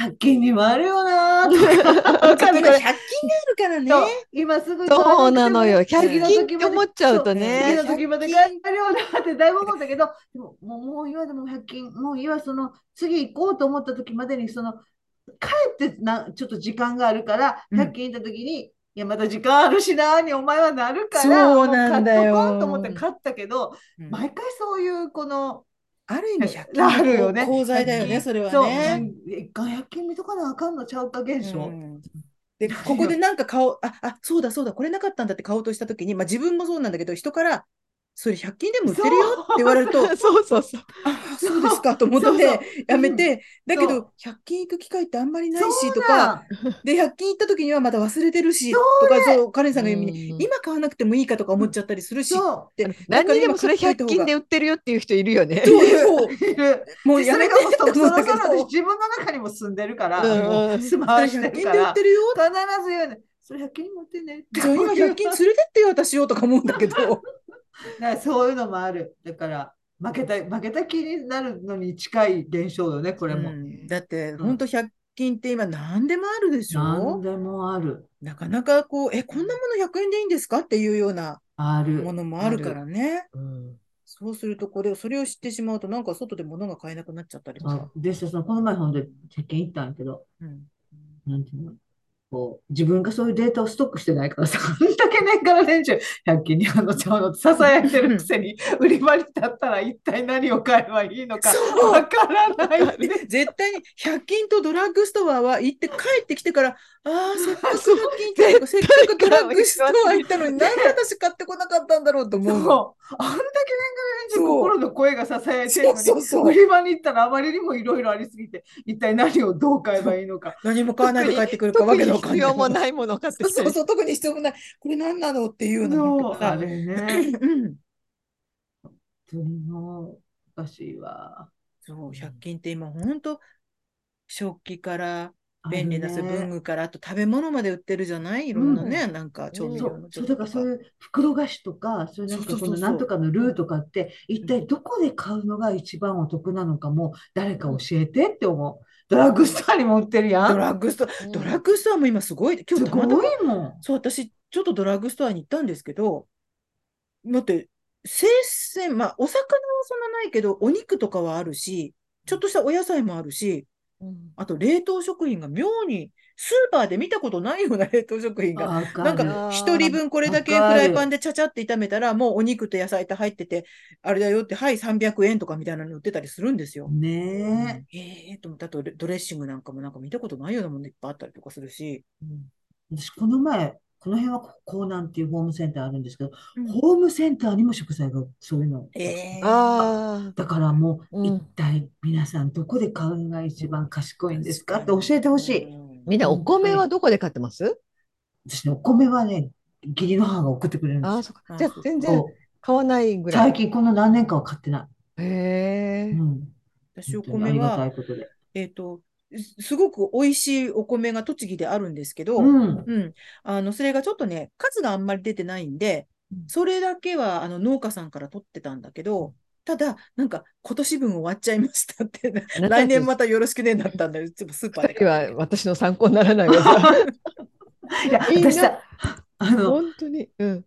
B: 100均にもあるよなーとか。わか
A: 今100均が
B: るこれ。
A: あるからね。
B: そう今すぐ
C: そうなのよ
B: 買わなくても
C: 100均って思っちゃうとね
B: そう次の時まで買えるよなってだいぶ思ったけど、でも、もう、もう今でも100均、もう今その、次行こうと思った時までに、その、帰ってな、ちょっと時間があるから、
A: うん
B: 100均行った時に、いや、まだ時間あるしなーにお前はなるから、
A: そうなんだよ
B: もう買っとこうと思って買ったけど、
A: うん
B: 毎回そういう、この、
A: ある意味100
B: あるよ
A: 均
B: ね
A: の功罪だよ
B: う
A: ね、
B: ん
A: それは
B: そう、
A: ね。
B: 一回100均見とかなあかんのちゃうか現象。
A: うんで、ここでなんか買おう、あ、あ、そうだそうだ、これなかったんだって買おうとしたときに、まあ自分もそうなんだけど、人から、それ100均でも売ってるよって言われると、
C: なそうそうそう
A: あ、 そうですかと思っ
B: そうそう
A: て、やめて、だけ
B: そ
A: ど、100均行く機会ってあんまりないしとか、
B: そう
A: で、100均行った時にはまた忘れてるし、とか、そう、カレンさんが言うように、
C: うん
A: 今買わなくてもいいかとか思っちゃったりするし、っ
B: そ
A: て、だ
C: 何
A: から
C: にで
A: 今
C: もそれ
A: 買っと
C: 100
A: いた方が
C: 均で売ってるよっていう人いるよね。
A: そうそう
B: う。い る
A: もう
B: で
A: や
B: そ
A: め
B: れ
A: て
B: がも
A: っ
B: う
A: て
B: そ、そ
A: 思うんだ
B: ろそ
A: け
B: ろ私
A: ど、
B: 自分の中にも住んでるから、
C: うん
B: もう住まわして
A: 100
B: る
A: 均
B: か
A: で売っ
B: ら、
A: てるよ
B: 必ず言うね。それ100均に持ってね。
A: じゃあ今100均連れてってよ、私よとか思うんだけど。
B: だからそういうのもある。だから、負けた、負けた気になるのに近い現象よね、これ
A: う
B: も。
A: んだって、
B: ん
A: 本当100均って今何でもあるでし
B: 何
A: ょ
B: でもある。
A: なかなかこう、え、こんなもの100円でいいんですかっていうような
B: ある。
A: ものもあるからね。
C: うん
A: そうすると、これを、それを知ってしまうと、なんか外で物が買えなくなっちゃったりと
B: あ
A: か。
B: でさ、そのこの前本で100均行ったんやけど、
A: うん
B: なんていうのこう、自分がそういうデータをストックしてないからさ、 あんだけ年から年中、100均にあのちゃうのって囁いてるくせに、売り場に立ったら一体何を買えばいいの か、
A: そう
B: わからないって。
A: で絶対に100均とドラッグストアは行って帰ってきてから、ああ、せっかく100均行ったのかせっかくドラッグストア行ったのに、なんで私買ってこなかったんだろうと思うの。
B: そう。あんだけ年から年中
A: そう
B: 心の声が囁いてるのに、
A: そうそうそう
B: 売り場に行ったらあまりにもいろいろありすぎて、一体何をどう買えばいいのか。
A: 何も買わないで帰ってくるかわ
C: 特
A: け
C: に
A: のわかん
C: 必
A: ない。
C: 要も
A: い。
C: ないものを買ってきた
A: そう
C: り
A: そう、特に必要もない。これ何なのっていうようななん
B: そう
A: かさ
B: あ れね。
A: うん
B: 本当にもうおかしいわ。
A: そう、100均って今、本当食器から便利だそういう文具から、あと食べ物まで売ってるじゃないいろんなね、なんか調味
B: そ
A: 料の
B: う、
A: ち
B: そ
A: ょ
B: う
A: っと
B: だからそういう袋菓子とか、そういうなんか
A: そうそうそう
B: この
A: そう
B: なんとかのルーとかって、一体どこで買うのが一番お得なのかも、誰か教えてって思う。ドラッグストアにも売ってるや
A: ド
B: ん。
A: ラッグスト
C: う
A: ア、
C: ん
A: ドラッグストアも今すごい、今
B: す
A: 日たまたま
B: ごいもん。
A: そう、私、ちょっとドラッグストアに行ったんですけど、だって、生鮮、まあ、お魚はそんなないけど、お肉とかはあるし、ちょっとしたお野菜もあるし、
C: うん
A: あと冷凍食品が妙に、スーパーで見たことないような 冷凍食品が、
B: わか
A: なん
B: る。
A: か、一人分これだけフ
B: わかる
A: ライパンでちゃちゃって炒めたら、もうお肉と野菜と入ってて、あれだよって、はい、300円とかみたいなの売ってたりするんですよ。
B: ね
A: ええと思ったと、ドレッシングなんかもなんか見たことないようなものいっぱいあったりとかするし。
B: え。私、この前、この辺は港南っていうホームセンターあるんですけど、
A: うん
B: ホームセンターにも食材がそういうの。
A: ええ
C: あ
B: だからも
C: う
B: うん一体皆さんどこで買うのが一番賢いんですかって教えてほしい。
A: うん
C: みんなお米はどこで買ってます
B: 私ね、お米はね、義理の母が送ってくれるんで
C: ああ、
B: す
C: そっか。じゃあ全然
B: よ。
C: 買わないぐ
B: そう
C: ら
B: 最
C: い。
B: 近この何年かは買ってな
C: へ
B: い。
C: え
B: うん。。本
A: 私、お
B: 当にあ
A: 米
B: りがた
A: は、
B: いことで。
A: えっと、すすごく美味しいお米が栃木であるんですけど、
B: うん。
A: うん、あの、それがちょっとね、数があんまり出てないんで
C: うん、
A: それだけはあの農家さんから取ってたんだけど、ただ、なんか、今年分終わっちゃいましたっ て、来年またよろしくねだったんだよ、いつもスーパー
C: だ
A: で
C: け
A: 買
C: は
A: ってき
C: 私の参考にならな いわ。
B: いや、
C: いいな
B: 私さ、あの、
C: 本当に。うん。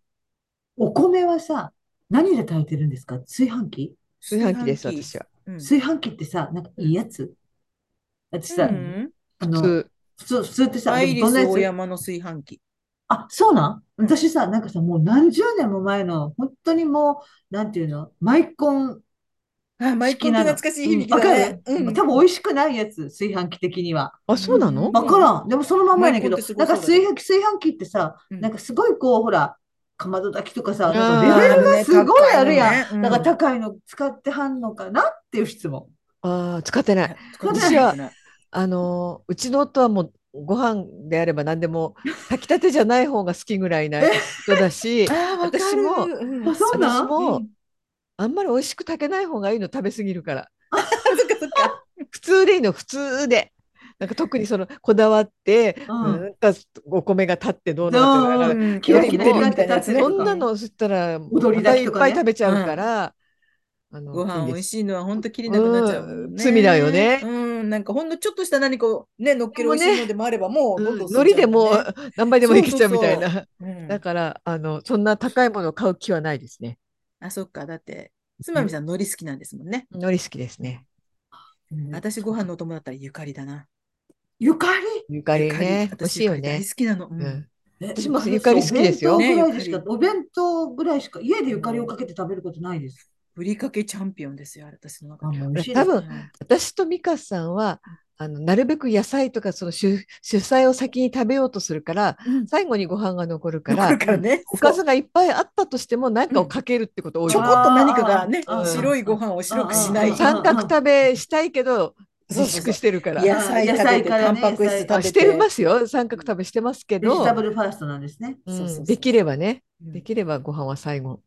B: お米はさ、何で炊いてるんですか炊飯器
A: て。
C: 炊飯器です、私は。
A: うん。
B: 炊飯器ってさ、なんかいいやつ私
A: う
B: さ、
A: ん
B: あ
C: 普
B: の、
C: 通。
B: 普通、普通ってさ、
A: アイリ
B: どんな
A: ス
B: やつ
A: 大山の炊飯器。
B: あ、そうなん
A: うん
B: 私さ、なんかさ、もう何十年も前の、本当にもう、なんていうの、マイコン
A: あ、マイコンって懐かしい響き
B: わ
A: だ
B: か
A: ね
B: る。
A: うん。
B: 多分美味しくないやつ、炊飯器的には。
C: あ、そうなの
A: うん
B: わからん。でもそのまんまやねんけど、
A: マイコンってすご
B: ないんか
A: そうだね
B: 炊飯器、炊飯器ってさ、
A: うん
B: なんかすごいこう、ほら、かまど炊きとかさ、
C: うん
B: なんかレベルがすごいあるやん。
A: ん
B: なんか
A: た
B: 高いの使ってはんのかなっていう質問。
C: ああ、使ってない。
A: 私は、
C: あのー、うちの夫はもうご飯であれば何でも炊きたてじゃない方が好きぐらいな人 だし、
A: あーわかる
C: 私も
A: うん
B: あ、そうなん
C: 私も
A: うん
C: あんまり美味しく炊けない方がいいの食べ過ぎるから。
A: そっかそっか。
C: 普通でいいの普通でなんか特にそのこだわって、
B: うん
C: なんかお米が立ってどうなって
B: う
C: る
B: ん
C: か
A: うん
B: キラキ
C: ラキラ
A: みたいなやつね
B: キラ
C: そ
B: キラ
C: んなのそしたら
B: 踊り出しとかね
C: いっぱい食べちゃうから、あの
A: ご飯美味
C: しい
A: しいのは本当きりなくなっちゃうもんね
C: うん罪だよね
A: うん、なんかほんのちょっとした何かをね、乗っける美味しいのでもあれば、もうどんどん
C: 海苔でも
A: う
C: う何倍でもできちゃうみたいな
A: そん
C: だからあのそんな高いものを買う気はないですね
A: あ、そっか。だって、つまみさん海苔好きなんですもんね。
C: 海苔好きですね
A: 私ご飯のお供だったらゆかりだな。
B: ゆか
C: ゆかり
A: ゆかり
C: ね美味
A: 私
C: しいよ
A: ゆかり
C: ね
A: 大好きなの。う
C: うんん、
B: りえ
C: 私もゆかり好きですよ
B: お弁当ぐらいでしか
A: ね、
B: お弁当ぐらいしか、家でゆかりをかけて食べることないです。
A: ぶりかけチャンピオンですよ、私の
B: あ、
A: 中
B: も
A: で。
B: う美味しいで
C: 多
B: すね。
C: 分私と美香さんはあのなるべく野菜とかその主主菜を先に食べようとするから
A: うん
C: 最後にご飯が残るか
A: だ
C: ら
A: からね、
C: おかずがいっぱいあったとしても何かをかけるってこと多い
A: ちょ
C: よ
A: こ
C: ね、
A: っと何かがね、
B: あー
A: 白いご飯を白くしな
B: あ
A: い
B: ー
A: 三
C: 三角食べしたいけど
A: そうそうそう
C: 自粛してるから
A: 野菜食
B: 野
A: べ
B: 菜
A: て、
B: から
A: タン
B: ね
A: パク質食べ
C: あしてますよ三角食べしてますけ
B: ベジ
C: ど
B: タブルファーストなんですね。
C: うん
A: そうそうそう
C: できればね
A: うん
C: できればご飯は最後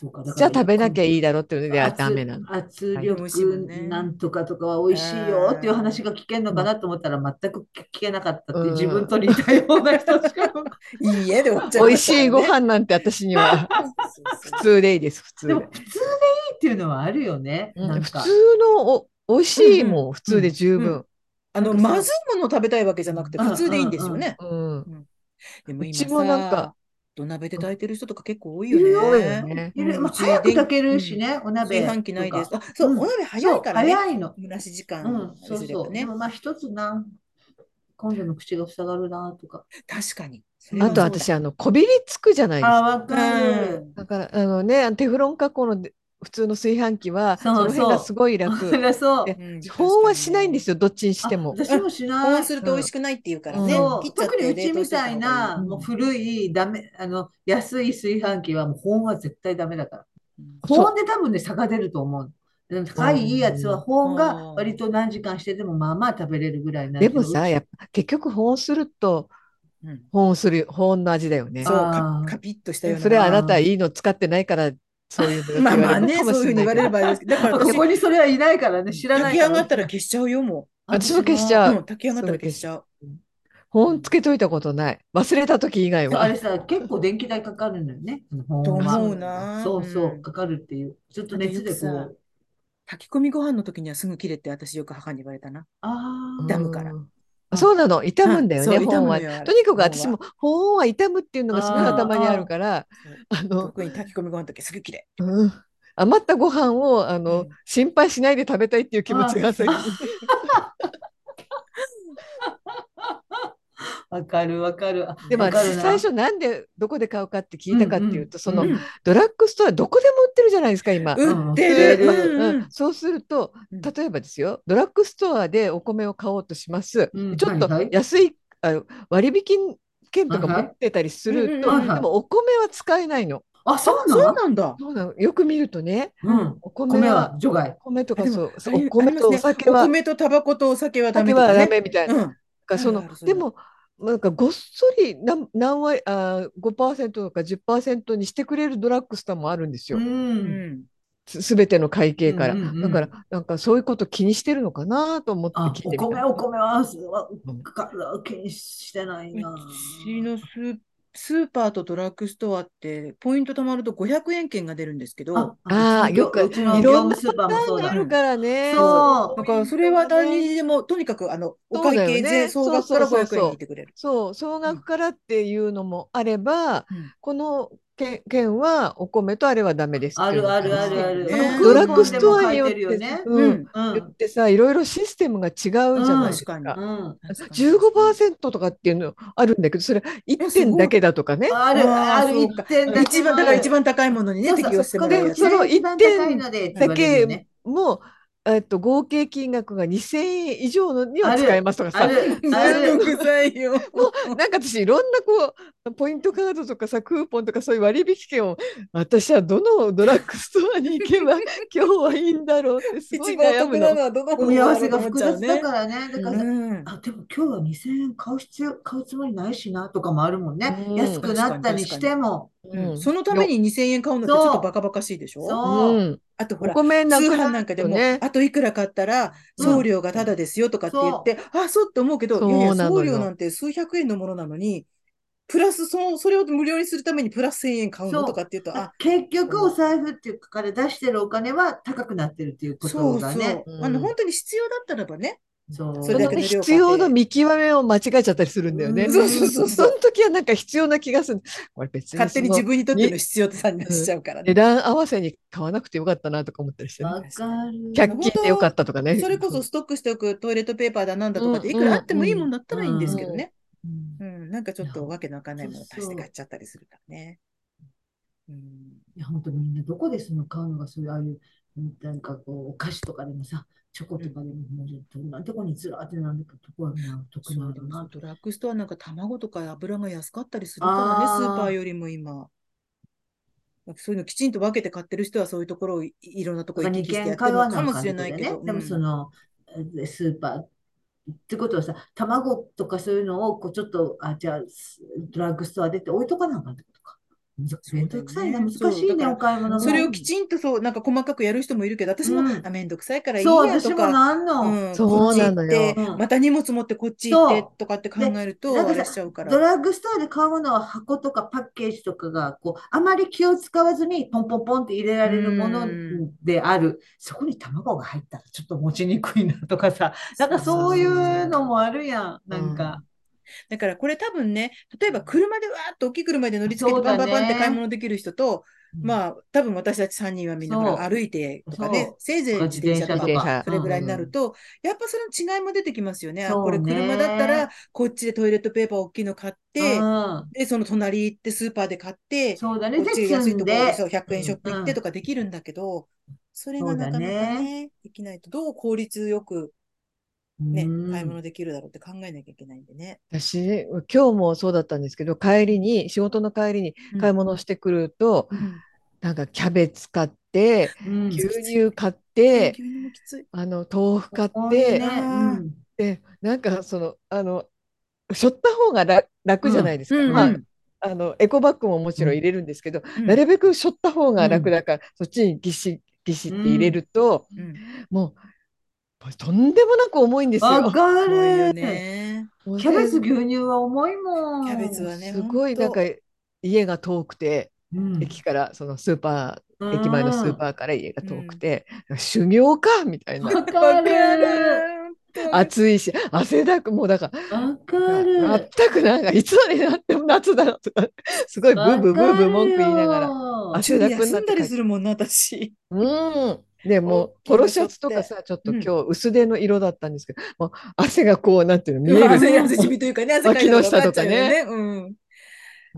B: そうか、だ
C: じゃあ
B: から
C: 食べなきゃいいだろうっていうので
B: 圧
C: あダメなの
B: 圧
C: はい
A: 美味しいもん
B: 力
A: ね
B: なんとかとかは美味しいよっていう話が聞けるのかなと思ったら全く聞けなかったっていう
C: うん
B: 自分と似たような人しか。
A: いい家で終わっちゃ
C: 美味しいご
A: また
C: 飯なんて私に は
A: からね。そうそう
C: 普通でいいです普通
B: で
C: で
B: も普通でいいっていうのはあるよね。
C: うん
B: なん
C: 普
B: か
C: 通。のお美味しいもん普通で十分
A: あの、
B: なんかさ
A: まずいものを食べたいわけじゃなくて、普通でいいんですよね。
C: うん
A: でも今
C: うちもなん
A: さ
C: か、
A: 土鍋で炊いてる人とか結構多い
B: いる
A: よ
B: よ
A: ね。
C: ね
B: いろいろまあ
A: うち
B: 早く炊けるしね、お鍋
A: 炊飯器ないです。あ、そうう、
B: ん
A: お鍋
B: とか。
A: 早いからね
B: そう。早いの。
A: 蒸らし時
B: う
A: 間
B: ん、
A: に
B: そう
A: すれ
B: そ
A: ば
B: う。で
A: ね
B: も。まあ一つな、今度の口が塞がるなとか。
A: 確かに。
C: あと私、あの、こびりつくじゃないです
B: あ、
C: か。
B: わ
A: う
B: かる。
A: ん。
C: だから、あのね、テフロン加工ので普通の炊飯器は、
B: そう
C: その辺
B: そう
C: がすごい
B: そり
C: 楽。
B: ゃそう。
C: で
A: うん
C: 保温はしないんです
A: よ。
C: よ、どっちにして
B: あ
C: も。
B: 私もし
A: 保
B: ない
A: 温。すると美味しくないっていうからね
C: うん。
B: そう、
A: 切っちゃっ
B: 特に
A: て
B: うち
A: 冷凍
B: み
A: しといた方
B: たい
A: がいい
B: な、もう古い、ダメ、あの、安い炊飯器はもう保温は絶対ダメだから。
A: うん
C: そう
B: 保温で多分ね、差が出ると思う。でも高いいいやつは保温が
A: うん
B: 割と何時間してでもまあまあ食べれるぐらいなん
C: で
B: やけど
C: もさ、やっぱ結局保温すると、
A: うん
C: 保温する、保温の味だよね
A: そう、。
B: あ
A: か
B: ー
A: カピッとしたような。
C: それはあなたいいの使ってないから、そういうのよく
A: まあ
C: 言
A: ま
C: わ
A: あ
C: れる
A: ね、そ
C: かも
A: ういうふ
C: し
A: う
C: れ
A: に言われ
C: ない
A: れ
C: けど。
A: ばいいですけど、だから
B: こ
A: 私、
B: こにそれはいないからね、知らな
A: 炊
B: い
A: き
B: か
A: 上
B: ら
A: がったら消しちゃうよ、も
C: 私も消しちゃう
A: うん、炊き上がったら消しちゃう。
C: 本つけといたことない。忘れた時以外
B: あ
C: は。
B: れさ、結構電気代かかるんだよね。
A: と
B: ほんま
A: 思うな
B: そうそうう、
A: ん
B: かかるっていう。ちょっと熱
A: だ
B: でこ
A: ってよく
B: う。
A: 炊き込みご飯の時にはすぐ切れって私よく母に言われたな。
B: ああ、
A: ダメから
C: うん。あそうなの、傷むんだよ
A: は
C: ね、
A: いそう
C: 本は。
A: 傷むのよあれ
C: とにか
A: 本
C: く
A: は
C: 私も、本は傷むっていうのがすごい頭にあるから、あの、
A: 特に炊き込みご飯の時はすぐ切れ。
C: うん余ったご飯を、あの、
A: うん
C: 心配しないで食べたいっていう気持ち が先に
B: あわかるわかる。あ
C: でも
B: わかる
C: 私
B: な
C: 最初なんでどこで買うかって聞いたかっていうと、その
A: うん
C: ドラッグストアどこでも売ってるじゃないですか今。
A: 売
B: ん
A: ってる。
B: 売
A: う
B: ってる
A: んうん
C: そうすると
A: うん
C: 例えばですよドラッグストアでお米を買おうとします、
B: うん
C: ちょっと
B: はいはい
C: 安いあの割引券とか
B: はい
C: 持
B: はい
C: ってたりすると、
A: うんうん
B: うんうん
C: でもお米は使えないの
B: あ、そうな
A: そう
B: の
A: なんだ。
C: そうなのよく見るとね
B: うん。
C: お米
B: 米
C: は
B: は除外。。
C: 米とかそう
A: あ
C: そう
A: り
C: お米とお酒は、
A: ありますねお米とタバコとお酒は
C: お
A: ダメ
C: 酒
A: とかね
C: はダメみたいな。
A: うん。
C: かその
A: あるあるそれ
C: でもなんかごっそり何何割あー5%とか10%にしてくれるドラッグストアもあるんですよ、
A: うんん。
C: すすべての会計から、
B: うんうんうん
C: だからなんかそういうこと気にしてるのかなと思って
B: あ
C: 聞い、て
B: お
C: みた
B: 米、お米は、わか気にしてないうな。
A: ちのスースーパーとドラッグストアってポイント貯まると500円券が出るんですけど、
C: あ
B: う
C: ー
B: ちの
C: よく
B: うちの
C: い
B: 業
C: ろん
B: 務
C: な
B: スーパーもそう
C: あ
B: だ。
C: るからね
B: そう
A: だからそれは何にでもとにかくあのお会計
C: そうだよね
A: 税総額から
C: そう
A: 500円
C: そうそうそう
A: 引いてくれる。
C: そう総額からっていうのもあれば、
A: うん
C: このけ券はお米とあれはダメですっ
B: あ
C: ていうの
B: る
C: も
B: あるあるある。
A: ね
C: そ
A: あ
C: の
A: の
C: ドラッグストアによっ
B: クーポンでも書いてるよ
C: て
B: ね、
C: うん
B: うん
C: 言ってさいろいろシステムが違うじゃないで
A: うん確
C: す
A: かに
C: か。
B: うん。
C: 15%とかっていうのあるんだけどそれ1点だけだとかね
B: あるある一点だけ
A: 一番だから一番高いものにね適用してもらうやつ
C: そ。うの一
B: 一
C: 点
B: 点だけ
C: だけもう、えっと、合計金額が2000円以上のには使えますとか
B: あ
C: さ
B: るあ
A: めん
B: る
A: どくさいよ。
C: なんか私いろんなこうポイントカードとかさクーポンとかそういう割引券を私はどのドラッグストアに 行けば今日はいいんだろうってすごい
A: 一番
C: 悩
A: お
C: む
A: 得な
C: の
A: の。はどの
B: 組み合わせが
A: も
B: 複
A: ちゃう
B: 雑だ
A: ね
B: か。らね。だから
A: うん
B: あでも今日は2000円買う必要買うつもりないしなとかもあるもんね。
C: うん
B: 安くなったにしても。
C: うん
A: そのために2000円買うのってちょっとバカバカしいでしょ
B: そうう。
C: ん、
A: あとほ
C: お
A: ら、
C: 米な
A: 通
C: く
A: 販
C: な
A: なん
C: る
A: か
C: と
A: でも、
C: ね。
A: あといくら買ったら送料がタダですよとかって言って、あ、そうって思うけど、いやい
C: そ
A: や、
C: うなの
A: 送
C: よ
A: 料なんて数百円のものなのに、プラスその、それを無料にするためにプラス1000円買うの
B: そう
A: とかっていうと、あ、
B: 結局お財布っていうかから出してるお金は高くなってるっていうこ
A: そ
B: と
A: う
B: が
A: そ
B: ね。
A: う、
C: うん
A: あの、本当に必要だったらばね、
B: そう
A: そ
C: そ
A: れだ
C: の
A: け
C: ね
A: の量買って
C: 必要の見極めを間違えちゃったりするんだよね。
B: うん
A: そうそうそうそう
C: の時はなんか必要な気がする。これ別に
A: 勝手に
C: その
A: 自分にとっての必要さになっちゃうから
C: 値
A: ね。
C: 段合わせに買わなくてよかったなとか思ったりしてね、
B: わかる。
C: 100均でよかったとかね。
A: それこそストックしておくトイレットペーパーだなんだとかって、いくらあってもいいもんだったらいいんですけどね。
B: うん
A: うん、なんかちょっとわけのわかんないものを足し
B: そ
A: て
B: う
A: 買っちゃったりするからね。うん
B: いや、本当みんなどこでその買うのがそういう、ああいう、うんなんかこう、お菓子とかでもさ、チョコとかでも、もう、どんなとこにずらーってなんでかとこは、まあ、得
A: そ
B: な
A: うんで
B: だ
A: もそう
B: な。
A: ドラッグストアなんか卵とか油が安かったりするからね、
B: あー
A: スーパーよりも今。なんかそういうのきちんと分けて買ってる人はそういうところをいいろんなところ
B: だから
A: 行き
B: 二
A: 来してや
B: 軒
A: って
B: 会
A: る
B: 話
A: のか
B: なの
A: も
B: か
A: し
B: と
A: れ
B: か
A: ないけ
B: ね
A: ど。。
B: でもその、えスーパーってことはさ、卵とかそういうのを、こう、ちょっと、あ、じゃあ、すドラッグストア出て置いとかなあかんってことか。むず
A: そうだよね
B: 面倒くさいな、難
A: そう
B: しい
A: だ
B: ね、
A: から
B: お買い物
A: う
B: も。
A: んそれをきちんとそう、なんか細かくやる人もいるけど、私も、
B: うん
A: あ、めんどくさいからいい
B: そう、
A: や
B: 私
A: と
B: も
A: か、
B: なんの。
A: ん、
C: そう
A: こっち行
C: なのよ
A: って、
B: うん
A: また荷物持ってこっち行って
B: そう
A: とかって考えると、
B: でなん
A: あ
B: かさ
A: れしちゃうから。
B: ドラッグストアで買うものは箱とかパッケージとかがこうあまり気を使わずにポンポンポンって入れられるもの
A: うん
B: であるそこに卵が入ったらちょっと持ちにくいなとかさなんかそういうのもあるやんなんか、
A: だからこれ多分ね、例えば車でわーっと大きい車で乗り付け
B: そ
A: てバ
B: うだ
A: ン
B: ね
A: バンバンって買い物できる人と、
B: あ
A: まあ多分私たち3人はみんなほら
B: そう
A: 歩いてとか
B: そ
A: ね
B: う、
A: せいぜい自転車とか
C: 自転車
A: それぐらいになると、やっぱその違いも出てきますよね。あ
B: そう
A: これ
B: ね
A: 車だったらこっちでトイレットペーパー大きいの買って、
B: うん
A: で、その隣行ってスーパーで買って、こ
B: そうだね
A: っ
B: で
A: ち安
B: 積
A: い
B: ん
A: とこ
B: で
A: そう100円ショップ行って
B: うん
A: とかできるんだけど、それがなかなか
B: そうだ
A: ね、できないと、どう効率よくね、
B: うん
A: 買い物できるだろうって考えなきゃいけないんでね。
C: 私ね今日もそうだったんですけど帰りに仕事の帰りに買い物してくると、
A: うん
C: なんかキャベツ買って
B: うん
C: 牛乳買っ
A: 牛
C: て
A: 乳もきつい。
C: あの豆腐買っ
B: 多い
C: て、
B: ねうん
C: でなんかそのあのしょった方が楽楽じゃないですか、
A: うん
C: ま
A: う
C: あ
A: ん
C: あのエコバッグももちろん入れるんですけど、
A: うん
C: なるべくしょった方が楽だから、そっちにぎしぎしって入れると、
A: うん
C: もうとんでもなく重いんです
B: わ
C: よ。
B: か
A: そういう
B: る。
A: ね。
B: キャベツ牛乳は重いもん。
A: キャベツはね
C: すごい
A: ほ
C: なんん
A: と
C: か家が遠くて、
B: うん
C: 駅からそのスーパー、駅前のスーパーから家が遠くて、修行かみたいな。
B: わかる。
C: 暑いし、汗だく、もうだから、
B: わかる。
C: あったくなんか、いつまでなっても夏だなとか、 すごいブーブーブーブー文句言いながら。
B: ら
C: あ
A: ちょっと休んだりするもんな、私。
C: うん。でもう、
A: 大きいの
C: ポロシャツとかさ、ちょっと今日薄手の色だったんですけど、もう汗がこう、なんていうの、見える。
A: 汗汗染みというかね、 汗かいたのが分かっちゃうよね。うん。
C: も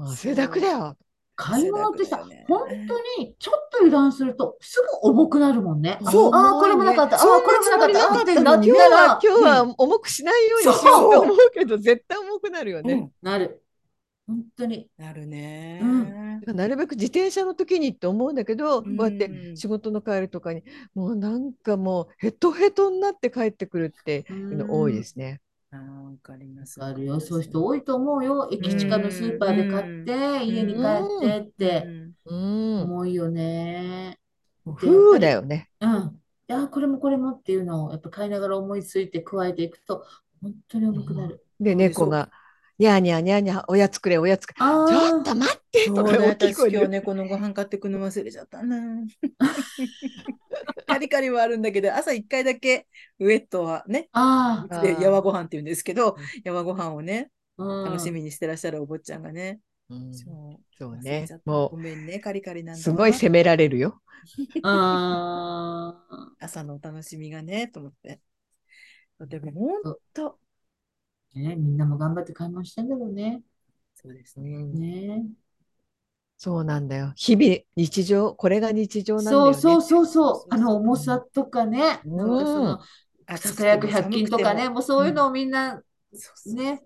C: う汗だくだよ。
B: 買い物って
A: そ
B: さ
A: うだよね、
B: 本当にちょっと油断するとすぐ重くなるもんね。
C: そう
B: ああ、これもなかった。ああ、
A: そんな
B: これもなかった。
A: つもりなか
B: あ
A: った
B: あ
A: の
B: って
A: に
B: なっ
C: 今日
B: たら
C: は、今日は重くしないようにしようと思うけど、絶対重くなるよね。
A: うん
B: なる。本当に。
A: なる
B: う
A: ね。
C: なるべく自転車の時にって思うんだけど、こうやって
A: うん
C: 仕事の帰りとかにもうなんかもうヘトヘトになって帰ってくるっていうの多いですね。
A: あーわかります。
B: あるよ。そういう人多いと思うよ。駅近のスーパーで買って、
A: うん
B: 家に帰ってって
A: うん
C: うん、
B: 思うよね。
C: 風だよね。
B: うん。いや、これもこれもっていうのをやっぱ買いながら思いついて加えていくと、本当に重くなる。
C: で
A: でしょ
C: 猫が「にゃーにゃーにゃーにゃーおやつくれおやつくれ」
B: あ
C: ち
B: あ
C: ょっと待って
A: そ
C: と
A: う
C: か
A: だよ
C: 大き
A: 私
C: い声
A: 今
C: で
A: 日ね、このご飯買ってくの忘れちゃったな。 カリカリはあるんだけど、朝一回だけウエットはね、
B: あ
C: あ
A: で
C: ー
A: やわご飯って言うんですけど
C: うん、
A: やわご飯をね、
B: あ、うん
A: 楽しみにしてらっしゃるお坊ちゃんがね。
C: うん
A: そ
C: そう
A: う。忘れ
C: ね
A: ちゃったご
C: も
A: めんね、カリカリな
C: うん
A: だ
C: すごい
A: わ
C: 責められるよ。
B: ああ。
A: 朝のお楽しみがね、と思って。でも本当、
B: ね、みんなも頑張って買い物してんだろうね。
A: そうです
C: う
A: ね。
C: ん
B: ね。
C: そうなんだよ日々日常これが日常なんだ
B: そう
C: よね。
B: そうそ
A: そう
B: う
A: そうそ
B: そうう。あの重さとかね、
C: うん
B: なんかその
A: 暑
B: 二
A: くて
B: 日約
A: も
B: 100均とか
A: 寒く
B: ね、
A: ても
B: もうそういうのをみんな
A: そうそう
B: ね、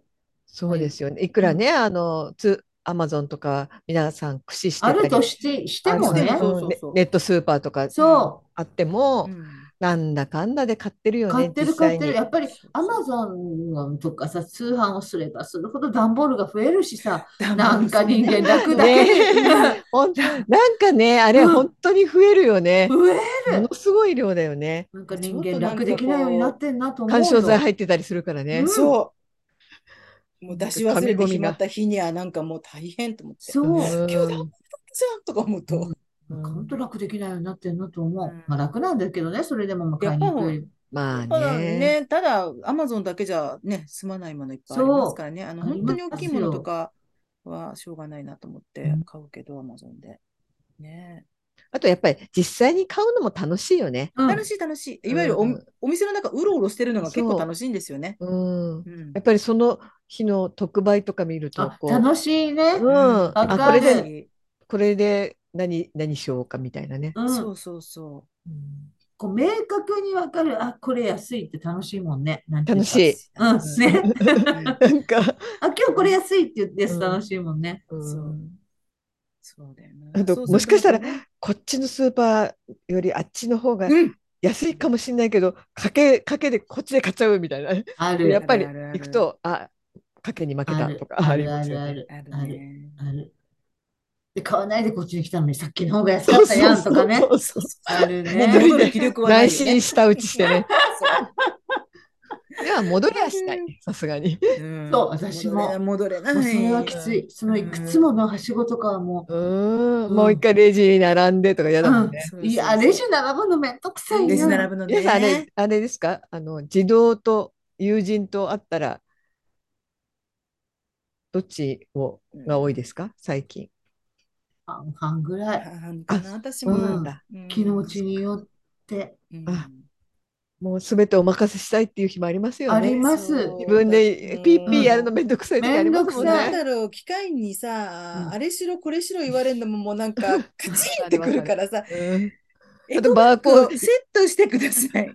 C: そうですよね。いくらね、あの、つ、アマゾンとか、皆さん駆使して
B: ある
C: た
B: と
C: り、
B: して、して
C: あ
B: も
C: の
B: ね、
A: そう
C: うん
A: そうそう
C: ネネットスーパーとか
B: そ
C: あっても、
A: うん
C: なんだかんだで買ってる
B: う、
C: よ
B: 買
C: ね、
B: ってる
C: 実
B: 買っ
C: 際
B: てる。
C: に。
B: やっぱり
A: そう
B: ア
A: そう
B: マゾンとかさ、通販をすればするほど段ボールが増えるしさ、
A: 段ボー
B: な
A: ル
B: んか
A: そうね
B: 人間楽だけ
C: ね
B: ね
C: ほんなんかね、あれ、
B: うん
C: 本当に増えるよね。
B: 増え、
C: ものすごい量だよね。
B: なんか
A: ちょ
B: 人
A: っとな
B: 間
A: んか
B: 楽できないようになってんなと思う
C: 緩衝材
B: よ。
C: 入ってたりするからね
B: うん。
A: そう。もう出し忘れてしまった日にはなんかもう大変と思って。
B: そう。
C: う
A: 今
C: ん
A: 日だじゃんとか思うと。
C: うん
B: 本当楽できないようになってんなと思う。
A: うん
B: まあ楽なんだけどね、それでもま
A: い
B: あ
A: や
B: 買いにくい。
C: まあ
A: ただ
C: ね。
A: ね、ただ、アマゾンだけじゃね、済まないものいっぱいありますからね。あの、
B: あり
A: 本当に大きいものとかはしょうがないなと思って
C: うん
A: 買うけど、アマゾンで。ね
C: あとやっぱり実際に買うのも楽しいよね。
B: うん
A: 楽しい楽しい。いわゆるお,、
C: うん
A: お店の中、うろうろしてるのが結構
C: そう
A: 楽しいんですよね。
C: うん。
A: うん
C: やっぱりその日の特売とか見ると、
B: あ、
C: こう、
B: 楽しいね。
C: うん
B: わ
C: あ
B: か
C: これ
B: る
C: でこれで何何しようかみたいなね。
B: うん。
A: そうそうそう。
B: こう明確にわかる。あ、これ安いって楽しいもんね。なんていう
C: 楽
B: か
C: しい。
B: うん、ね。
A: うん
C: なんか、
B: あ、今日これ安いって言ってやつ
C: うん
B: 楽しいもんね。
C: うん
A: そうそうだよな。
C: あと
A: そうそう
C: もしかしたら
A: そうだよね
C: こっちのスーパーよりあっちの方が
A: うん、
C: 安いかもしれないけど、賭け賭けでこっちで買っちゃうみたいな。
B: あ
C: やっ
B: る。
C: ぱり
A: あるある
C: 行くとあ賭けに負け
B: あ
C: た
B: る
C: とか
B: あ
C: あり
B: るあ
C: ます
B: る
C: よ
B: あ
C: ね。
B: る
A: ある
B: ある
A: ね。
B: ある。で、買わないでこっちに来たのにさっきの方が安かったやんとかね。
C: そうそうそう
B: ある
A: もう
B: ね。
A: 戻る気力はない
C: 内
A: よね
C: 心。下打ちしてね。
A: そ
C: では戻りはしない。さすがに。
A: ううん
B: そう私も
A: 戻れない。
B: もう
A: 戻
B: そ
A: れ
B: れ
A: な
B: はいきつい。そのいくつものはしごとかはもう。
C: うん、
B: うん
C: もう一回レジに並んでとか嫌だもんね。
A: そうそう
B: いや、レジ並ぶのめんどくさい
A: レジ
B: な。
A: 並ぶの
C: 皆さんあ
A: ね
C: れ。あれですかあの児童と友人と会ったらどっちを
A: うん
C: が多いですか最近
B: 半々ぐらい。
A: 半々かな
C: あ
A: 私
C: そ
A: も。
C: うなんだ、
A: うん
B: 気の持ちによって。
A: うん
C: あもうすべてお任せしたいっていう日もありますよ
B: あり
C: ね
B: ます
A: そう
C: 自分でピーピーやるの
A: うん
C: めんどくさい時あります
B: め
C: もん
B: んどく
A: な
B: さ
A: ん
B: い
C: ね
A: だろう機械にさ、
C: うん
A: あれしろこれしろ言われるのももうなんかカチンってくるからさ
C: うんあとバーコー
A: こうセットしてください。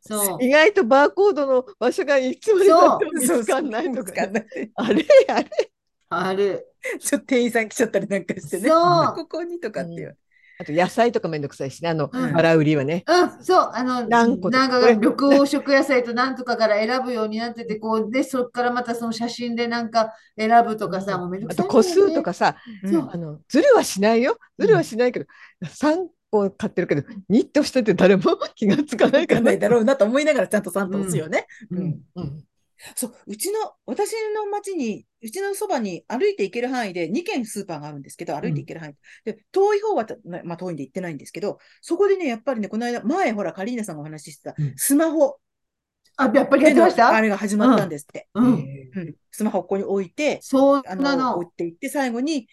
B: そう
C: ド。意外とバーコードの場所がいつまでたっても見つかんないと
A: つ
C: か
A: かん
C: ね
A: ない
C: あれあれ
B: ある。
A: ちょっと店員さん来ちゃったりなんかしてね。
B: そう。
A: ここにとかっていう。
C: あと野菜とかめんどくさいしねあの
B: うん
C: バラ売りはね
B: うん、そう。あの、
C: 何個と
B: な
C: か
B: んか
C: これ
B: が緑黄色野菜となんとかから選ぶようになってて、こう、で、そこからまたその写真でなんか選ぶとかさ、
C: うん
B: もうめんどく
C: あ
B: さ
C: と
B: い
C: 個
B: んだよ
C: 数
B: ね
C: とかさ
A: うん
B: そう
C: あのずるはしないよずるはしないけど、三こう買ってるけど、ニットしてて誰も気がつかない
A: か
C: か
A: んな
C: ら
A: い。だろうなと思いながらちゃんと散歩をするよね。
B: う
A: うん
B: ん。
C: うん
A: そう、うちの、私の町に、うちのそばに歩いて行ける範囲で2軒スーパーがあるんですけど、歩いて行ける範囲。で、遠い方はた、ままあ、遠いんで行ってないんですけど、そこでね、やっぱりね、この間、前、ほら、カリーナさんがお話ししてた
B: うん、
A: スマホ
B: あ、やっぱりや
A: で
B: って
A: の
B: ました
A: あれが始まったんですって。
B: うん。
A: うんスマホをここに置いて、
B: そう
A: あ
B: な
A: の、
B: の
A: 置い。ていって、最後に、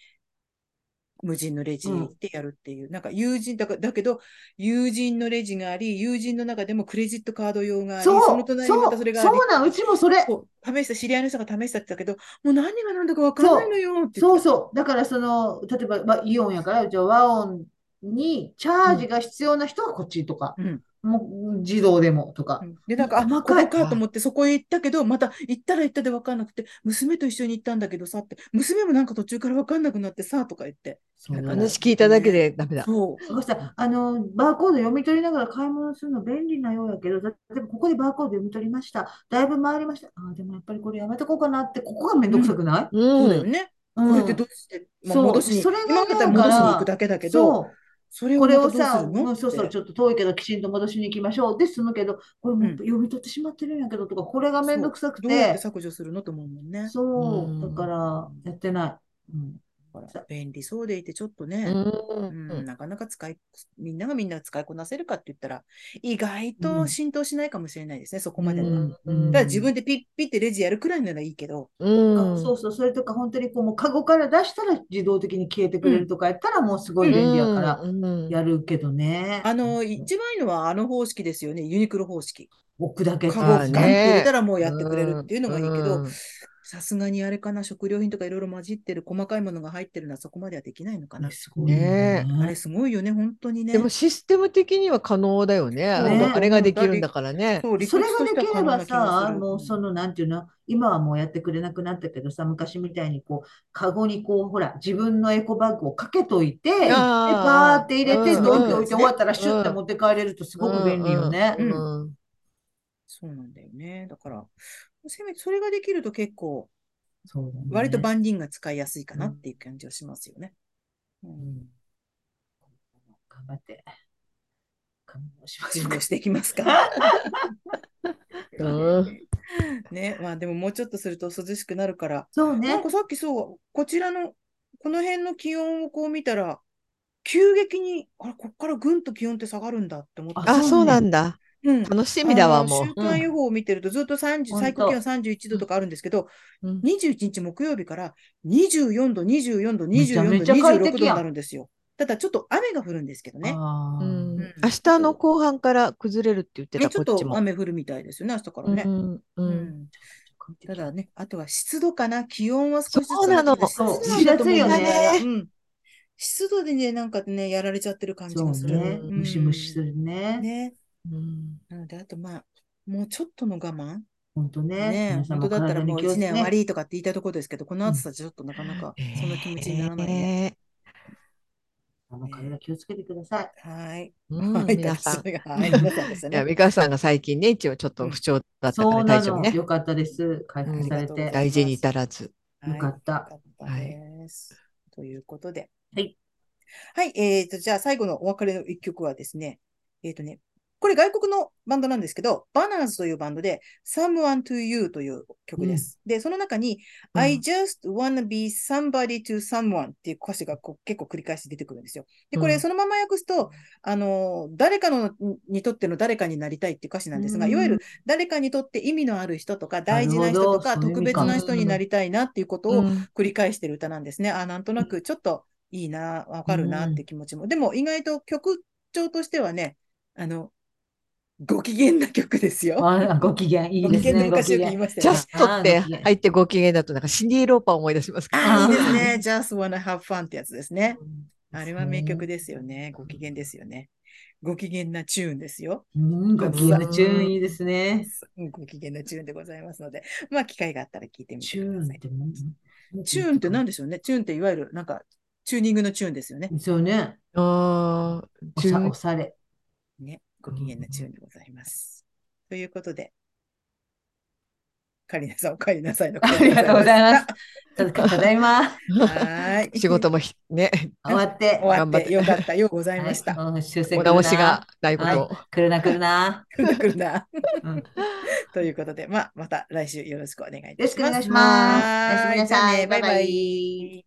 A: 無人のレジに行ってやるっていう、なんか友人だか、だけど、友人のレジがあり、友人の中でもクレジットカード用があり、
B: そう、
A: の隣にまたそれがあり
B: そう、そうなの、うちもそれ。
A: そう試した、知り合いの人が試したって言ったけど、もう何が何だか分からないのよって言っ
B: そう
A: て
B: そう。だから、その、例えば、まあ、イオンやから、じゃあ和音にチャージが必要な人はこっちとか、
A: うん
B: もう自動でもとか
A: う。んで、なんか、あ、
B: 細
A: こ
B: かい
A: こかと思ってそこへ行ったけど、また行ったら行ったで分かんなくて、娘と一緒に行ったんだけどさって、娘もなんか途中から分かんなくなってさとか言って。
B: そうなの
C: 話聞いただけでダメだ。
A: そう。
B: なんかさ、あの、バーコード読み取りながら買い物するの便利なようやけど、だでもここでバーコード読み取りました。だいぶ回りました。あー、でもやっぱりこれやめとこうかなって、ここがめんどくさくない
A: そううだよ
C: ん。
A: ね。
B: う
A: これ
B: ん
A: ってどうして、まあ
B: そう
A: 戻しに、
B: それが
A: 今だったら
B: ない
A: 戻
B: か
A: し
B: ら
A: に行くだけだけど、
B: そう。
A: それを
B: これ
A: ま
B: を
A: たどうす
B: さ、
A: る
B: う
A: の
B: んそうそう、
A: って
B: ちょっと遠いけどきちんと戻しに行きましょうで済むけど、これも
A: うん
B: 読み取ってしまってるんやけどとか、これがめんどくさく
A: どうやって
B: て、
A: 削除するのと思うもんね。
B: そうう、
C: ん
B: だからやってない。うん、
A: だから便利そうでいて、ちょっとね。うん、なかなか使い、みんながみんな使いこなせるかって言ったら、意外
B: う
A: と
B: ん
A: 浸透しないかもしれないですね、そこまでは。
B: うん
A: ただ自分でピッピッってレジやるくらいならいいけど、
C: うん。
B: そうそう、それとか本当にこう、もうカゴから出したら自動的に消えてくれるとかやったらもうすごい便利やから
C: うん
B: やるけどね。
A: あの、一番いいのはあの方式ですよね、ユニクロ方式。
B: 置くだけ
A: カゴ
B: か。
A: を
C: あ
A: ガン
C: ー
A: って
C: ね
A: 入れたらもうやってくれるっていうのがいいけど、、さすがにあれかな、食料品とかいろいろ混じってる、細かいものが入ってるのはそこまではできないのかな。
B: すごいよね。
A: あれすごいよね、本当にね
C: で。もシステム的には可能だよね。あれができるんだからね。
A: そう理
B: それ
A: 屈として
B: がで
A: は
B: き
A: 可
B: れ
A: 能
B: ば
A: な気が
B: さ
A: す、る
B: もうその、なんていうの、今はもうやってくれなくなったけどさ、昔みたいにこう、カゴにこう、ほら、自分のエコバッグをかけといて、で、
C: あー
B: パーって入れて、
A: うん
B: ドンっ
A: うん
B: て置いて終わったら、シュッて
C: うん
B: 持って帰れるとすごく便利よね。
C: うん
A: そうなんだよね。だから、せめてそれができると結構、
B: そうだね
A: 割と万人が使いやすいかなっていう感じはしますよね。うん
B: 頑張って。頑張しましょ
A: 準
B: うか
A: 備をしていきます か。
C: うん
A: ね、まあでももうちょっとすると涼しくなるから、
B: そう
A: なん
B: ね
A: か。さっきそう、こちらの、この辺の気温をこう見たら、急激に、あれ、こっからぐんと気温って下がるんだって思って。
C: あ、そうなんだ。
A: うん。
C: 楽しみだわ、
A: あの
C: も
A: 週間予報を見てると、ずっと30、
B: 本当
A: 最高気温31度とかあるんですけど、
C: う。
A: 21日木曜日から24度、24度、
B: めちゃめ
A: 24
B: ち
A: 度、
B: ゃ快
A: 26度
B: 適
A: に
B: やん
A: なるんですよ。ただちょっと雨が降るんですけどね。
B: あー
C: 明日の後半から崩れるって言って
A: ね
C: た、
A: ちょ
C: こ
A: っ
C: っち
A: と
C: も。
A: 雨降るみたいですよね、明日から
C: う
A: ね。
C: んう
A: うん
C: ん
A: ただね、あとは湿度かな、気温は少しずつ
C: そうなの
A: 上がってきた
B: そう
A: 湿度だと思うんだ
B: 蒸し暑い
A: よ
B: よ
A: ねうん湿度でね、なんかね、やられちゃってる感じ
B: そう
A: がする。
B: ね。
A: うん
B: ムシムシするね。
A: ね。
C: うん
A: なので、あとまあ、もうちょっとの我慢。
B: 本当ね。
A: ね
B: 皆さん
A: 本
B: も
A: 当だったら
B: 体に
A: もう
B: 気を
A: 1
B: つけ
A: 年終わりとかって言いたいところですけど、この暑さじゃちょっとなかなかそんな気持ちにならないね。
C: え
B: あの体気をつけてください。
A: はい。
C: ー
A: は
C: うん
A: い、
C: 皆さん。
A: 私がはい、皆さんでした
C: いや、
A: ね。
C: 美川さんが最近ね、一応ちょっと不調だったか
B: そ
C: ら
B: うな
C: 大丈夫
B: の。
C: ね。
B: よかったです。回復さ
A: うんあ
B: れ
A: りが
B: て
A: と。
C: 大事に至らず。
A: はい
B: よかった
A: よかったです。ということで。
B: はい。
A: はい、えーと、じゃあ最後のお別れの一曲はですね、えっ、とね、これ外国のバンドなんですけど、バナーズというバンドで、Someone to You という曲です。で、その中に、
B: うん
A: I just wanna be somebody to someone っていう歌詞がこう結構繰り返し出てくるんですよ。で、こ
C: う
A: れ
C: ん
A: そのまま訳すと、あの、誰かのにとっての誰かになりたいっていう歌詞なんですが、
B: うん
A: いわゆる誰かにとって意味のある人とか大事な人とか
B: なるほどそういう
A: 特
B: 意味
A: 別
B: か
A: な人になりたいなっていうことを
C: うん
A: 繰り返してる歌なんですね。あ、なんとなくちょっといいな、わかるなって気持ちも。でも意外と曲調としてはね、あの、ご機嫌な曲ですよ。
B: あご機嫌いい
A: ご
B: で
A: 機
B: す
A: 嫌の
B: ね。ご
A: 歌詞よく言
B: 機嫌
A: い。ました
C: ジ
A: よ
C: ャ
A: ね
C: ス。トって
B: あーご機嫌
C: 入ってご機嫌だと、なんかシンディ・ローパーを思い出しますけど。
A: あ、いい
B: ー
A: ですね。Just wanna have fun ってやつですね。あれは名曲
B: で。
A: ですよね。ご機嫌ですよね。ご機嫌なチューンですよ。
B: うん、ご機嫌のチューンいいで すね。
A: ご機嫌なチューンでございますので、まあ、機会があったら聞いてみて
B: チュ
A: くだ
B: ーンっ
A: さい。
B: て何
A: チューンって何でしょうね。チューンっていわゆる、なんか、チューニングのチューンですよね。
B: そうね。
C: あー
B: お
C: 中
B: さ、おされ。
A: ね、ご機嫌なチューンでございます。ということで、カリナさん、お帰りなさいの
B: ありがとうございます。ただただいま、
A: はい。
C: 仕事もひね、
B: 終わって。
A: 終わ
C: 頑
A: っ
C: 張って
A: てよかったようございました。
B: はい、うん終戦
C: お
B: 来るな
C: 直しがないことを。
B: 来るな、来るな。
A: 来るな来るな
B: うんよ
A: ということで、まあ、また来週よろしくお願いいた
B: ろ
A: し
B: しくお願
A: ま
B: い
A: す。
B: します。おやす
A: は
B: み
A: い
B: な
A: じゃあ
B: さ
A: ね
B: い。
A: バイバ
B: バイバ
A: イ
B: イ。